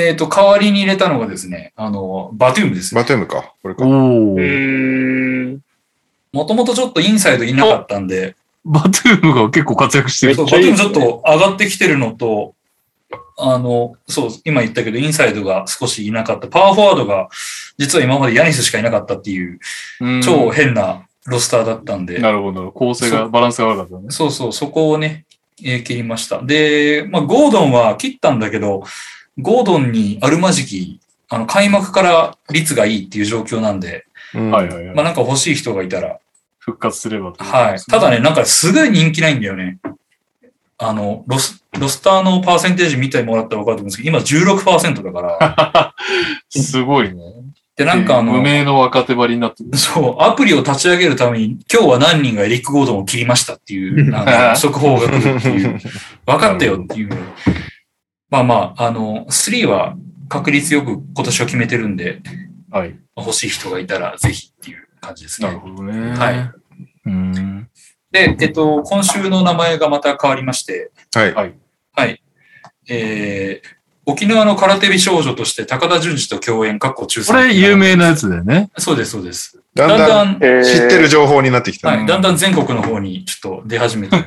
Speaker 3: えっ、と、代わりに入れたのがですね、あの、バトゥームですね
Speaker 4: バ。トゥームか。これか。
Speaker 2: お
Speaker 5: う
Speaker 2: ー
Speaker 5: ーん。
Speaker 3: もともとちょっとインサイドいなかったんで、
Speaker 2: バトゥームが結構活躍してる。
Speaker 3: そうバ
Speaker 5: めっち
Speaker 3: ト
Speaker 5: ゃ
Speaker 3: ゥー
Speaker 5: いい
Speaker 3: ム
Speaker 5: です
Speaker 3: ちょ
Speaker 5: ね
Speaker 3: っと上がってきてるのと、あの、そう、今言ったけど、インサイドが少しいなかった。パワーフォワードが、実は今までヤニスしかいなかったっていう、
Speaker 2: うん
Speaker 3: 超変なロスターだったんで、
Speaker 2: なるほどなるほど。構成
Speaker 3: そ
Speaker 2: が、
Speaker 3: う
Speaker 2: バランスが悪かったね。
Speaker 3: そうそう、そこをね、えー切りました。で、まあ、ゴードンは切ったんだけど、ゴードンにあるまじき、あの、開幕から率がいいっていう状況なんで、
Speaker 4: うん
Speaker 2: はいはい
Speaker 3: ま
Speaker 2: は
Speaker 3: あ、
Speaker 2: い。
Speaker 3: なんか欲しい人がいたら、
Speaker 2: 復活すればと
Speaker 3: はい。ただね、、なんかすごい人気ないんだよね。あの、ロス、ロスターのパーセンテージ見てもらったら分かると思うんですけど、今16%だ から。
Speaker 2: すごいね。
Speaker 3: で、なんかあ
Speaker 2: 無
Speaker 3: の、
Speaker 2: 名の若手張りになってる。
Speaker 3: そう、アプリを立ち上げるために、今日は何人がエリック・ゴードンを切りましたっ ていう、あの速報が来るっていう、分かったよっていう。まあまあ、あの、3は確率よく今年は決めてるんで、
Speaker 2: はい。
Speaker 3: 欲しい人がいたらぜひっていう感じです
Speaker 2: なる
Speaker 3: ね。
Speaker 2: ほどね。
Speaker 3: はい。
Speaker 2: うん。
Speaker 3: で、えっと、今週の名前がまた変わりまして、
Speaker 4: はい。
Speaker 3: はい。えー、沖縄の空手美少女として高田純次と共演、かっこ中
Speaker 2: こ
Speaker 3: 3。
Speaker 2: れ有。名なやつだよね。
Speaker 3: そうです、そうです。
Speaker 4: だん
Speaker 3: だん
Speaker 4: だ
Speaker 3: だ
Speaker 4: ん
Speaker 3: ん、
Speaker 5: えー
Speaker 4: 知ってる情報になってきた。
Speaker 3: はい、だんだん全国の方にちょっと出 始めてる。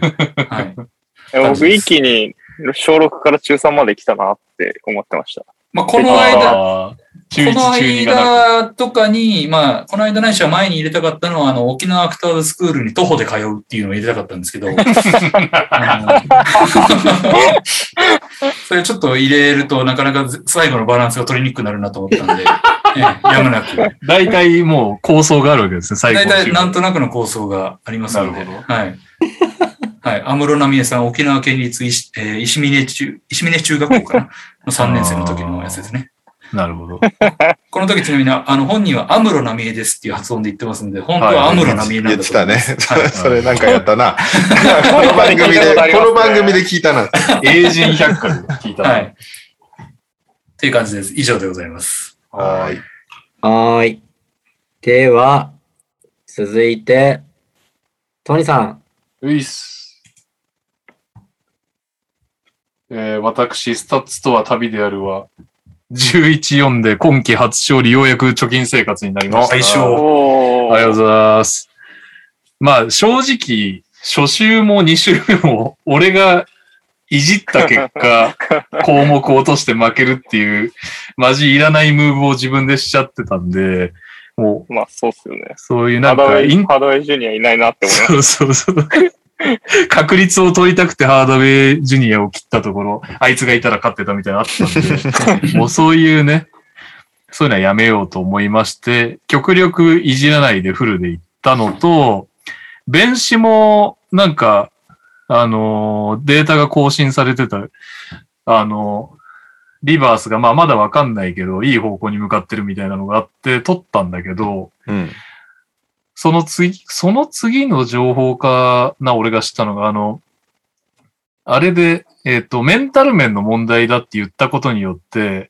Speaker 3: はい。
Speaker 5: いや僕、一気に小6から中3まで来たなって思ってました。
Speaker 3: まあ、この間、こ
Speaker 2: あー中1、
Speaker 3: の
Speaker 2: 中2が
Speaker 3: 間とかに、まあ、この間ないしは前に入れたかったのは、あの、沖縄アクターズスクールに徒歩で通うっていうのを入れたかったんですけど、 あのそれちょっと入れると、なかなか最後のバランスが取りにくくなるなと思ったんで、ええやむなく。
Speaker 2: だいたいもう構想があるわけですね、最後
Speaker 3: 大
Speaker 2: の
Speaker 3: 体なんと
Speaker 2: な
Speaker 3: なくの構想がありますの
Speaker 2: な
Speaker 3: で。
Speaker 2: るほど
Speaker 3: はい。 はい。安室奈美恵さん、沖縄県立石,、えー石峰中、石峰中学校かな の3年生の時のやつですね。
Speaker 2: く。なるほど。
Speaker 3: この時ちなみに、あの、本人は安室奈美恵ですっていう発音で言ってますんで、本当
Speaker 2: は
Speaker 3: はい安室奈美恵な
Speaker 4: 言
Speaker 3: ん
Speaker 4: っ
Speaker 3: だ
Speaker 4: て
Speaker 3: と思
Speaker 4: た
Speaker 3: いま
Speaker 4: ね。
Speaker 3: す。
Speaker 4: そ
Speaker 3: は
Speaker 4: れ
Speaker 3: い
Speaker 4: それなんかやったな。この番 組で、この番組で聞いたな。
Speaker 2: 英人百科で聞いたな。
Speaker 3: はい。っていう感じです。以上でございます。
Speaker 4: はい。
Speaker 1: はーい。では、続いて、トニさん。
Speaker 2: ういっす。えー私、スタッツとは旅であるは、11-4で今季初勝利、ようやく貯金生活になりました。
Speaker 3: 最初お
Speaker 2: お
Speaker 5: お
Speaker 2: はようございます。まあ、正直、初週も2週目も、俺がいじった結果、項目を落として負けるっていう、マジいらないムーブを自分でしちゃってたんで、も
Speaker 5: まあ、そうっすよね
Speaker 2: う、。そういうな
Speaker 5: ハ
Speaker 2: ん
Speaker 5: ダウ
Speaker 2: か、
Speaker 5: ェ
Speaker 2: イン
Speaker 5: イ、ハダウェイジュニアいないなって思い ま
Speaker 2: そうそうそう。確率を取りたくてハードウェイジュニアを切ったところ、あいつがいたら勝ってたみたいなのあったんで、もうそういうね、そういうのはやめようと思いまして、極力いじらないでフルでいったのと、弁士もなんか、あのー、データが更新されてた、あのー、リバースが、まあまだわかんないけど、いい方向に向かってるみたいなのがあって、取ったんだけど、
Speaker 4: うん。
Speaker 2: その次、その次の情報かな、俺が知ったのが、あの、あれで、えっ、と、メンタル面の問題だって言ったことによって、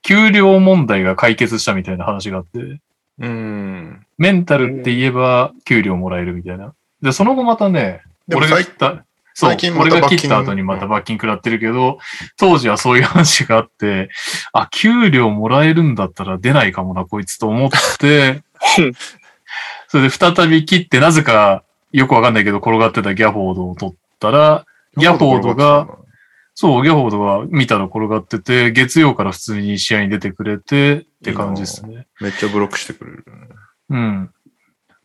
Speaker 2: 給料問題が解決したみたいな話があって、
Speaker 4: うん。
Speaker 2: メンタルって言えば給料もらえるみたいな。で、その後またね、
Speaker 4: でも
Speaker 2: 俺が
Speaker 4: 最
Speaker 2: 切った、そう
Speaker 4: 最近、また
Speaker 2: 俺が切っ
Speaker 4: 罰
Speaker 2: た
Speaker 4: 金
Speaker 2: 後にまた罰金食らってるけど、当時はそういう話があって、あ、給料もらえるんだったら出ないかもな、こいつと思って、それで再び切って、なぜかよくわかんないけど転がってたギャフォードを取ったら、ギャフォードが、そう、ギャフォードが見たら転がってて、月曜から普通に試合に出てくれてって感じですね。
Speaker 4: めっちゃブロックしてくれる。
Speaker 2: うん。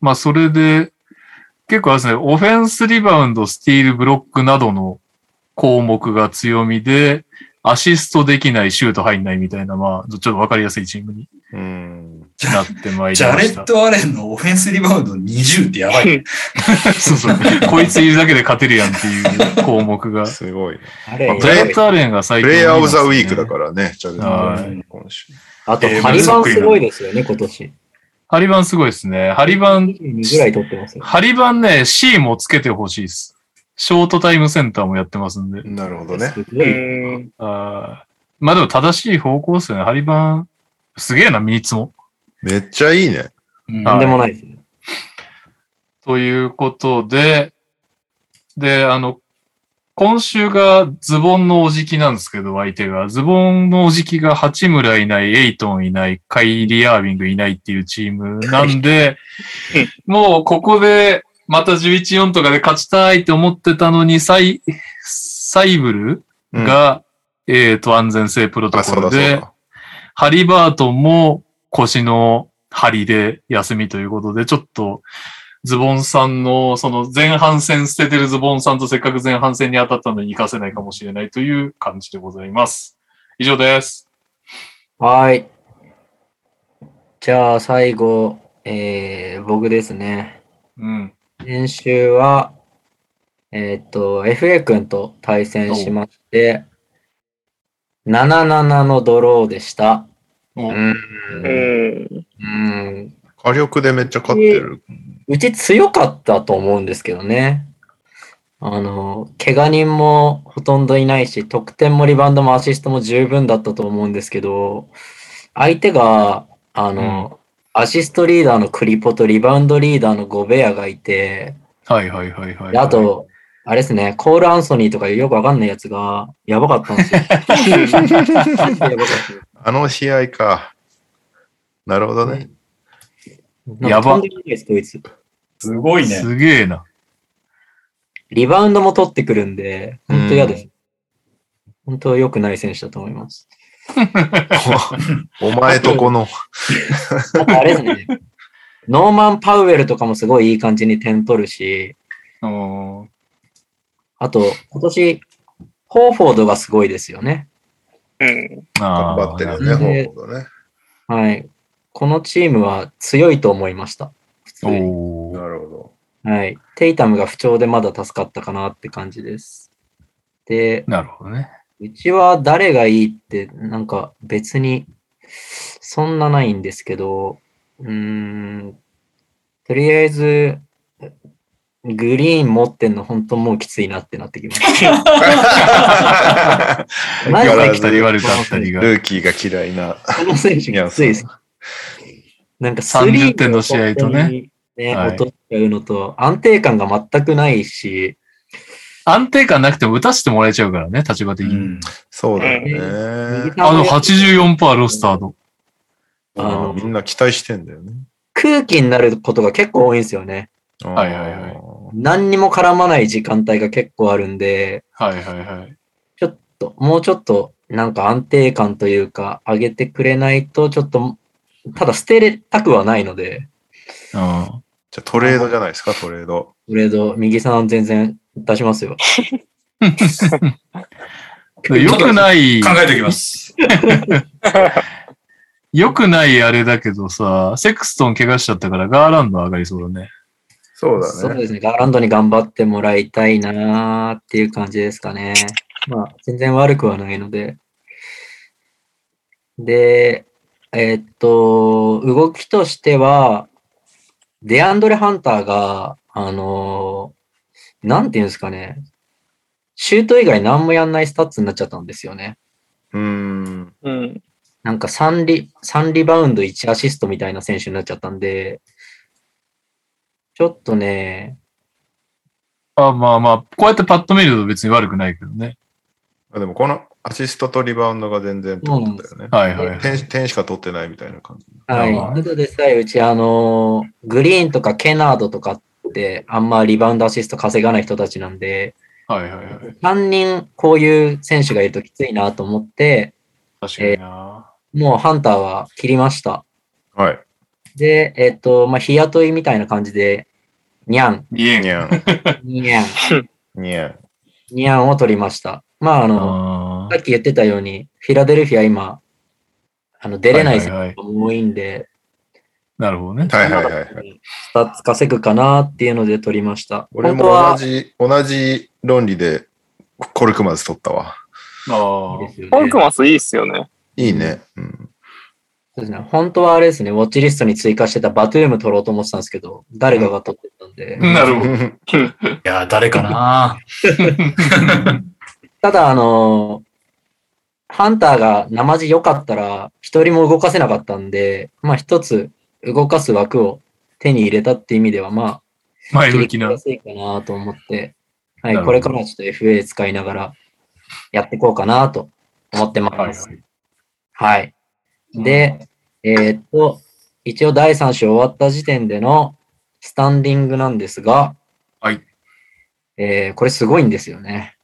Speaker 2: まあ、それで、結構あれですね、オフェンスリバウンド、スティール、ブロックなどの項目が強みで、アシストできない、シュート入んないみたいな、まあ、ちょっとわかりやすいチームに
Speaker 4: うん。
Speaker 2: なってまいりまし
Speaker 3: ジャ
Speaker 2: た。
Speaker 3: レット・アレンのオフェンスリバウンド20ってやばいね。
Speaker 2: そうそう。こいついるだけで勝てるやんっていう項目が。ジ
Speaker 4: すごいね。
Speaker 1: あれ
Speaker 4: まあ
Speaker 2: ャレット・アレンが最
Speaker 4: プ
Speaker 2: 近、
Speaker 4: レイヤーオブザウィークだからね、チャレンジ
Speaker 2: はい
Speaker 4: 今週。
Speaker 1: あと
Speaker 3: えー、
Speaker 1: ハリバンすごいですよね、今年。
Speaker 2: ハリバンすごいですね。ハリバン、
Speaker 1: ぐらい取ってますよ。
Speaker 2: ハリバンね、C もつけてほしいです。ショートタイムセンターもやってますんで。
Speaker 4: なるほどね。
Speaker 1: す
Speaker 5: う
Speaker 1: ごい。
Speaker 5: ーん。
Speaker 2: あーまあでも正しい方向ですよね。ハリバン、すげえな、ミニッツも。
Speaker 4: めっちゃいいね。
Speaker 3: うん
Speaker 1: なんでもないですね。
Speaker 2: ということで、で、あの、今週がズボンのおじきなんですけど、相手が。ズボンのおじきが八村いない、エイトンいない、カイリー・アービングいないっていうチームなんで、もうここでまた11-4とかで勝ちたいって思ってたのに、サイ、サイブル
Speaker 4: うん
Speaker 2: が、えっ、と、安全性プロト
Speaker 4: あ、
Speaker 2: コ
Speaker 4: そう
Speaker 2: ル
Speaker 4: だそう
Speaker 2: で、
Speaker 4: だ。
Speaker 2: ハリバートンも腰の張りで休みということで、ちょっとズボンさんの、その前半戦捨ててるズボンさんとせっかく前半戦に当たったのに活かせないかもしれないという感じでございます。以上です。
Speaker 1: はーい。じゃあ最後、えー、僕ですね。
Speaker 2: うん。
Speaker 1: 先週は、えーっと、FA 君と対戦しまして、7-7のドローでした。
Speaker 2: お
Speaker 1: うん。
Speaker 5: うーん。
Speaker 1: うん。
Speaker 4: 火力でめっちゃ勝ってる。
Speaker 1: うち強かったと思うんですけどね。あの、怪我人もほとんどいないし、得点もリバウンドもアシストも十分だったと思うんですけど、相手が、あの、アシストリーダーのクリポとリバウンドリーダーのゴベアがいて、
Speaker 2: はいはいはいはい。
Speaker 1: であ、と、あれですね、コール・アンソニーとかいうよくわかんないやつが、やばかったんですよ。マジでやばかったです
Speaker 4: あの試合か。なるほどね。
Speaker 1: なん
Speaker 2: や
Speaker 1: か
Speaker 2: ば
Speaker 1: とんでもないです、こいつ。
Speaker 3: すごいね。
Speaker 2: すげえな。
Speaker 1: リバウンドも取ってくるんで、本当嫌です。本当良くない選手だと思います。
Speaker 4: お 前とこの。
Speaker 1: あとあれですね、 ノーマン・パウエルとかもすごいいい感じに点取るし、
Speaker 2: うん
Speaker 1: あと、今年、ホーフォードがすごいですよね。
Speaker 5: うん。
Speaker 4: 頑
Speaker 2: あー
Speaker 4: 張ってる
Speaker 1: な
Speaker 4: よね、
Speaker 1: る
Speaker 4: ほ
Speaker 1: ほ
Speaker 4: ぼね。
Speaker 1: はい。このチームは強いと思いました。普通に。
Speaker 2: おー
Speaker 4: なるほど。
Speaker 1: はい。テイタムが不調でまだ助かったかなって感じです。で、
Speaker 2: なるほどね。
Speaker 1: うちは誰がいいって、なんか別に、そんなないんですけど、うーん、とりあえず、グリーン持ってんの本当もうきついなってなってきま した。
Speaker 4: 相変わ
Speaker 2: あ
Speaker 4: ら
Speaker 2: き
Speaker 4: ず
Speaker 2: たり悪かったり が。
Speaker 4: ルーキーが嫌いな。
Speaker 1: この選手きついです。なんかスリー
Speaker 2: 30点の試合とね。
Speaker 1: ね、
Speaker 2: はい
Speaker 1: 落としちゃうのと、安定感が全くないし、
Speaker 2: 安定感なくても打たせてもらえちゃうからね、立場
Speaker 3: う
Speaker 2: 的に。
Speaker 3: ん。
Speaker 4: そうだよ
Speaker 1: 右
Speaker 4: ね。
Speaker 1: 端
Speaker 2: あの
Speaker 1: やつ
Speaker 2: 84%ロスタード。
Speaker 1: あの
Speaker 4: あみんな期待してんだよね。
Speaker 1: 空気になることが結構多いんですよね。
Speaker 2: はいはいはい
Speaker 4: い。
Speaker 1: 何にも絡まない時間帯が結構あるんで、
Speaker 2: はいはいはい。
Speaker 1: ちょっと、もうちょっと、なんか安定感というか、上げてくれないと、ちょっと、ただ捨てれたくはないので、
Speaker 4: じ
Speaker 2: うん。
Speaker 4: ゃあトレードじゃないですか、トレード。
Speaker 1: トレード、右さん全然出しますよ。
Speaker 2: 良くない
Speaker 3: 考、えておきます。
Speaker 2: 良くないあれだけどさ、セクストン怪我しちゃったからガーランド上がりそうだね。
Speaker 4: そう
Speaker 1: そう。ですね、ガーランドに頑張ってもらいたいなーっていう感じですかね。まあ、全然悪くはないので。で、えーっと、動きとしては、デアンドレ・ハンターが、あのーなんていうんですかね、シュート以外何もやんないスタッツになっちゃったんですよね。
Speaker 4: うーん。
Speaker 5: うん。
Speaker 1: なんか3リ、3リバウンド1アシストみたいな選手になっちゃったんで、ちょっとね、
Speaker 2: あまあまあ、こうやってパッと見ると別に悪くないけどね。
Speaker 4: あでもこのアシストとリバウンドが全然取ってたよね。
Speaker 2: はいはい。
Speaker 4: 点点しか取ってないみたいな感じ。
Speaker 2: あ
Speaker 1: はい。
Speaker 2: ー
Speaker 1: ただでさえうち、あのー、グリーンとかケナードとかって、あんまリバウンドアシスト稼がない人たちなんで、
Speaker 2: はいはいはい。
Speaker 1: 3人こういう選手がいるときついなと思って、
Speaker 2: 確かにな。
Speaker 1: もうハンターは切りました。
Speaker 4: はい。
Speaker 1: で、えっ、と、まあ、日雇いみたいな感じで、ニャン、
Speaker 2: 見えん。
Speaker 4: にゃん。
Speaker 1: ニャン、
Speaker 4: にゃん。
Speaker 1: ニャンを取りました。まあ、あの、
Speaker 2: あ
Speaker 1: さっき言ってたように、フィラデルフィア今、あの、出れない選
Speaker 2: はいはいは
Speaker 1: 手
Speaker 2: い
Speaker 1: が多いんで、
Speaker 2: なるほどね。
Speaker 4: はいはいはいはい。
Speaker 1: スタッツ稼ぐかなっていうので取りました。
Speaker 4: 俺
Speaker 1: 本
Speaker 4: も
Speaker 1: 当は
Speaker 4: 同じ、同じ論理でコルクマズ取ったわ。
Speaker 2: あ
Speaker 1: いいですよね
Speaker 5: フォルクマスいいっすよね。
Speaker 4: いいね。うん。
Speaker 1: そうですね。本当はあれですね、ウォッチリストに追加してたバトゥーム取ろうと思ってたんですけど、誰かが取ってたんで。
Speaker 2: なるほ ど。
Speaker 3: いやー、誰かな
Speaker 1: ただ、あのーハンターが生地良かったら、一人も動かせなかったんで、まあ一つ動かす枠を手に入れたって意味では、まあ、
Speaker 2: 前
Speaker 1: 切り
Speaker 2: 向き
Speaker 1: 替え
Speaker 2: な
Speaker 1: や。すいかなと思って、はい
Speaker 2: な、るほ
Speaker 1: こ
Speaker 2: ど
Speaker 1: れからはちょっと FA 使いながらやっていこうかなと思って
Speaker 2: はいは
Speaker 1: ま
Speaker 2: い
Speaker 1: す。はい。で、えーっと、一応第3章終わった時点でのスタンディングなんですが、
Speaker 2: はい。
Speaker 1: えーこれすごいんですよね。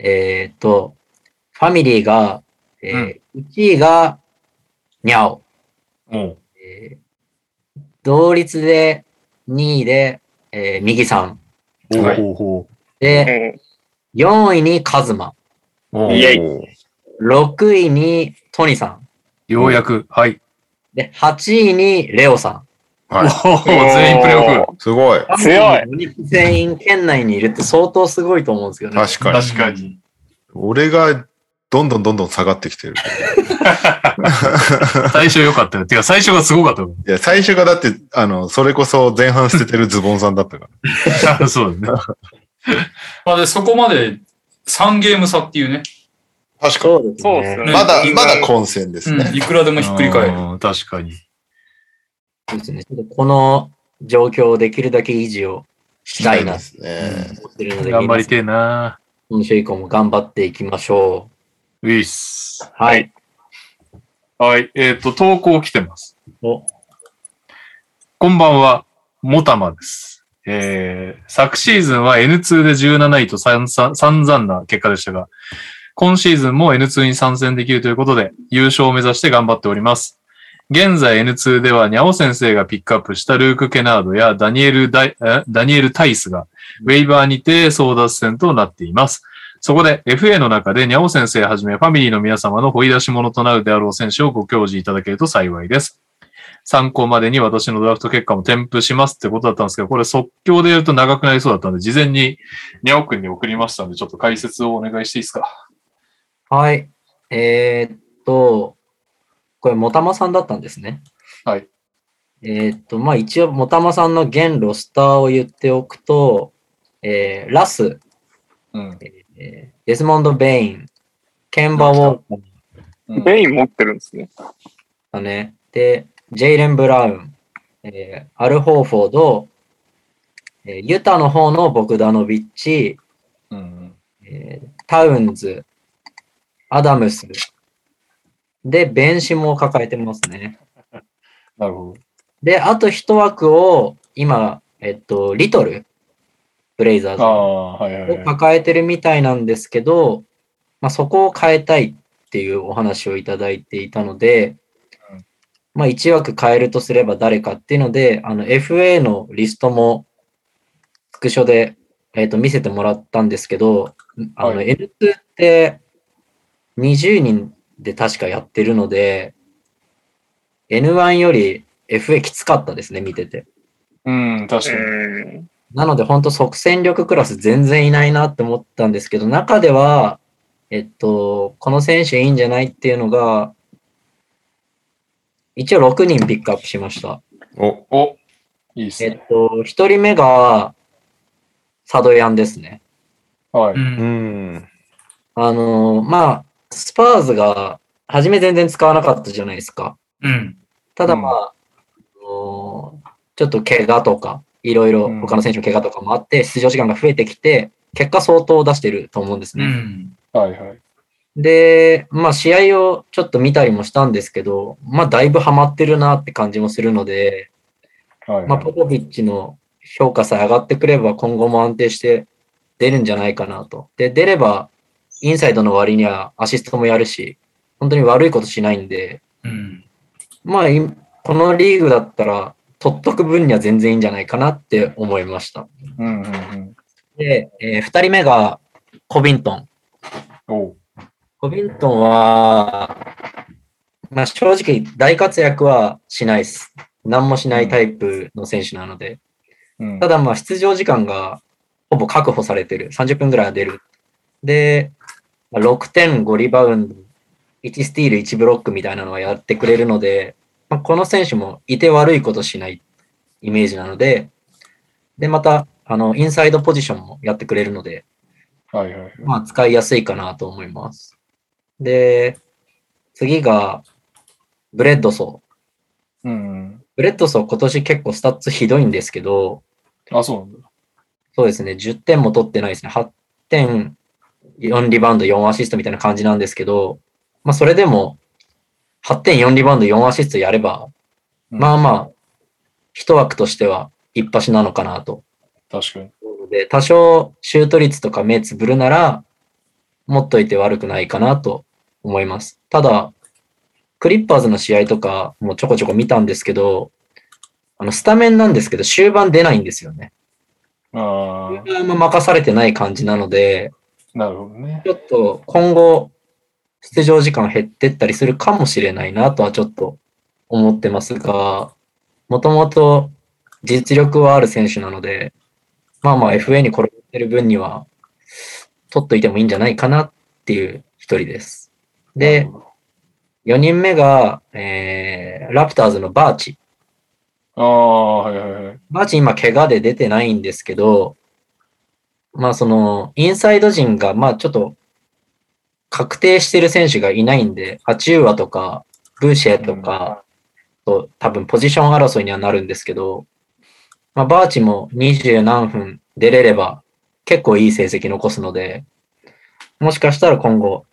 Speaker 1: えーっと、ファミリーが、えー1位が、にゃお。
Speaker 2: も
Speaker 1: えー同率で2位で、えー右さん。
Speaker 2: う、ほう
Speaker 4: はい
Speaker 2: ほうほ
Speaker 1: で、
Speaker 5: う
Speaker 1: 4位にカズマ。
Speaker 2: うもう。
Speaker 5: イエイ
Speaker 1: 6位にトニさん。
Speaker 2: ようやく、はい。
Speaker 1: で、8位にレオさん。
Speaker 2: お
Speaker 4: はい。
Speaker 2: お全員プレイオフ。
Speaker 4: すごい。
Speaker 5: 強い
Speaker 1: 全員県内にいるって相当すごいと思うんですけどね。
Speaker 4: 確かに。
Speaker 2: 確かに。
Speaker 4: 俺がどんどんどんどん下がってきてる。
Speaker 2: 最初良かったよ。てか、最初がすごかったよ
Speaker 4: いや、最初がだって、あの、それこそ前半捨ててるズボンさんだったから。
Speaker 2: そうだね。
Speaker 3: まあで、そこまで3ゲーム差っていうね。
Speaker 4: 確
Speaker 1: そうです
Speaker 5: そ
Speaker 1: ね。
Speaker 5: うです
Speaker 3: ね
Speaker 5: ね。
Speaker 4: まだ
Speaker 3: う、ん
Speaker 4: まだ混戦ですね。
Speaker 3: うん、いくらでもひっくり返る。
Speaker 2: うん確かに。
Speaker 1: そうですね。ちょっとこの状況をできるだけ維持をしたいな
Speaker 4: で
Speaker 1: と
Speaker 4: すね。
Speaker 1: 思ってるので、
Speaker 2: 頑張り
Speaker 1: 皆さん
Speaker 2: てえな
Speaker 1: 今週以降も頑張っていきましょ
Speaker 2: ウィス。
Speaker 1: う。はい。
Speaker 2: はい。えっ、と、投稿来てます。
Speaker 1: お
Speaker 2: こんばんは、もたまです。えー、昨シーズンは N2 で17位と散々散々な結果でしたが、今シーズンも N2 に参戦できるということで、優勝を目指して頑張っております。現在 N2 では、にゃお先生がピックアップしたルーク・ケナードやダニエル・ダイえダニエルタイスが、ウェイバーにて争奪戦となっています。そこで FA の中で、にゃお先生はじめファミリーの皆様の掘り出し物となるであろう選手をご教示いただけると幸いです。参考までに私のドラフト結果も添付しますってことだったんですけど、これ即興でやると長くなりそうだったんで、事前ににゃおくんに送りましたんで、ちょっと解説をお願いしていいですか。
Speaker 1: はい。えーっと、これ、もたまさんだったんですね。
Speaker 2: はい。
Speaker 1: えーっと、まあ一応、もたまさんの現ロスターを言っておくと、えーラス、
Speaker 2: うん。
Speaker 1: えーデスモンド・ベイン、ケンバ・ウォーカー
Speaker 5: ベイン持ってるんですね。
Speaker 1: だね。で、ジェイレン・ブラウン、えーアル・ホーフォード、えーユタの方のボクダノビッチ、
Speaker 2: うん。
Speaker 1: えータウンズ、アダムス、で、ベンシモを抱えてますね。
Speaker 2: なるほど。
Speaker 1: で、あと一枠を、今、えっと、リトル、ブレイザーズ
Speaker 2: あ
Speaker 1: を
Speaker 2: あ、はいはい、はい。
Speaker 1: 抱えてるみたいなんですけど、まあ、そこを変えたいっていうお話をいただいていたので
Speaker 2: うん、
Speaker 1: まあ、1枠変えるとすれば誰かっていうので、あの FA のリストもスクショで、えー、と見せてもらったんですけど、あの
Speaker 2: は
Speaker 1: N2 って20人で確かやってるので、N1 より FA きつかったですね、見てて。
Speaker 2: うん、確かに。
Speaker 5: うん。
Speaker 1: なので、本当即戦力クラス全然いないなって思ったんですけど、中では、えっと、この選手いいんじゃないっていうのが、一応6人ピックアップしました。
Speaker 4: お、
Speaker 2: お、いいです
Speaker 1: え
Speaker 2: ね。
Speaker 1: っと、1人目が、サドエアンですね。
Speaker 2: はい。
Speaker 3: う。
Speaker 4: うんん。
Speaker 1: あの、まあ、スパーズが、初め全然使わなかったじゃないですか。
Speaker 3: うん。
Speaker 1: ただまあ、あのちょっと怪我とか、いろいろ他の選手の怪我とかもあって、出場時間が増えてきて、結果相当出してると思うんです
Speaker 3: う
Speaker 1: ね。
Speaker 3: ん。
Speaker 2: はいはい。
Speaker 1: で、まあ試合をちょっと見たりもしたんですけど、まあだいぶハマってるなって感じもするので、
Speaker 2: はい、
Speaker 1: まあ
Speaker 2: はい
Speaker 1: ポポビッチの評価さえ上がってくれば今後も安定して出るんじゃないかなと。で、出ればインサイドの割にはアシストもやるし、本当に悪いことしないんで、
Speaker 3: うん。
Speaker 1: まあいこのリーグだったら取っとく分には全然いいんじゃないかなって思いました。
Speaker 2: うんうんうん。
Speaker 1: で、え2人目がコビントン。
Speaker 2: お
Speaker 1: コビントンは、まあ、正直大活躍はしないです。何もしないタイプの選手なので。
Speaker 2: うん。
Speaker 1: ただ、まあ、出場時間がほぼ確保されてる。30分ぐらいは出る。で、まあ6.5リバウンド、 1スティール1ブロックみたいなのはやってくれるので、まあ、この選手もいて悪いことしないイメージなので、で、また、あの、インサイドポジションもやってくれるので、
Speaker 2: はいはい。
Speaker 1: まあ、使いやすいかなと思います。で、次が、ブレッドソー。
Speaker 2: うん。
Speaker 1: ブレッドソー今年結構スタッツひどいんですけど、
Speaker 2: あ、そうなんだ。
Speaker 1: そうですね、10点も取ってないですね。8点、4リバウンド、4アシストみたいな感じなんですけど、まあ、それでも、8点、4リバウンド、4アシストやれば、
Speaker 2: うん
Speaker 1: まあまあ、一枠としては一発なのかなと。
Speaker 2: 確かに。
Speaker 1: で、多少、シュート率とか目つぶるなら、持っといて悪くないかなと思います。ただ、クリッパーズの試合とかもちょこちょこ見たんですけど、あの、スタメンなんですけど、終盤出ないんですよね。
Speaker 2: ああ、
Speaker 1: あんま任されてない感じなので、
Speaker 2: なるほどね。
Speaker 1: ちょっと今後、出場時間減ってったりするかもしれないなとはちょっと思ってますが、もともと実力はある選手なので、まあまあ FA に転がってる分には、取っといてもいいんじゃないかなっていう一人です。
Speaker 2: な
Speaker 1: で
Speaker 2: る、ほど、
Speaker 1: 4人目が、えー、ラプターズのバーチ。
Speaker 2: ああ、はいはいはい。
Speaker 1: バーチ今怪我で出てないんですけど、まあその、インサイド陣が、まあちょっと、確定してる選手がいないんで、アチウアとか、ブーシェとかと、多分ポジション争いにはなるんですけど、まあバーチも20何分出れれば、結構いい成績残すので、もしかしたら今後、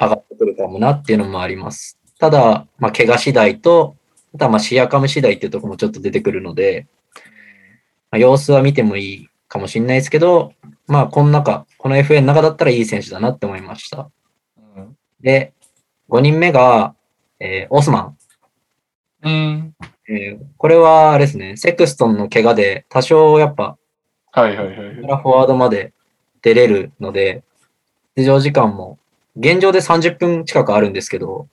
Speaker 1: 上がってくるかもなっていうのもあります。ただ、まあ怪我次第と、あとはまあシアカム次第っていうところもちょっと出てくるので、まあ、様子は見てもいいかもしれないですけど、まあ、この中、この FA の中だったらいい選手だなって思いました。
Speaker 2: うん。
Speaker 1: で、5人目が、えーオスマン。
Speaker 2: うん、
Speaker 1: えーこれは、あれですね、セクストンの怪我で、多少やっぱ、
Speaker 2: はいはいはい。
Speaker 1: フォワードまで出れるので、出場時間も、現状で30分近くあるんですけど、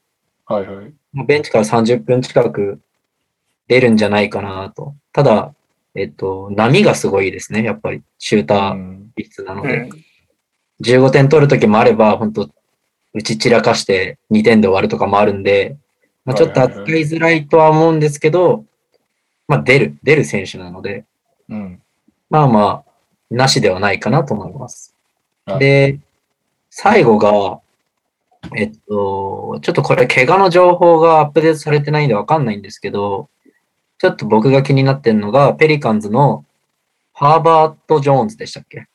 Speaker 2: はいはい。
Speaker 1: まあベンチから30分近く出るんじゃないかなと。ただ、えっと、波がすごいですね、やっぱり、シュータ
Speaker 2: う
Speaker 1: ー
Speaker 2: ん
Speaker 1: 比率なの
Speaker 5: う
Speaker 1: で。
Speaker 5: ん。
Speaker 1: 15点取るときもあれば、本当打ち散らかして2点で終わるとかもあるんで、まあ、ちょっと
Speaker 2: はいはいはい
Speaker 1: 扱いづらいとは思うんですけど、まあ、出る、出る選手なので、
Speaker 2: うん。
Speaker 1: まあまあ、なしではないかなと思います
Speaker 2: は。い
Speaker 1: で、最後が、えっと、ちょっとこれ、怪我の情報がアップデートされてないんでわかんないんですけど、ちょっと僕が気になってるのが、ペリカンズのハーバート・ジョーンズでしたっけ、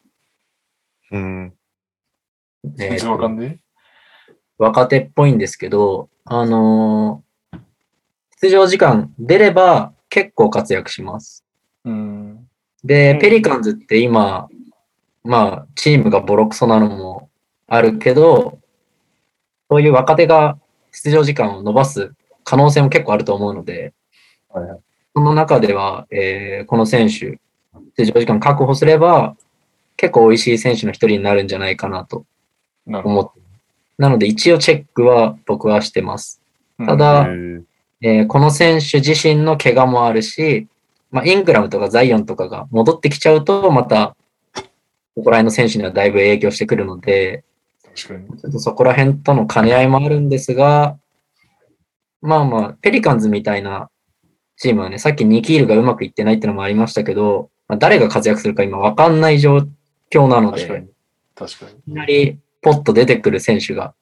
Speaker 4: うん。
Speaker 1: え
Speaker 2: 全
Speaker 1: っと
Speaker 2: 然わかんね
Speaker 1: 若手っぽいんですけど、あのー出場時間出れば結構活躍します。
Speaker 2: え。うん。
Speaker 1: で、
Speaker 5: うん
Speaker 1: ペリカンズって今、まあ、チームがボロクソなのもあるけど、そういう若手が出場時間を伸ばす可能性も結構あると思うので、
Speaker 2: はいはい
Speaker 1: その中では、えーこの選手、出場時間確保すれば、結構美味しい選手の一人になるんじゃないかなと
Speaker 2: なるほ
Speaker 1: 思って。なので、一応チェックは僕はしてます。
Speaker 2: ど。
Speaker 1: た
Speaker 2: うん、
Speaker 1: だ、
Speaker 4: うん
Speaker 1: えーこの選手自身の怪我もあるし、まあ、イングラムとかザイオンとかが戻ってきちゃうと、また、ここら辺の選手にはだいぶ影響してくるので、
Speaker 2: 確かに。
Speaker 1: ちょっとそこら辺との兼ね合いもあるんですが、まあまあ、ペリカンズみたいなチームはね、さっきニキールがうまくいってないってのもありましたけど、まあ、誰が活躍するか今わかんない状況なので、
Speaker 2: 確かに。確かに。
Speaker 1: いきなりポッと出てくる選手が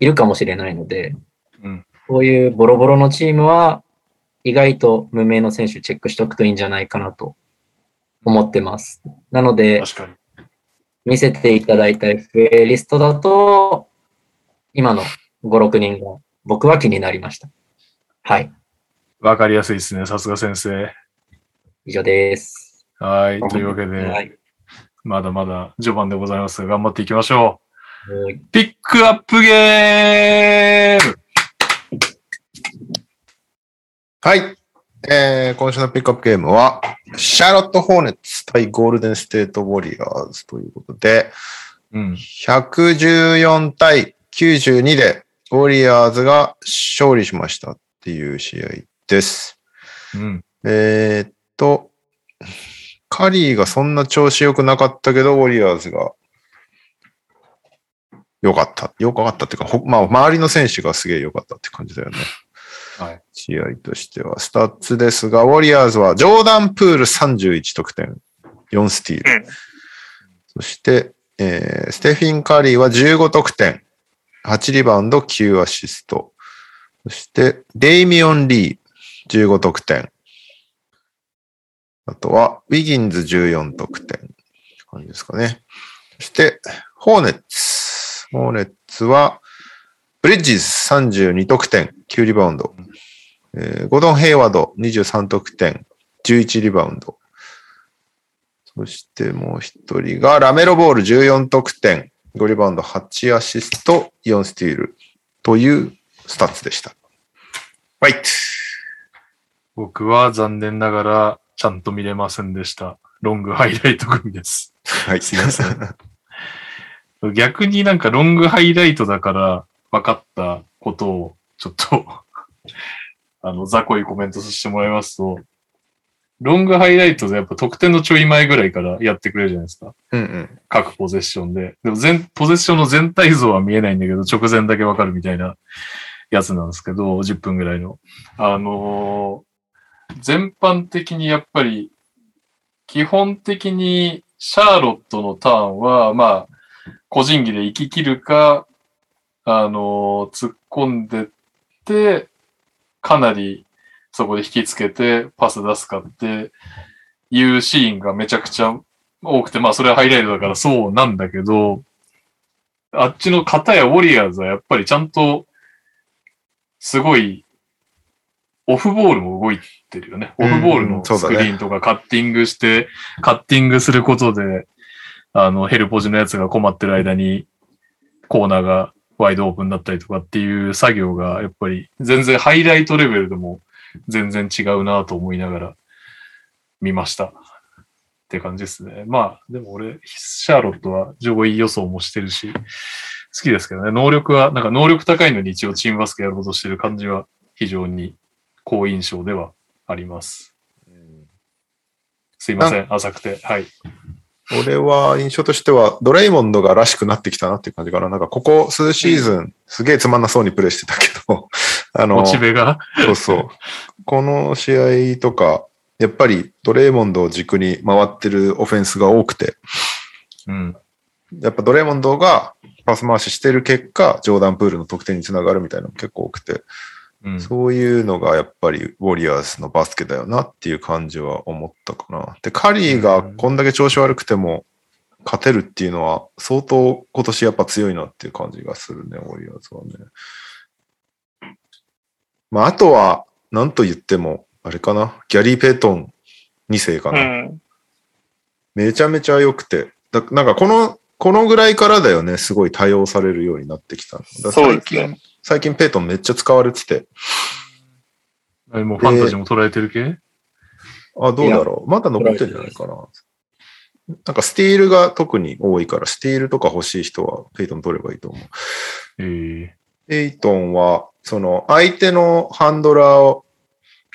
Speaker 1: いるかもしれないので、
Speaker 2: うん
Speaker 1: こういうボロボロのチームは、意外と無名の選手チェックしておくといいんじゃないかなと思ってます。なので、
Speaker 2: 確かに。
Speaker 1: 見せていただいた FA リストだと、今の5、6人が僕は気になりました。はい、
Speaker 2: わかりやすいですね。さすが先生。
Speaker 1: 以上です。
Speaker 2: はい。というわけ
Speaker 1: は
Speaker 2: で、
Speaker 1: い。
Speaker 2: まだまだ序盤でございますが、頑張っていきましょ
Speaker 1: はい、
Speaker 2: う。ピックアップゲーム
Speaker 4: はい。えー、今週のピックアップゲームは、シャーロット・ホーネッツ対ゴールデン・ステート・ウォリアーズということで、
Speaker 2: うん。
Speaker 4: 114対92で、ウォリアーズが勝利しましたっていう試合です。
Speaker 2: うん。
Speaker 4: えーっと、カリーがそんな調子良くなかったけど、ウォリアーズが良かった。良かったっていうか、ほまあ、周りの選手がすげえ良かったって感じだよね。
Speaker 2: はい。
Speaker 4: 試合としては。スタッツですが、ウォリアーズはジョーダン・プール31得点、4スティール。
Speaker 5: うん
Speaker 4: そして、えーステフィン・カリーは15得点、8リバウンド、9アシスト。そして、デイミオン・リー、15得点。あとは、ウィギンズ14得点。感じですかね。そして、ホーネッツ。ホーネッツは、ブリッジーズ32得点、9リバウンド。えーゴドン・ヘイワード23得点、11リバウンド。そしてもう一人がラメロボール14得点、5リバウンド、8アシスト、4スティールというスタッツでした。ファイト
Speaker 2: 僕は残念ながら、ちゃんと見れませんでした。ロングハイライト組です。
Speaker 4: はい、すいません。
Speaker 2: 逆になんかロングハイライトだから分かったことを、ちょっと、 あの、雑魚いコメントさせてもらいますと、ロングハイライトでやっぱ得点のちょい前ぐらいからやってくれるじゃないですか。
Speaker 4: うんうん。
Speaker 2: 各ポゼッションで。でも全、ポゼッションの全体像は見えないんだけど、直前だけわかるみたいなやつなんですけど、10分ぐらいの。あのー全般的にやっぱり、基本的にシャーロットのターンは、まあ、個人技で行き切るか、あのー突っ込んでって、かなりそこで引きつけてパス出すかっていうシーンがめちゃくちゃ多くて、まあそれはハイライトだからそうなんだけど、あっちの片やウォリアーズはやっぱりちゃんと、すごい、オフボールも動いてるよね。オフボール
Speaker 4: うん
Speaker 2: の
Speaker 4: そう
Speaker 2: ス
Speaker 4: だ
Speaker 2: ク
Speaker 4: ね
Speaker 2: リーンとかカッティングして、カッティングすることで、あの、ヘルポジのやつが困ってる間に、コーナーがワイドオープンだったりとかっていう作業が、やっぱり全然ハイライトレベルでも全然違うなと思いながら見ました。って感じですね。まあ、でも俺、シャーロットは上位予想もしてるし、好きですけどね。能力は、なんか能力高いのに一応チームバスケやろうとしてる感じは非常に好印象ではあります。すいません、浅くて。はい。
Speaker 4: 俺は印象としては、ドレイモンドがらしくなってきたなっていう感じかな。なんか、ここ数シーズン、すげえつまんなそうにプレイしてたけど、 あの、
Speaker 2: モチベが。
Speaker 4: そうそう。この試合とか、やっぱりドレイモンドを軸に回ってるオフェンスが多くて、
Speaker 2: うん。
Speaker 4: やっぱドレイモンドがパス回ししてる結果、ジョーダンプールの得点につながるみたいなのも結構多くて、
Speaker 2: うん。
Speaker 4: そういうのがやっぱりウォリアーズのバスケだよなっていう感じは思ったかな。で、カリーがこんだけ調子悪くても勝てるっていうのは相当今年やっぱ強いなっていう感じがするね、ウォリアーズはね。まあ、あとは、なんと言っても、あれかな、ギャリー・ペイトン2世か
Speaker 5: う
Speaker 4: な。
Speaker 5: ん。
Speaker 4: めちゃめちゃ良くて。だなんかこの、このぐらいからだよね、すごい対応されるようになってきたの。だ
Speaker 5: そう
Speaker 4: 最
Speaker 5: です
Speaker 4: 近
Speaker 5: ね。
Speaker 4: 最近ペイトンめっちゃ使われてて。
Speaker 2: あもうファンタジーも捉えてる系
Speaker 4: あ、どうだろう。まだ残ってるんじゃないかな。なんかスティールが特に多いから、スティールとか欲しい人はペイトン取ればいいと思う。
Speaker 2: ええ
Speaker 4: ペイトンは、その相手のハンドラーを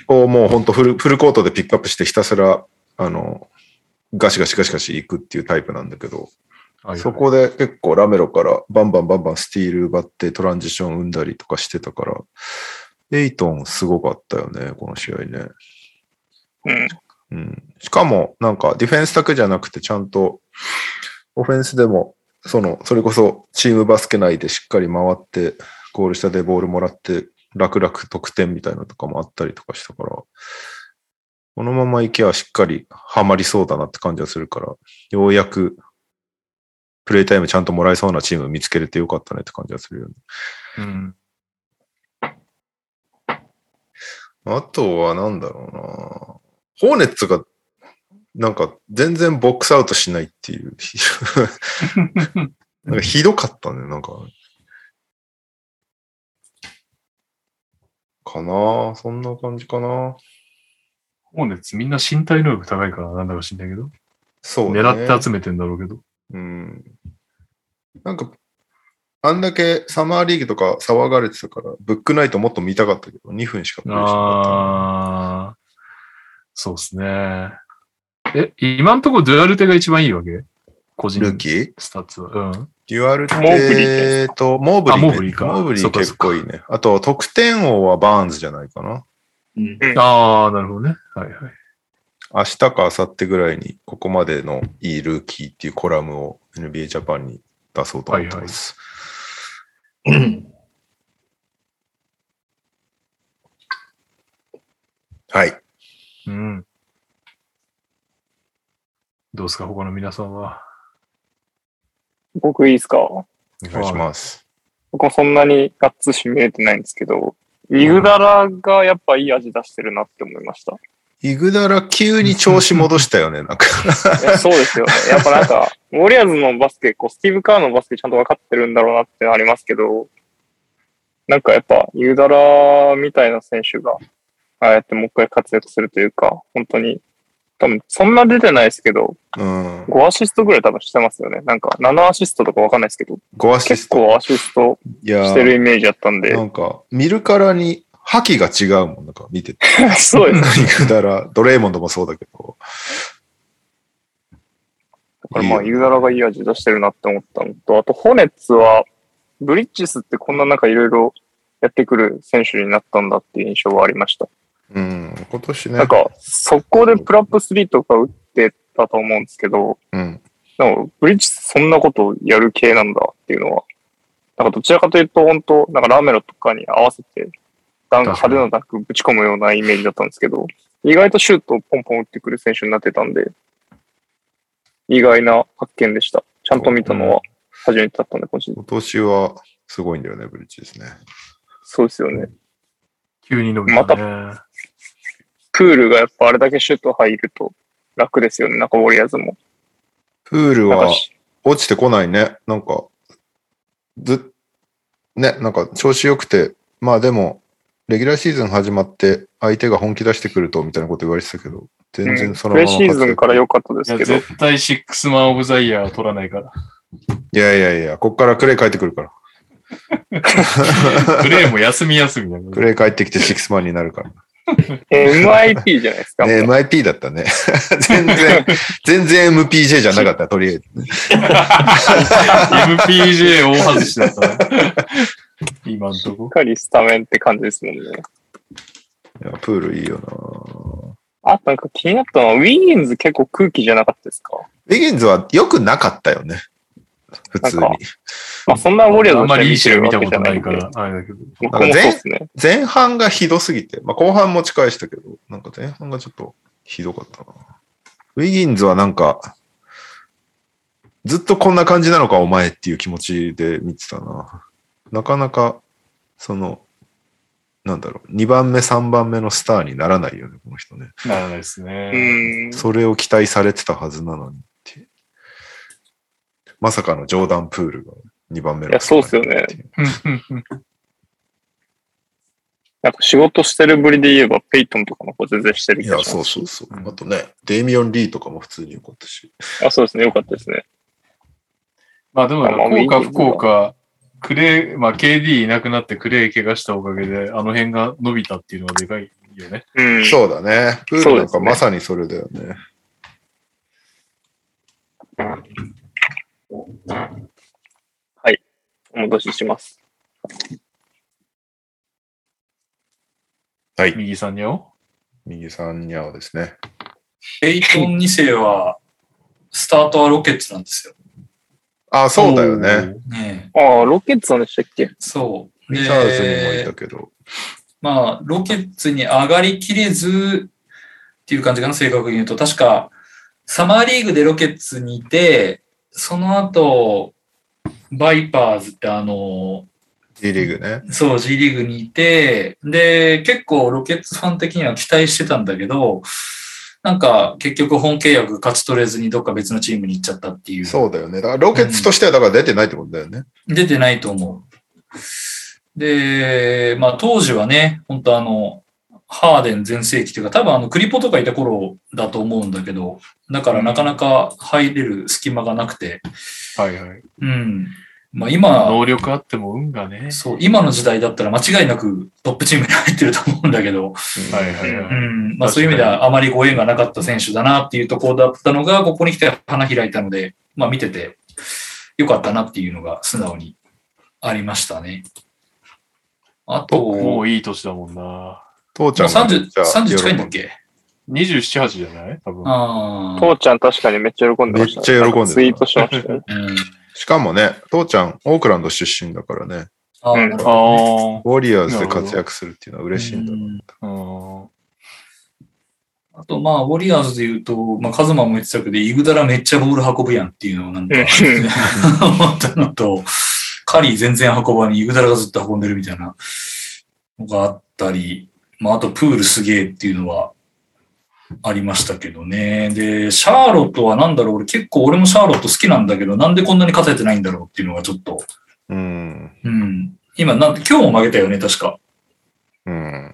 Speaker 4: をもう本当フルフルコートでピックアップしてひたすら、あの、ガシガシガシガシ行くっていうタイプなんだけど、
Speaker 2: はい
Speaker 4: そこで結構ラメロからバンバンバンバンスティール奪ってトランジション生んだりとかしてたから、エイトンすごかったよね、この試合ね。
Speaker 5: うん。
Speaker 4: うん。しかも、なんかディフェンスだけじゃなくてちゃんとオフェンスでも、その、それこそチームバスケ内でしっかり回って、ゴール下でボールもらって、楽々得点みたいなのとかもあったりとかしたから、このままいけばしっかりハマりそうだなって感じはするから、ようやくプレイタイムちゃんともらえそうなチーム見つけれてよかったねって感じはするよね。
Speaker 2: うん。
Speaker 4: あとはなんだろうな。ホーネッツがなんか全然ボックスアウトしないって いう。なんかひどかったね、なんか。かなあそんな感じかな
Speaker 2: ホーネッツみんな身体能力高いからなんだか知んないけど。
Speaker 4: そう、ね。
Speaker 2: 狙って集めてんだろうけど。
Speaker 4: うんなんか、あんだけサマーリーグとか騒がれてたから、ブックナイトもっと見たかったけど、2分しかプレイしなかったな。
Speaker 2: ああ、そうですね。え、今んところドゥアルテが一番いいわけ個人
Speaker 4: ルーキー
Speaker 2: スタッツは。うん。
Speaker 4: デュアルテ
Speaker 5: モーブリー
Speaker 4: ーと、モーブリー、
Speaker 2: あモーブリーか
Speaker 4: モーブリ
Speaker 2: そ
Speaker 4: ー
Speaker 2: っかそ
Speaker 4: 結
Speaker 2: っか
Speaker 4: 構いいね。あと、得点王はバーンズじゃないかな。
Speaker 1: うん
Speaker 2: ああ、なるほどね。はいはい。
Speaker 4: 明日か明後日ぐらいに、ここまでのいいルーキーっていうコラムを NBA ジャパンに出そうと思ってます。はい。
Speaker 2: うん。どうですか、他の皆さんは。
Speaker 5: 僕いいですか
Speaker 4: お願いします。
Speaker 5: 僕もそんなにガッツし見れてないんですけど、イグダラがやっぱいい味出してるなって思いました。
Speaker 4: イグダラ急に調子戻したよね、 なんか。
Speaker 5: いやそうですよね。やっぱなんか、ウォリアーズのバスケ、こう、スティーブ・カーのバスケちゃんと分かってるんだろうなってのありますけど、なんかやっぱ、ユーダラみたいな選手が、ああやってもう一回活躍するというか、本当に、多分そんな出てないですけど、
Speaker 4: うん。
Speaker 5: 5アシストぐらい多分してますよね。なんか7アシストとか分かんないですけど、
Speaker 4: 5アシ
Speaker 5: 結
Speaker 4: スト。
Speaker 5: 構アシスト
Speaker 4: いやー
Speaker 5: してるイメージだったんで
Speaker 4: な、んか、見るからに覇気が違うもん、なんか見てて。
Speaker 5: そうですね。
Speaker 4: イグダラ、ドレーモンドもそうだけど。
Speaker 5: だからまあ、ユーザラがいい味出してるなって思ったのと、あと、ホネッツは、ブリッジスってこんななんかいろいろやってくる選手になったんだっていう印象はありました。
Speaker 4: うん、今年ね。
Speaker 5: なんか、速攻でプラップ3とか打ってたと思うんですけど、
Speaker 4: うん。
Speaker 5: でも、ブリッジスそんなことやる系なんだっていうのは、なんかどちらかというと、本当なんかラメロとかに合わせて、ダンク
Speaker 2: 確か
Speaker 5: 派
Speaker 2: に
Speaker 5: 手なダンクぶち込むようなイメージだったんですけど、意外とシュートをポンポン打ってくる選手になってたんで、意外な発見でした。ちゃんと見たのは初めてだったんで、今年。
Speaker 4: 今年はすごいんだよね、ブリッジですね。
Speaker 5: そうですよね。
Speaker 2: 急に伸びたね。
Speaker 5: プールがやっぱあれだけシュート入ると楽ですよね、なんかウォリアーズも。
Speaker 4: プール
Speaker 5: なんか
Speaker 4: は落ちてこないね。なんか、ず、ね、なんか調子良くて、まあでも、レギュラーシーズン始まって、相手が本気出してくると、みたいなこと言われてたけど、全然その
Speaker 5: プ
Speaker 4: まま
Speaker 5: レシ
Speaker 4: 活躍、
Speaker 5: ーズンから良かったで
Speaker 2: いや、
Speaker 5: すけど、
Speaker 2: 絶対シックスマンオブザイヤーは取らないから。
Speaker 4: いやいやいや、こっからクレイ帰ってくるから。
Speaker 2: プレイも休み休みだか
Speaker 4: ク
Speaker 2: ら。
Speaker 4: レイ帰ってきてシックスマンになるから。
Speaker 5: MIP じゃないですか。
Speaker 4: ね、MIP だったね。 全然、全然 MPJ じゃなかった、とりあえず。
Speaker 2: MPJ 大外しだから。今んとこ
Speaker 5: しっ。かりスタメンって感じですもんね。
Speaker 4: いやプールいいよな
Speaker 5: あとなんか気になったのは、ウィギンズ結構空気じゃなかったですか
Speaker 4: ウィギンズは良くなかったよね。普通に
Speaker 5: なん。まあそんなウォリアーズ
Speaker 2: あんまりいい
Speaker 5: 試
Speaker 2: 試
Speaker 5: 合
Speaker 2: 合
Speaker 5: 見
Speaker 2: 見た
Speaker 5: てるわ
Speaker 2: こ
Speaker 5: けじ
Speaker 2: と
Speaker 5: ゃな
Speaker 2: ないい
Speaker 5: んで
Speaker 2: から、あれだけど。
Speaker 5: 僕もそうですね。
Speaker 4: 前半がひどすぎて、まあ、後半も近いしたけど、なんか前半がちょっとひどかったな。ウィギンズはなんか、ずっとこんな感じなのか、お前っていう気持ちで見てたな。なかなか、その、なんだろう、2番目、3番目のスターにならないよね、この人ね。
Speaker 2: ならないですね。
Speaker 5: うーん。
Speaker 4: それを期待されてたはずなのにって。まさかのジョーダン・プールが2番目のスターになるっていう。
Speaker 5: なんか仕事してるぶりで言えば、ペイトンとかの方全然してる
Speaker 4: い
Speaker 5: 気が
Speaker 4: や、
Speaker 5: しま
Speaker 4: そうそうそう。あとね、デイミオン・リーとかも普通に良かったし。
Speaker 5: す。あ、そうですね。よかったですね。
Speaker 2: まあでもなんか、
Speaker 5: あまあ
Speaker 2: 効
Speaker 5: ウィ
Speaker 2: 果
Speaker 5: ング
Speaker 2: 不効果、クレイ、まあ KD いなくなってクレイ怪我したおかげで、あの辺が伸びたっていうのはでかいよね。
Speaker 5: うん。
Speaker 4: そうだね。プールなん
Speaker 5: そ
Speaker 4: か
Speaker 5: うですね
Speaker 4: まさにそれだよね。
Speaker 5: お戻しします。
Speaker 2: 右さんによ。
Speaker 4: 右さんに合うですね。
Speaker 3: ペイトン2世は、スタートはロケッツなんですよ。
Speaker 4: あ、そうだよね。
Speaker 3: ねえ
Speaker 5: ああ、ロケッツなんでしたっけ
Speaker 3: そう。
Speaker 4: リチャーズにもいたけど。
Speaker 3: まあ、ロケッツに上がりきれずっていう感じかな、正確に言うと。確か、サマーリーグでロケッツにいて、その後、バイパーズってあの、
Speaker 4: D リーグね。
Speaker 3: そう、G リーグにいて、で、結構ロケッツファン的には期待してたんだけど、なんか結局本契約勝ち取れずにどっか別のチームに行っちゃったっていう。
Speaker 4: そうだよね。だからロケッツとしてはだから出てないってことだよね。
Speaker 3: 出てないと思う。で、まあ当時はね、本当あの、ハーデン全盛期というか、多分あの、クリポとかいた頃だと思うんだけど、だからなかなか入れる隙間がなくて、
Speaker 2: はいはい。
Speaker 3: うん。まあ今、
Speaker 2: 能力あっても運がね。
Speaker 3: そう、今の時代だったら間違いなくトップチームに入ってると思うんだけど、
Speaker 2: はいはいは
Speaker 3: う
Speaker 2: い。
Speaker 3: ん。まあそういう意味ではあまりご縁がなかった選手だなっていうところだったのが、ここに来て花開いたので、まあ見てて、良かったなっていうのが素直にありましたね。あ
Speaker 2: も
Speaker 3: と、
Speaker 2: ういい年だもんな。
Speaker 4: 父ちゃんがめっ
Speaker 3: 30
Speaker 4: ちゃ
Speaker 3: 30近いんだっ
Speaker 4: 喜
Speaker 3: け
Speaker 2: 27、8じゃない多分。
Speaker 3: ああ、
Speaker 5: 父ちゃん確かにめっちゃ喜んでました、
Speaker 4: めっちゃ喜んでた
Speaker 5: なんかツイートし ましたね。
Speaker 3: うん。
Speaker 4: ぶしかもね、父ちゃん、オークランド出身だからね、
Speaker 3: あー
Speaker 5: うん
Speaker 3: なるほど
Speaker 2: あ
Speaker 3: ね
Speaker 4: ウォリアーズで活躍するっていうのは嬉しいんだろう
Speaker 3: う
Speaker 2: あ。
Speaker 3: ん
Speaker 2: うん。
Speaker 3: あと、まあ、ウォリアーズで言うと、まあ、カズマも言ってたけど、イグダラめっちゃボール運ぶやんっていうのをなんか
Speaker 5: う、
Speaker 3: 思ったのと、カリー全然運ばに、イグダラがずっと運んでるみたいなのがあったり、まあ、あと、プールすげえっていうのはありましたけどね。で、シャーロットはなんだろう、俺結構俺もシャーロット好きなんだけど、なんでこんなに勝ててないんだろうっていうのがちょっと、
Speaker 4: うん。
Speaker 3: うん。今、なん今日も負けたよね、確か。
Speaker 4: うん。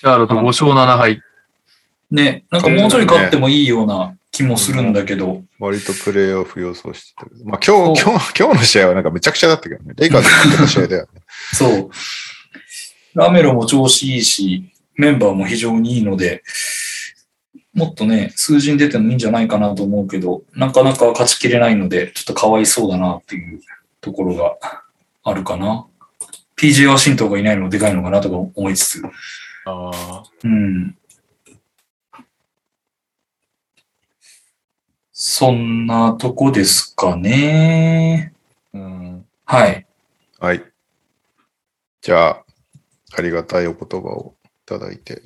Speaker 2: シャーロット5勝7敗。
Speaker 3: ね、なんかもうちょい勝ってもいいような気もするんだけど、
Speaker 4: 割とプレーオフ予想してたけど。まあ今日、今日、今日の試合はなんかめちゃくちゃだったけどね。レイカーズ勝ってた試合だよね。
Speaker 3: そう。ラメロも調子いいし、メンバーも非常にいいので、もっとね、数字に出てもいいんじゃないかなと思うけど、なかなか勝ちきれないので、ちょっとかわいそうだなっていうところがあるかな。PJ ワシントンがいないのもでかいのかなとか思いつつ。
Speaker 2: ああ。
Speaker 3: うん。そんなとこですかね。
Speaker 2: うん。
Speaker 3: はい。
Speaker 4: はい。じゃあ、ありがたいお言葉をいただいて。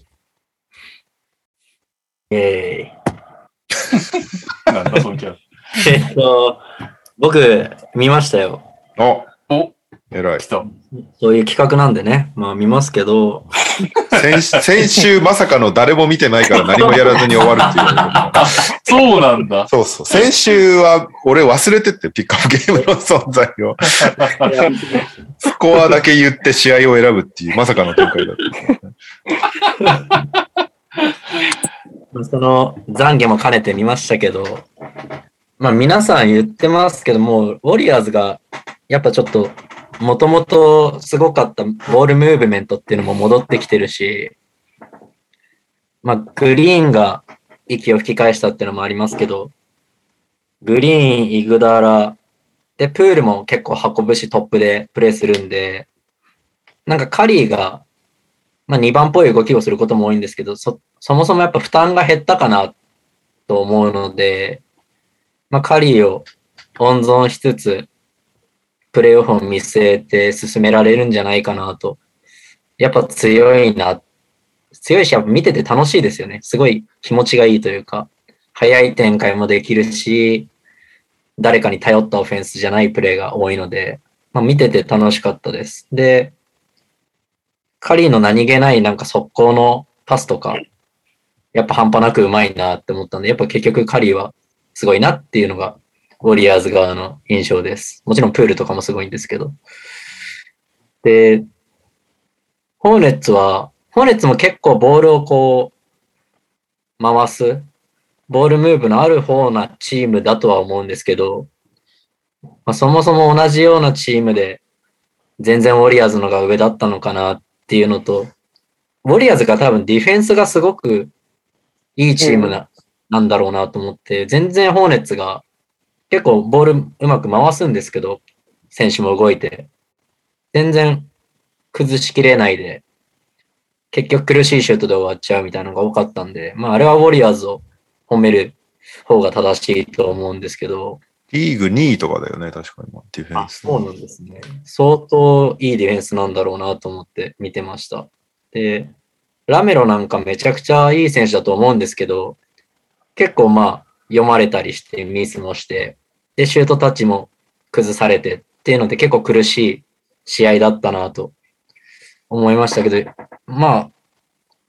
Speaker 1: えー
Speaker 2: なんだ、そのキャラ。
Speaker 1: えっと、僕、見ましたよ。
Speaker 4: お
Speaker 2: お
Speaker 4: 偉い
Speaker 2: 来。た。
Speaker 1: そういう企画なんでね。まあ見ますけど、
Speaker 4: 先先週まさかの誰も見てないから何もやらずに終わるっていう。
Speaker 2: そうなんだ。
Speaker 4: そうそう。先週は俺忘れてて、ピックアップゲームの存在を。スコアだけ言って試合を選ぶっていう、まさかの展開だった。
Speaker 1: その懺悔も兼ねて見ましたけど、まあ皆さん言ってますけども、ウォリアーズがやっぱちょっと、もともとすごかったボールムーブメントっていうのも戻ってきてるし、まあグリーンが息を吹き返したっていうのもありますけど、グリーン、イグダラ、で、プールも結構運ぶしトップでプレーするんで、なんかカリーがまあ、2番っぽい動きをすることも多いんですけど、そ、そもそもやっぱ負担が減ったかなと思うので、まあ、カリーを温存しつつ、プレーオフを見据えて進められるんじゃないかなと。やっぱ強いな。強いし、やっぱ見てて楽しいですよね。すごい気持ちがいいというか、早い展開もできるし、誰かに頼ったオフェンスじゃないプレーが多いので、まあ、見てて楽しかったです。で、カリーの何気ないなんか速攻のパスとか、やっぱ半端なくうまいなって思ったんで、やっぱ結局カリーはすごいなっていうのが、ウォリアーズ側の印象です。もちろんプールとかもすごいんですけど。で、ホーネッツは、ホーネッツも結構ボールをこう、回す、ボールムーブのある方なチームだとは思うんですけど、まあ、そもそも同じようなチームで、全然ウォリアーズのが上だったのかなっていうのと、ウォリアーズが多分ディフェンスがすごくいいチームな,、なんだろうなと思って、全然ホーネッツが結構ボールうまく回すんですけど、選手も動いて、全然崩しきれないで、結局苦しいシュートで終わっちゃうみたいなのが多かったんで、まああれはウォリアーズを褒める方が正しいと思うんですけど、
Speaker 4: リーグ2位とかだよね、確かに。ディフェンス。
Speaker 1: そうなんですね。相当いいディフェンスなんだろうなと思って見てました。で、ラメロなんかめちゃくちゃいい選手だと思うんですけど、結構まあ読まれたりしてミスもして、で、シュートタッチも崩されてっていうので結構苦しい試合だったなと思いましたけど、まあ、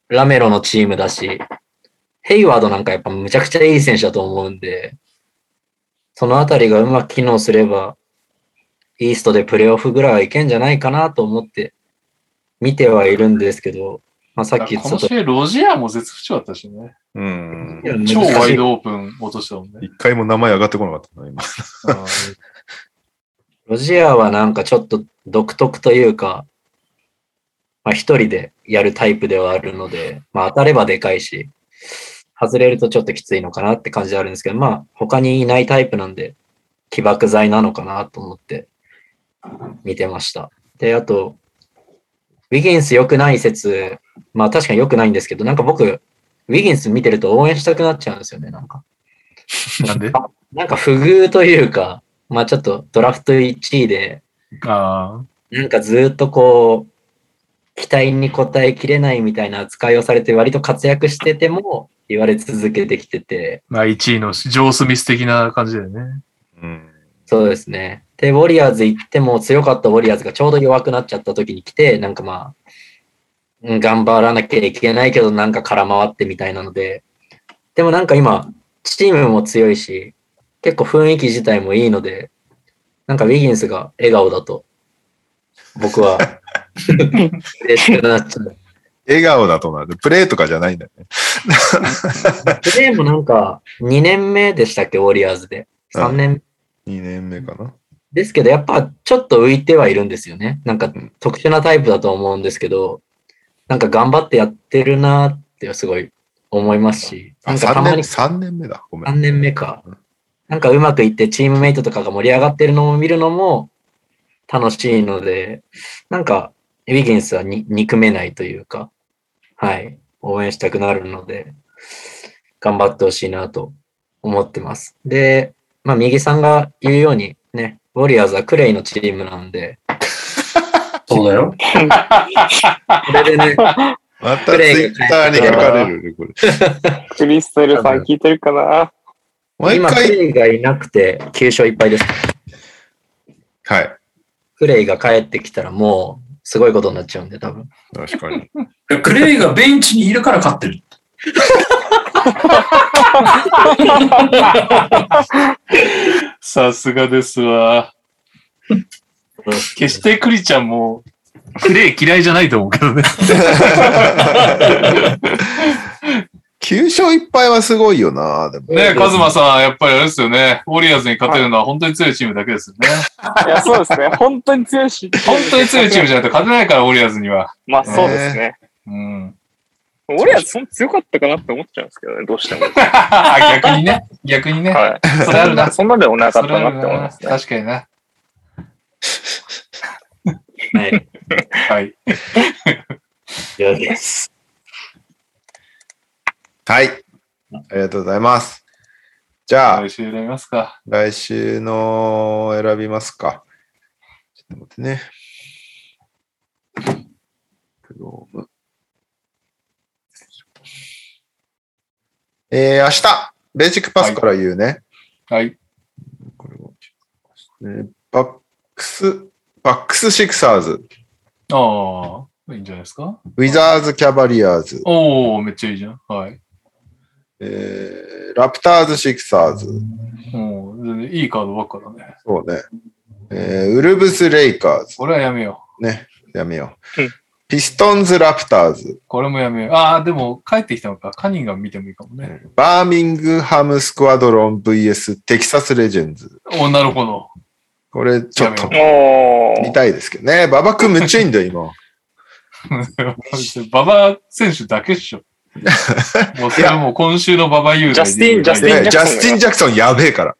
Speaker 1: ラメロのチームだし、ヘイワードなんかやっぱむちゃくちゃいい選手だと思うんで、そのあたりがうまく機能すれば、イーストでプレーオフぐらいはいけんじゃないかなと思って見てはいるんですけど、まあ、さっき
Speaker 2: こ
Speaker 1: ちょ
Speaker 2: の
Speaker 1: っと
Speaker 2: 試合、ロジアーも絶不調だったしね。
Speaker 4: うん。
Speaker 2: 超ワイ
Speaker 1: ド
Speaker 2: ドオープン落としたもんね。
Speaker 4: 一回も名前上がってこなかったな、今。
Speaker 2: あ
Speaker 1: ロジアはなんかちょっと独特というか、まあ一人でやるタイプではあるので、まあ当たればでかいし、外れるとちょっときついのかなって感じではあるんですけど、まあ他にいないタイプなんで、起爆剤なのかなと思って見てました。で、あと、ウィギンス良くない説、まあ確かに良くないんですけど、なんか僕、ウィギンス見てると応援したくなっちゃうんですよね、なんか。
Speaker 2: なんで
Speaker 1: なんか不遇というか、まあちょっとドラフト1位で、
Speaker 2: あ
Speaker 1: なんかずっとこう、期待に応えきれないみたいな扱いをされて、割と活躍してても言われ続けてきてて、
Speaker 2: まあ1位のジョー・スミス的な感じだよね。
Speaker 4: うん。
Speaker 1: そうですね。で、ウォリアーズ行っても強かったウォリアーズがちょうど弱くなっちゃった時に来て、なんかまあ、うん頑張らなきゃいけないけど、なんか空回ってみたいなので、でもなんか今、チームも強いし、結構雰囲気自体もいいので、なんかウィギンスが笑顔だと、僕は、嬉しくなっちゃう。
Speaker 4: 笑顔だとなる。プレーとかじゃないんだよね。
Speaker 1: プレーもなんか、2年目でしたっけ、ウォリアーズで。3年目。
Speaker 4: 2年目かな。
Speaker 1: ですけど、やっぱちょっと浮いてはいるんですよね。なんか特殊なタイプだと思うんですけど、なんか頑張ってやってるなーってすごい思いますし、
Speaker 4: あ
Speaker 1: なんかたま
Speaker 4: 3
Speaker 1: に
Speaker 4: 年、三年目だ。ごめ
Speaker 1: 3
Speaker 4: ん。
Speaker 1: 年目か。なんかうまくいってチームメイトとかが盛り上がってるのを見るのも楽しいので、なんかウィギンスはに憎めないというか、はい、応援したくなるので、頑張ってほしいなと思ってます。で、まあ右さんが言うようにね、ウォリアーズはクレイのチームなんで、
Speaker 3: そうだ よ。
Speaker 1: これでね、
Speaker 4: またツイッターに書かれるね、これ。
Speaker 5: クリステルさん聞いてるかな
Speaker 4: 毎
Speaker 1: 今ク
Speaker 4: 回、
Speaker 1: レイがいなくて9勝1敗です。
Speaker 4: はい。
Speaker 1: クレイが帰ってきたらもうすごいことになっちゃうんで、多分。
Speaker 4: 確かに。
Speaker 3: クレイがベンチにいるから勝ってる。
Speaker 2: さすがですわ。決してクリちゃんも、プレイ嫌いじゃないと思うけどね。
Speaker 4: 9勝1敗はすごいよな、でも。
Speaker 2: ねカズマさん、やっぱりあれですよね。ウォリアーズに勝てるのは本当に強いチームだけですよね。
Speaker 5: いや、そうですね。本当に強いし。
Speaker 2: 本当に強いチームじゃないと勝てないから、ウォリアーズには。
Speaker 5: まあ、そうですね。
Speaker 2: うん。
Speaker 5: 俺らそんな強かったかなって思っちゃうんですけどね、どうしても。
Speaker 2: 逆にね。逆にね。
Speaker 5: はい。
Speaker 2: それあるな。
Speaker 5: そんなでもなか
Speaker 2: そ
Speaker 5: っ
Speaker 2: れあ
Speaker 5: たな
Speaker 2: る
Speaker 5: って思いま
Speaker 2: な。
Speaker 5: すね。
Speaker 2: 確かにな。
Speaker 1: はい。
Speaker 2: はい。
Speaker 1: 以上です。
Speaker 4: はい。ありがとうございます。じゃあ、
Speaker 2: 来週選びますか。
Speaker 4: 来週の選びますか。ちょっと待ってね。クローム。えー、明日、ベーシックパスから言うね。
Speaker 2: はい。
Speaker 4: これをえーバックス、バックスシクサーズ、
Speaker 2: ああ、いいんじゃないですか。
Speaker 4: ウィザーズ・キャバリアーズ、
Speaker 2: おおめっちゃいいじゃん。はい。
Speaker 4: えー、ラプターズ・シクサーズ、
Speaker 2: もう、全然いいカードばっかだね。
Speaker 4: そうね、えー、ウルブス・レイカーズ、
Speaker 2: これはやめよ
Speaker 4: ね、やめよ
Speaker 5: う。
Speaker 4: うんピストンズ・ラプターズ
Speaker 2: う。、これもやめよう。ああ、でも帰ってきたのか。カニンガン見てもいいかもね。
Speaker 4: バーミングハムスクワドロン VS テキサスレジェンズ。
Speaker 2: おなるほど。
Speaker 4: これちょっと
Speaker 5: お
Speaker 4: 見
Speaker 5: ー。
Speaker 4: たいですけどね。馬場君むっちゃいいんだよ、今。
Speaker 2: 馬場選手だけっ しょ。もうそれはもう今週の馬場優
Speaker 5: ジャスティンジャスティン
Speaker 4: ねジャスティン・ジャクソンやべえから。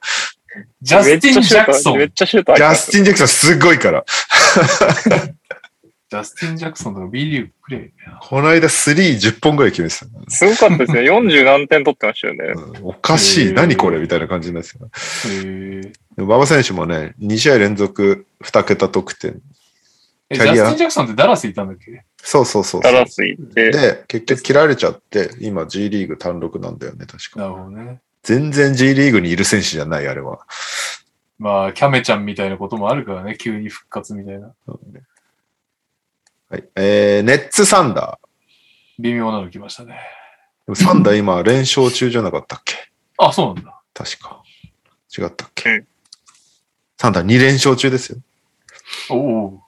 Speaker 2: ジャスティン・ジャクソン。
Speaker 5: めっ
Speaker 2: ジ
Speaker 5: ちゃシュート
Speaker 4: ジ
Speaker 5: 入
Speaker 4: ャ
Speaker 5: っ
Speaker 4: スティン・ジャクソンすっごいから。
Speaker 2: ャスティン・ジャクソンとか B リーグプレイ。
Speaker 4: この間310本ぐらい決めてた。
Speaker 5: すごかったですね。40何点取ってましたよね。
Speaker 4: うんおかし
Speaker 2: へ
Speaker 4: い。
Speaker 2: ー
Speaker 4: 何これみたいな感じなんですよ。
Speaker 2: へー
Speaker 4: でも馬場選手もね、2試合連続2桁得点。
Speaker 2: え
Speaker 4: キ
Speaker 2: ジ
Speaker 4: ャリア
Speaker 2: ャスティン・ジャクソンってダラスいたんだっけ
Speaker 4: そうそうそう
Speaker 5: ダ
Speaker 4: そう
Speaker 5: ラ。ス行って。
Speaker 4: で、結局切られちゃって、今 G リーグ単独なんだよね、確
Speaker 2: な
Speaker 4: か。
Speaker 2: るほどね。
Speaker 4: 全然 G リーグにいる選手じゃない、あれは。
Speaker 2: まあ、キャメちゃんみたいなこともあるからね。急に復活みたいな。
Speaker 4: はい。えー、ネッツ・サンダー。
Speaker 2: 微妙なの来ましたね。
Speaker 4: でもサンダー今連勝中じゃなかったっけ
Speaker 2: あ、そうなんだ。
Speaker 4: 確か。違ったっ
Speaker 5: う
Speaker 4: け
Speaker 5: ん
Speaker 4: サンダー2連勝中ですよ。
Speaker 2: おお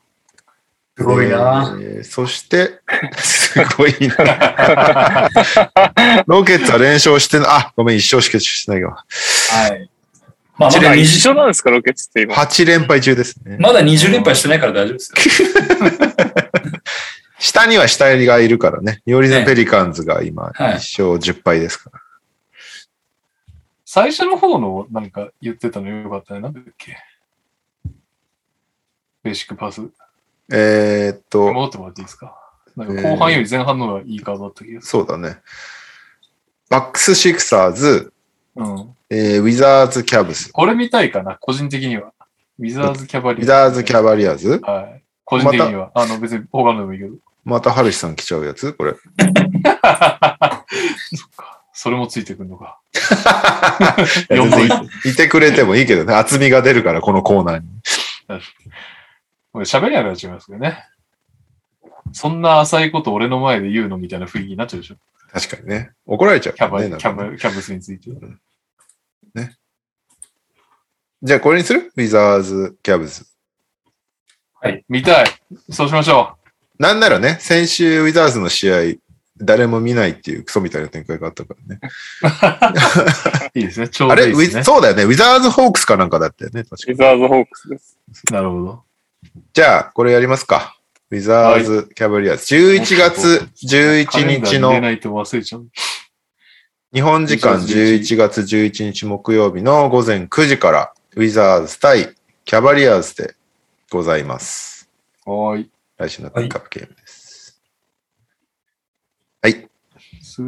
Speaker 3: すごいな。
Speaker 4: えーそして、 すごいな。 ロケッツは連勝してな、あ、ごめん、一勝しかしてないわ。
Speaker 3: はい。まあ、ま
Speaker 5: 一
Speaker 3: だ
Speaker 5: 連一
Speaker 3: 20、
Speaker 5: 緒なんですか、ロケッツって今。
Speaker 4: 8連敗中ですね。
Speaker 3: まだ20連敗してないから大丈夫ですよ。
Speaker 4: 下には下がいるからね。ニオリズムペリカンズが今、1
Speaker 3: はい
Speaker 4: 勝10敗ですから。
Speaker 2: 最初の方のなんか言ってたのよかったね。なんだっけ。ベーシックパス。
Speaker 4: えーっと、
Speaker 2: 戻ってもらっていいですか。なんか後半より前半の方がいいカードだった気がす
Speaker 4: そうだね。バックスシクサーズ、
Speaker 2: る。うん。
Speaker 4: えーウィザーズキャブス、
Speaker 2: これ見たいかな、個人的には。ウィザーズキャバリ
Speaker 4: ウ
Speaker 2: ア
Speaker 4: ィザーズキャバリアーズ、
Speaker 2: はい。個人的には。あの、別に他のでもいいけど。
Speaker 4: またハルシさん来ちゃうやつこれ。
Speaker 2: そっか。それもついてくるのか。
Speaker 4: いや
Speaker 2: 4
Speaker 4: 全然
Speaker 2: 枚。
Speaker 4: いいてくれてもいいけどね。厚みが出るから、このコーナーに。
Speaker 2: これ喋りながら違いますけどね。そんな浅いこと俺の前で言うのみたいな雰囲気になっちゃうでしょ。
Speaker 4: 確かにね。怒られちゃう
Speaker 2: キ
Speaker 4: か
Speaker 2: ャ
Speaker 4: ら
Speaker 2: バ、
Speaker 4: ね。
Speaker 2: キ
Speaker 4: なんか
Speaker 2: ャ
Speaker 4: ね
Speaker 2: バ、キャブスについて。
Speaker 4: じゃあ、これにするウィザーズキャブス。
Speaker 2: 見たい。そうしましょ
Speaker 4: なんならね、先週ウィザーズの試合、誰も見ないっていうクソみたいな展開があったからね。
Speaker 2: う。いいですね。ちょう
Speaker 4: あ
Speaker 2: ど
Speaker 4: れ
Speaker 2: いい
Speaker 4: ウ
Speaker 2: です
Speaker 4: ィ
Speaker 2: ね。
Speaker 4: そうだよね。ウィザーズホークスかなんかだったよね。確
Speaker 5: ウ
Speaker 4: か
Speaker 5: ィザーズホークスです。
Speaker 2: なるほど。
Speaker 4: じゃあ、これやりますか。ウィザーズキャバリアーズ。11月11日
Speaker 2: カレンダーに入れ
Speaker 4: の、
Speaker 2: ないと忘れちゃう。
Speaker 4: 日本時間11月11日木曜日の午前9時から、ウィザーズ対キャバリアーズでございます。
Speaker 2: はーい。
Speaker 4: 来週のピックアップゲームです。はい。
Speaker 2: す。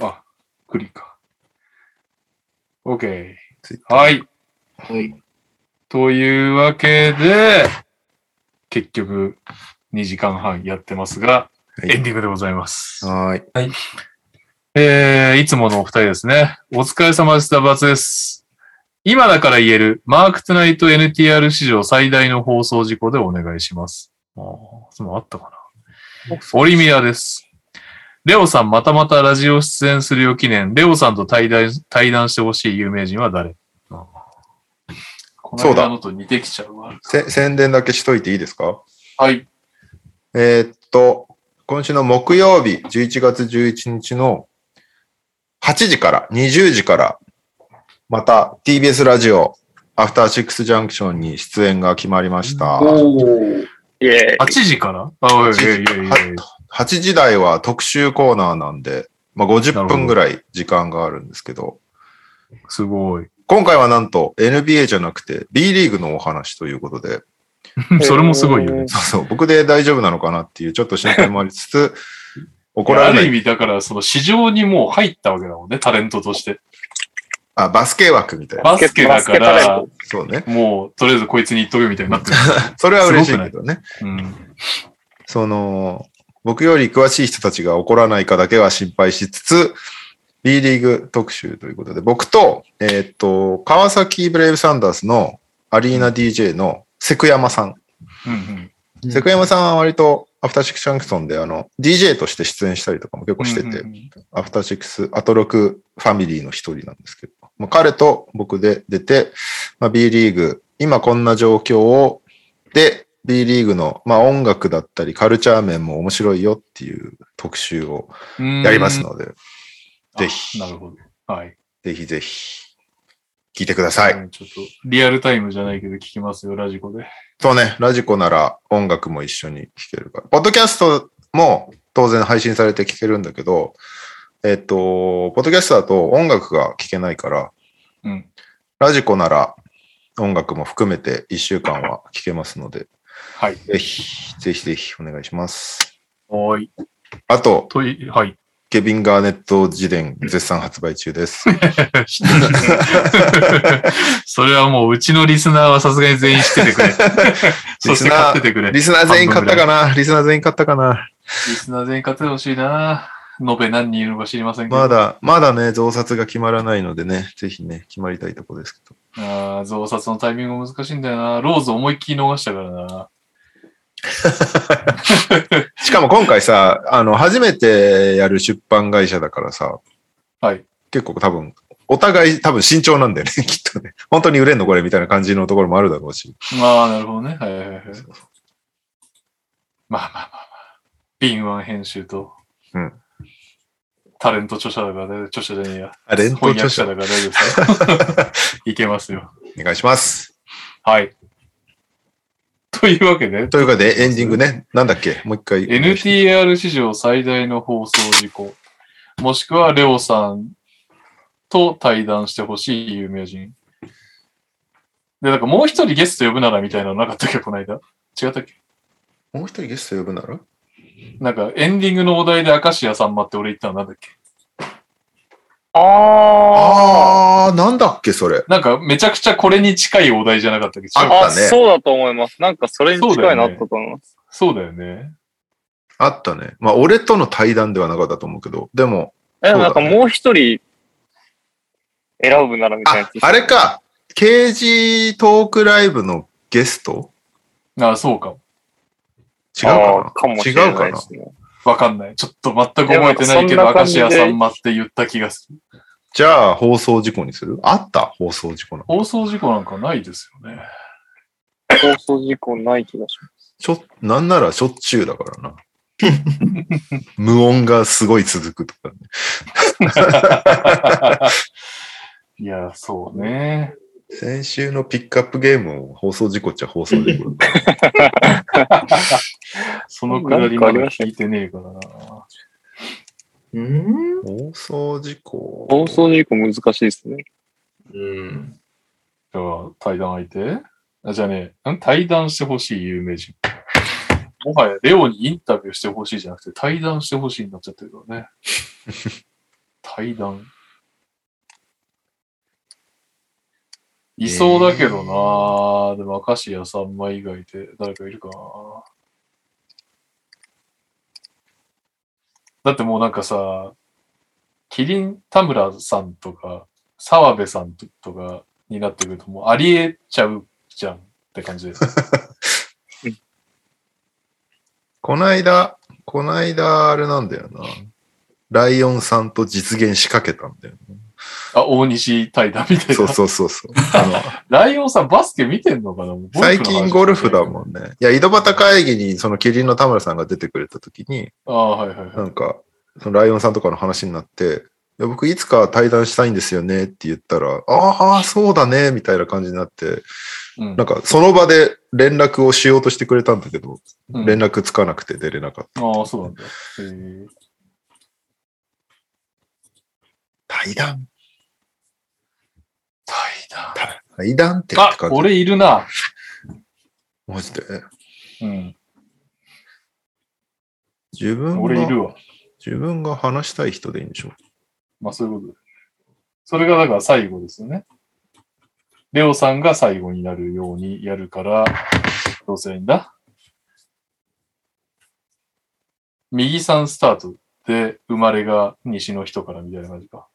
Speaker 2: あ、クリか。OK。はい。
Speaker 1: はい。
Speaker 2: というわけで、結局2時間半やってますが、
Speaker 4: はい
Speaker 2: エンディングでございます。
Speaker 4: はーい。
Speaker 2: えー、いつものお二人ですね。お疲れ様でした、バツです。今だから言える、マークトゥナイト NTR 史上最大の放送事故でお願いします。ああ、そのあったかな。オリミラです。レオさん、またまたラジオ出演するよ記念、レオさんと対談対談してほしい有名人は誰あーこの
Speaker 4: そうだ
Speaker 2: 間のと似てきちゃうわ。
Speaker 4: せ宣伝だけしといていいですか
Speaker 2: はい。
Speaker 4: えーっと、今週の木曜日、11月11日の8時から20時から、また TBS ラジオ、アフターシックスジャンクションに出演が決まりました。
Speaker 5: イエー
Speaker 2: 8時からあ、いやいやいやいや
Speaker 4: は8時台は特集コーナーなんで、まあ、50分ぐらい時間があるんですけど、
Speaker 2: すごい。
Speaker 4: 今回はなんと NBA じゃなくて B リーグのお話ということで、
Speaker 5: イ。
Speaker 2: それもすごいよね。
Speaker 4: そうそう、僕で大丈夫なのかなっていう、ちょっと心配もありつ つ、怒ら
Speaker 2: あ
Speaker 4: れな
Speaker 2: る意
Speaker 4: い。
Speaker 2: 味、だから、その市場にもう入ったわけだもんね、タレントとして。
Speaker 4: あ、バスケ枠みたいな。
Speaker 2: バスケだか
Speaker 5: バスケタレ
Speaker 2: ら
Speaker 5: ン、
Speaker 4: そうね。
Speaker 2: もう、とりあえずこいつに言っとけみたいになってる。
Speaker 4: それは嬉しいけどね。
Speaker 2: うん。
Speaker 4: その、僕より詳しい人たちが怒らないかだけは心配しつつ、B リーグ特集ということで、僕と、えーっと、川崎ブレイブサンダースのアリーナ DJ のセクヤマさん。
Speaker 2: うんうん。
Speaker 1: うん
Speaker 4: セクヤマさんは割と、アフターシックスジャンクソンで、あの、DJ として出演したりとかも結構してて、
Speaker 2: うんうん
Speaker 4: アフターシックス、アトロクファミリーの一人なんですけど、まあ、彼と僕で出て、まあ、B リーグ、今こんな状況を、で、B リーグの、まあ、音楽だったりカルチャー面も面白いよっていう特集を
Speaker 2: うん
Speaker 4: やりますので、
Speaker 2: あ
Speaker 4: ぜひ
Speaker 2: なるほど。はい。
Speaker 4: ぜひぜひ、聞いてください。
Speaker 2: うんちょっと、リアルタイムじゃないけど聞きますよ、ラジコで。
Speaker 4: そうね、ラジコなら音楽も一緒に聴けるから。ポッドキャストも当然配信されて聴けるんだけど、えっと、ポッドキャストだと音楽が聴けないから、
Speaker 2: うん。
Speaker 4: ラジコなら音楽も含めて1週間は聴けますので、
Speaker 2: はい。
Speaker 4: ぜひ、ぜひぜひお願いします。
Speaker 2: おーい。
Speaker 4: あと、
Speaker 2: とい、はい。
Speaker 4: ケビン・ガーネット自伝絶賛発売中です。
Speaker 2: 知ってるそれはもう、うちのリスナーはさすがに全員知ってて くれ。そして買っててくれ。
Speaker 4: リスナー全員買ったかなリスナー全員買ったかな
Speaker 2: リスナー全員買ってほしいな延べ何人いるのか知りませんけど。
Speaker 4: まだ、まだね、増刷が決まらないのでね、ぜひね、決まりたいとこですけど。
Speaker 2: あー増刷のタイミング難しいんだよな。ローズ思いっきり逃したからな。
Speaker 4: しかも今回さ、あの、初めてやる出版会社だからさ、
Speaker 2: はい。
Speaker 4: 結構多分、お互い多分慎重なんだよね、 きっとね。本当に売れんのこれみたいな感じのところもあるだろうし。
Speaker 2: まあ、なるほどね。はいはいはい。まあまあまあまあ。敏腕編集と、
Speaker 4: うん
Speaker 2: タレント著者だから、ね、著者じゃねえや。
Speaker 4: あ連
Speaker 2: 翻
Speaker 4: 投
Speaker 2: 訳
Speaker 4: 著者、
Speaker 2: 者だ
Speaker 4: お
Speaker 2: から大丈夫ですよ。いけますよ。
Speaker 4: 願いします。
Speaker 2: はい。というわけで、
Speaker 4: ということで、エンディングね。なんだっけもう一回。
Speaker 2: NTR 史上最大の放送事故。もしくはレオさんと対談してほしい有名人。で、なんかもう一人ゲスト呼ぶならみたいなのなかったっけ、この間。違ったっけ
Speaker 4: もう一人ゲスト呼ぶなら
Speaker 2: なんかエンディングのお題で明石家さんまって俺言ったのなんだっけ
Speaker 5: あー。
Speaker 4: あー、なんだっけ、それ。
Speaker 2: なんかめちゃくちゃこれに近いお題じゃなかったっけ違う
Speaker 4: あ
Speaker 5: あ、
Speaker 4: ったね
Speaker 5: そうだと思います。なんかそれに近いなあ
Speaker 2: そうだよね
Speaker 5: ったと思います。
Speaker 2: そうだよね。
Speaker 4: あったね。まあ、俺との対談ではなかったと思うけど、でも、
Speaker 5: え、でもなんか
Speaker 4: そうだ
Speaker 5: もう一人選ぶならみたいなや
Speaker 4: あ
Speaker 5: つで、す
Speaker 4: あれ。か、KG トークライブのゲスト
Speaker 2: ああ、そうかも。
Speaker 4: 違うか
Speaker 5: あ
Speaker 4: な
Speaker 5: ーかもし
Speaker 4: 違
Speaker 5: れな
Speaker 4: うか
Speaker 5: いで
Speaker 4: な
Speaker 5: すね。
Speaker 2: わかんない。ちょっと全く覚えてないけ
Speaker 5: でも
Speaker 2: ど、
Speaker 5: な
Speaker 2: 明
Speaker 5: んかそん
Speaker 2: 石
Speaker 5: な感
Speaker 2: 家
Speaker 5: じで
Speaker 2: さんまって言った気がする。
Speaker 4: じゃあ、放送事故にするあった放送事故の。
Speaker 2: 放送事故なんかないですよね。
Speaker 5: 放送事故ない気がします。
Speaker 4: ちょ、なんならしょっちゅうだからな。無音がすごい続くとか、ね。
Speaker 2: いや、そうね。
Speaker 4: 先週のピックアップゲームも放送事故っちゃ放送事故だから。
Speaker 2: そのくだりまで聞いてねえからな。
Speaker 1: うん。
Speaker 4: 放送事故。
Speaker 5: 放送事故難しいですね。
Speaker 1: うん。
Speaker 2: じゃあ、対談相手あじゃあね、ん対談してほしい有名人。もはやレオにインタビューしてほしいじゃなくて、対談してほしいになっちゃってるからね。対談。いそうだけどなぁ、でも、明石家さんま以外で誰かいるかなだってもうなんかさ、キリン田村さんとか、澤部さんととかになってくると、もうありえちゃうじゃんって感じです。
Speaker 4: こないだ、こないだあれなんだよな。ライオンさんと実現しかけたんだよ、
Speaker 2: あ、大西対談みた
Speaker 4: ね。
Speaker 2: いな。
Speaker 4: そうそうそうそう。あ
Speaker 2: ライオンさん、バスケ見てんのかなもう
Speaker 4: の最近ゴルフだ
Speaker 2: ん。
Speaker 4: もんね。いや、井戸端会議にそのキリンの田村さんが出てくれた時に、
Speaker 2: ああ、はいはいはい。
Speaker 4: なんか、そのライオンさんとかの話になって、いや僕いつか対談したいんですよねって言ったら、ああ、そうだね、みたいな感じになって、
Speaker 2: うん
Speaker 4: なんかその場で連絡をしようとしてくれたんだけど、
Speaker 2: うん
Speaker 4: 連絡つかなくて出れなかった。
Speaker 2: ああ、そうなんだ。へえ
Speaker 4: 対談
Speaker 2: 対談。
Speaker 4: 対談ってって
Speaker 2: あ、
Speaker 4: 感じ。
Speaker 2: 俺いるな。
Speaker 4: マジで。
Speaker 2: うん。
Speaker 4: 自分
Speaker 2: 俺い
Speaker 4: が、
Speaker 2: るわ。
Speaker 4: 自分が話したい人でいいんでしょ
Speaker 2: まあそういうことで。それがだから最後ですよね。レオさんが最後になるようにやるから、どうすりゃいいんだ右さんスタートで生まれが西の人からみたいな感じか。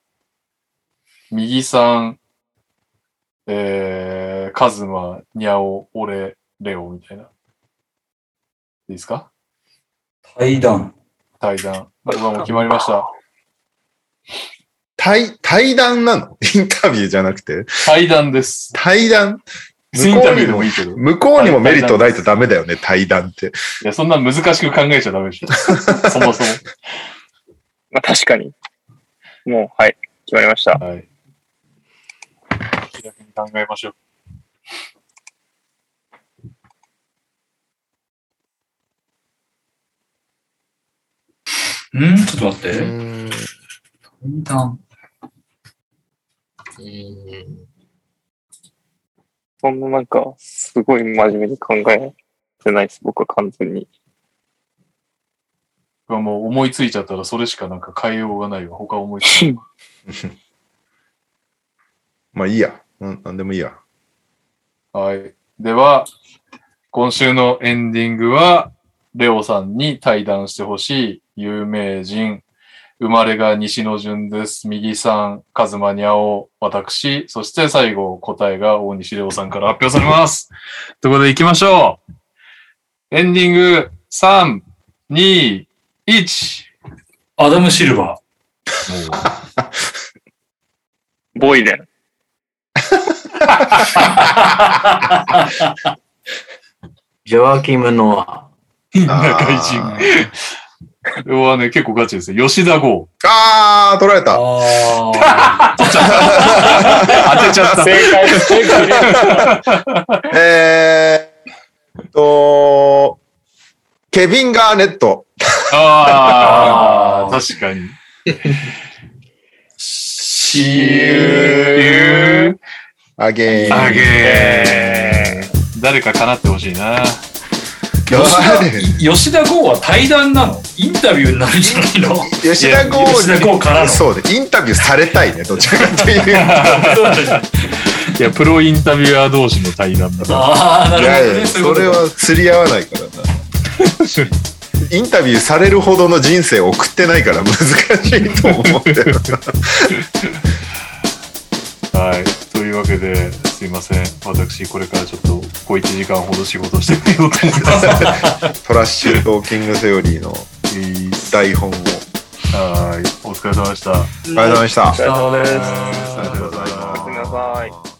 Speaker 2: 右さん、えー、カズマ、ニャオ、俺、レオみたいな。いいですか
Speaker 3: 対談。
Speaker 2: 対談。僕はもう決まりました。
Speaker 4: 対、対談なの インタビューじゃなくて
Speaker 2: 対談です。
Speaker 4: 対談
Speaker 2: インタビューでもいいけど。
Speaker 4: 向こうにもメリットないとダメだよね、対談って。
Speaker 2: いや、そんな難しく考えちゃダメでしょ。そもそ
Speaker 5: まあ確かに。もう、はい。決まりました。
Speaker 2: も。はい。気楽に考えましょう。
Speaker 3: んちょっと待っ
Speaker 4: う
Speaker 3: て。
Speaker 4: ーん
Speaker 3: 対談。
Speaker 1: うん
Speaker 5: そんななんか、すごい真面目に考えてないです。僕は完全に。
Speaker 2: 僕はもう思いついちゃったらそれしかなんか変えようがないわ。他思いつい
Speaker 4: まあいいや。うん、なんでもいいや。
Speaker 2: はい。では、今週のエンディングは、レオさんに対談してほしい有名人。生まれが西の順です。右さん、カズマニャオ、私、そして最後、答えが大西レオさんから発表されます。ということで行きましょう。エンディング、3、2、1。
Speaker 3: アダム・シルバ
Speaker 5: ボイレン。
Speaker 1: ジョアキム・ノア。
Speaker 2: 中井人。これはね、結構ガチですね。吉田豪。
Speaker 4: あー、取られ
Speaker 3: ー。
Speaker 4: た。
Speaker 3: あ
Speaker 2: 当てち ゃった。
Speaker 5: 正解、正解。
Speaker 4: えーっと、ケビン・ガーネット。
Speaker 2: ああ、確かに。ゆ
Speaker 4: あげ
Speaker 2: ー。あげー。誰か叶ってほしいな。
Speaker 4: 吉
Speaker 3: 吉田剛は対談なのインタビューになるんじゃないの
Speaker 4: 田吉田剛
Speaker 3: 吉田剛からの
Speaker 4: そうで、インタビューされたいね、どちらかというと。い
Speaker 2: いや、プロインタビュアー同士の対談だな。
Speaker 3: ああ、なるほ
Speaker 4: や
Speaker 3: ど
Speaker 4: い
Speaker 3: ね。
Speaker 4: や、
Speaker 3: そう
Speaker 4: そ
Speaker 3: いうこと
Speaker 4: れは釣り合わないからな。インタビューされるほどの人生を送ってないから難しいと思ってる。
Speaker 2: はい。というわけで、すいません。私、これからちょっと、小1時間ほど仕事してみようと思います。
Speaker 4: トラッシュトーキングセオリーの台本を。あり
Speaker 2: はい。お疲れ様でした。
Speaker 4: がとうございました。
Speaker 5: お疲れ様です。
Speaker 2: ありがとうございます
Speaker 5: おやすみなさい。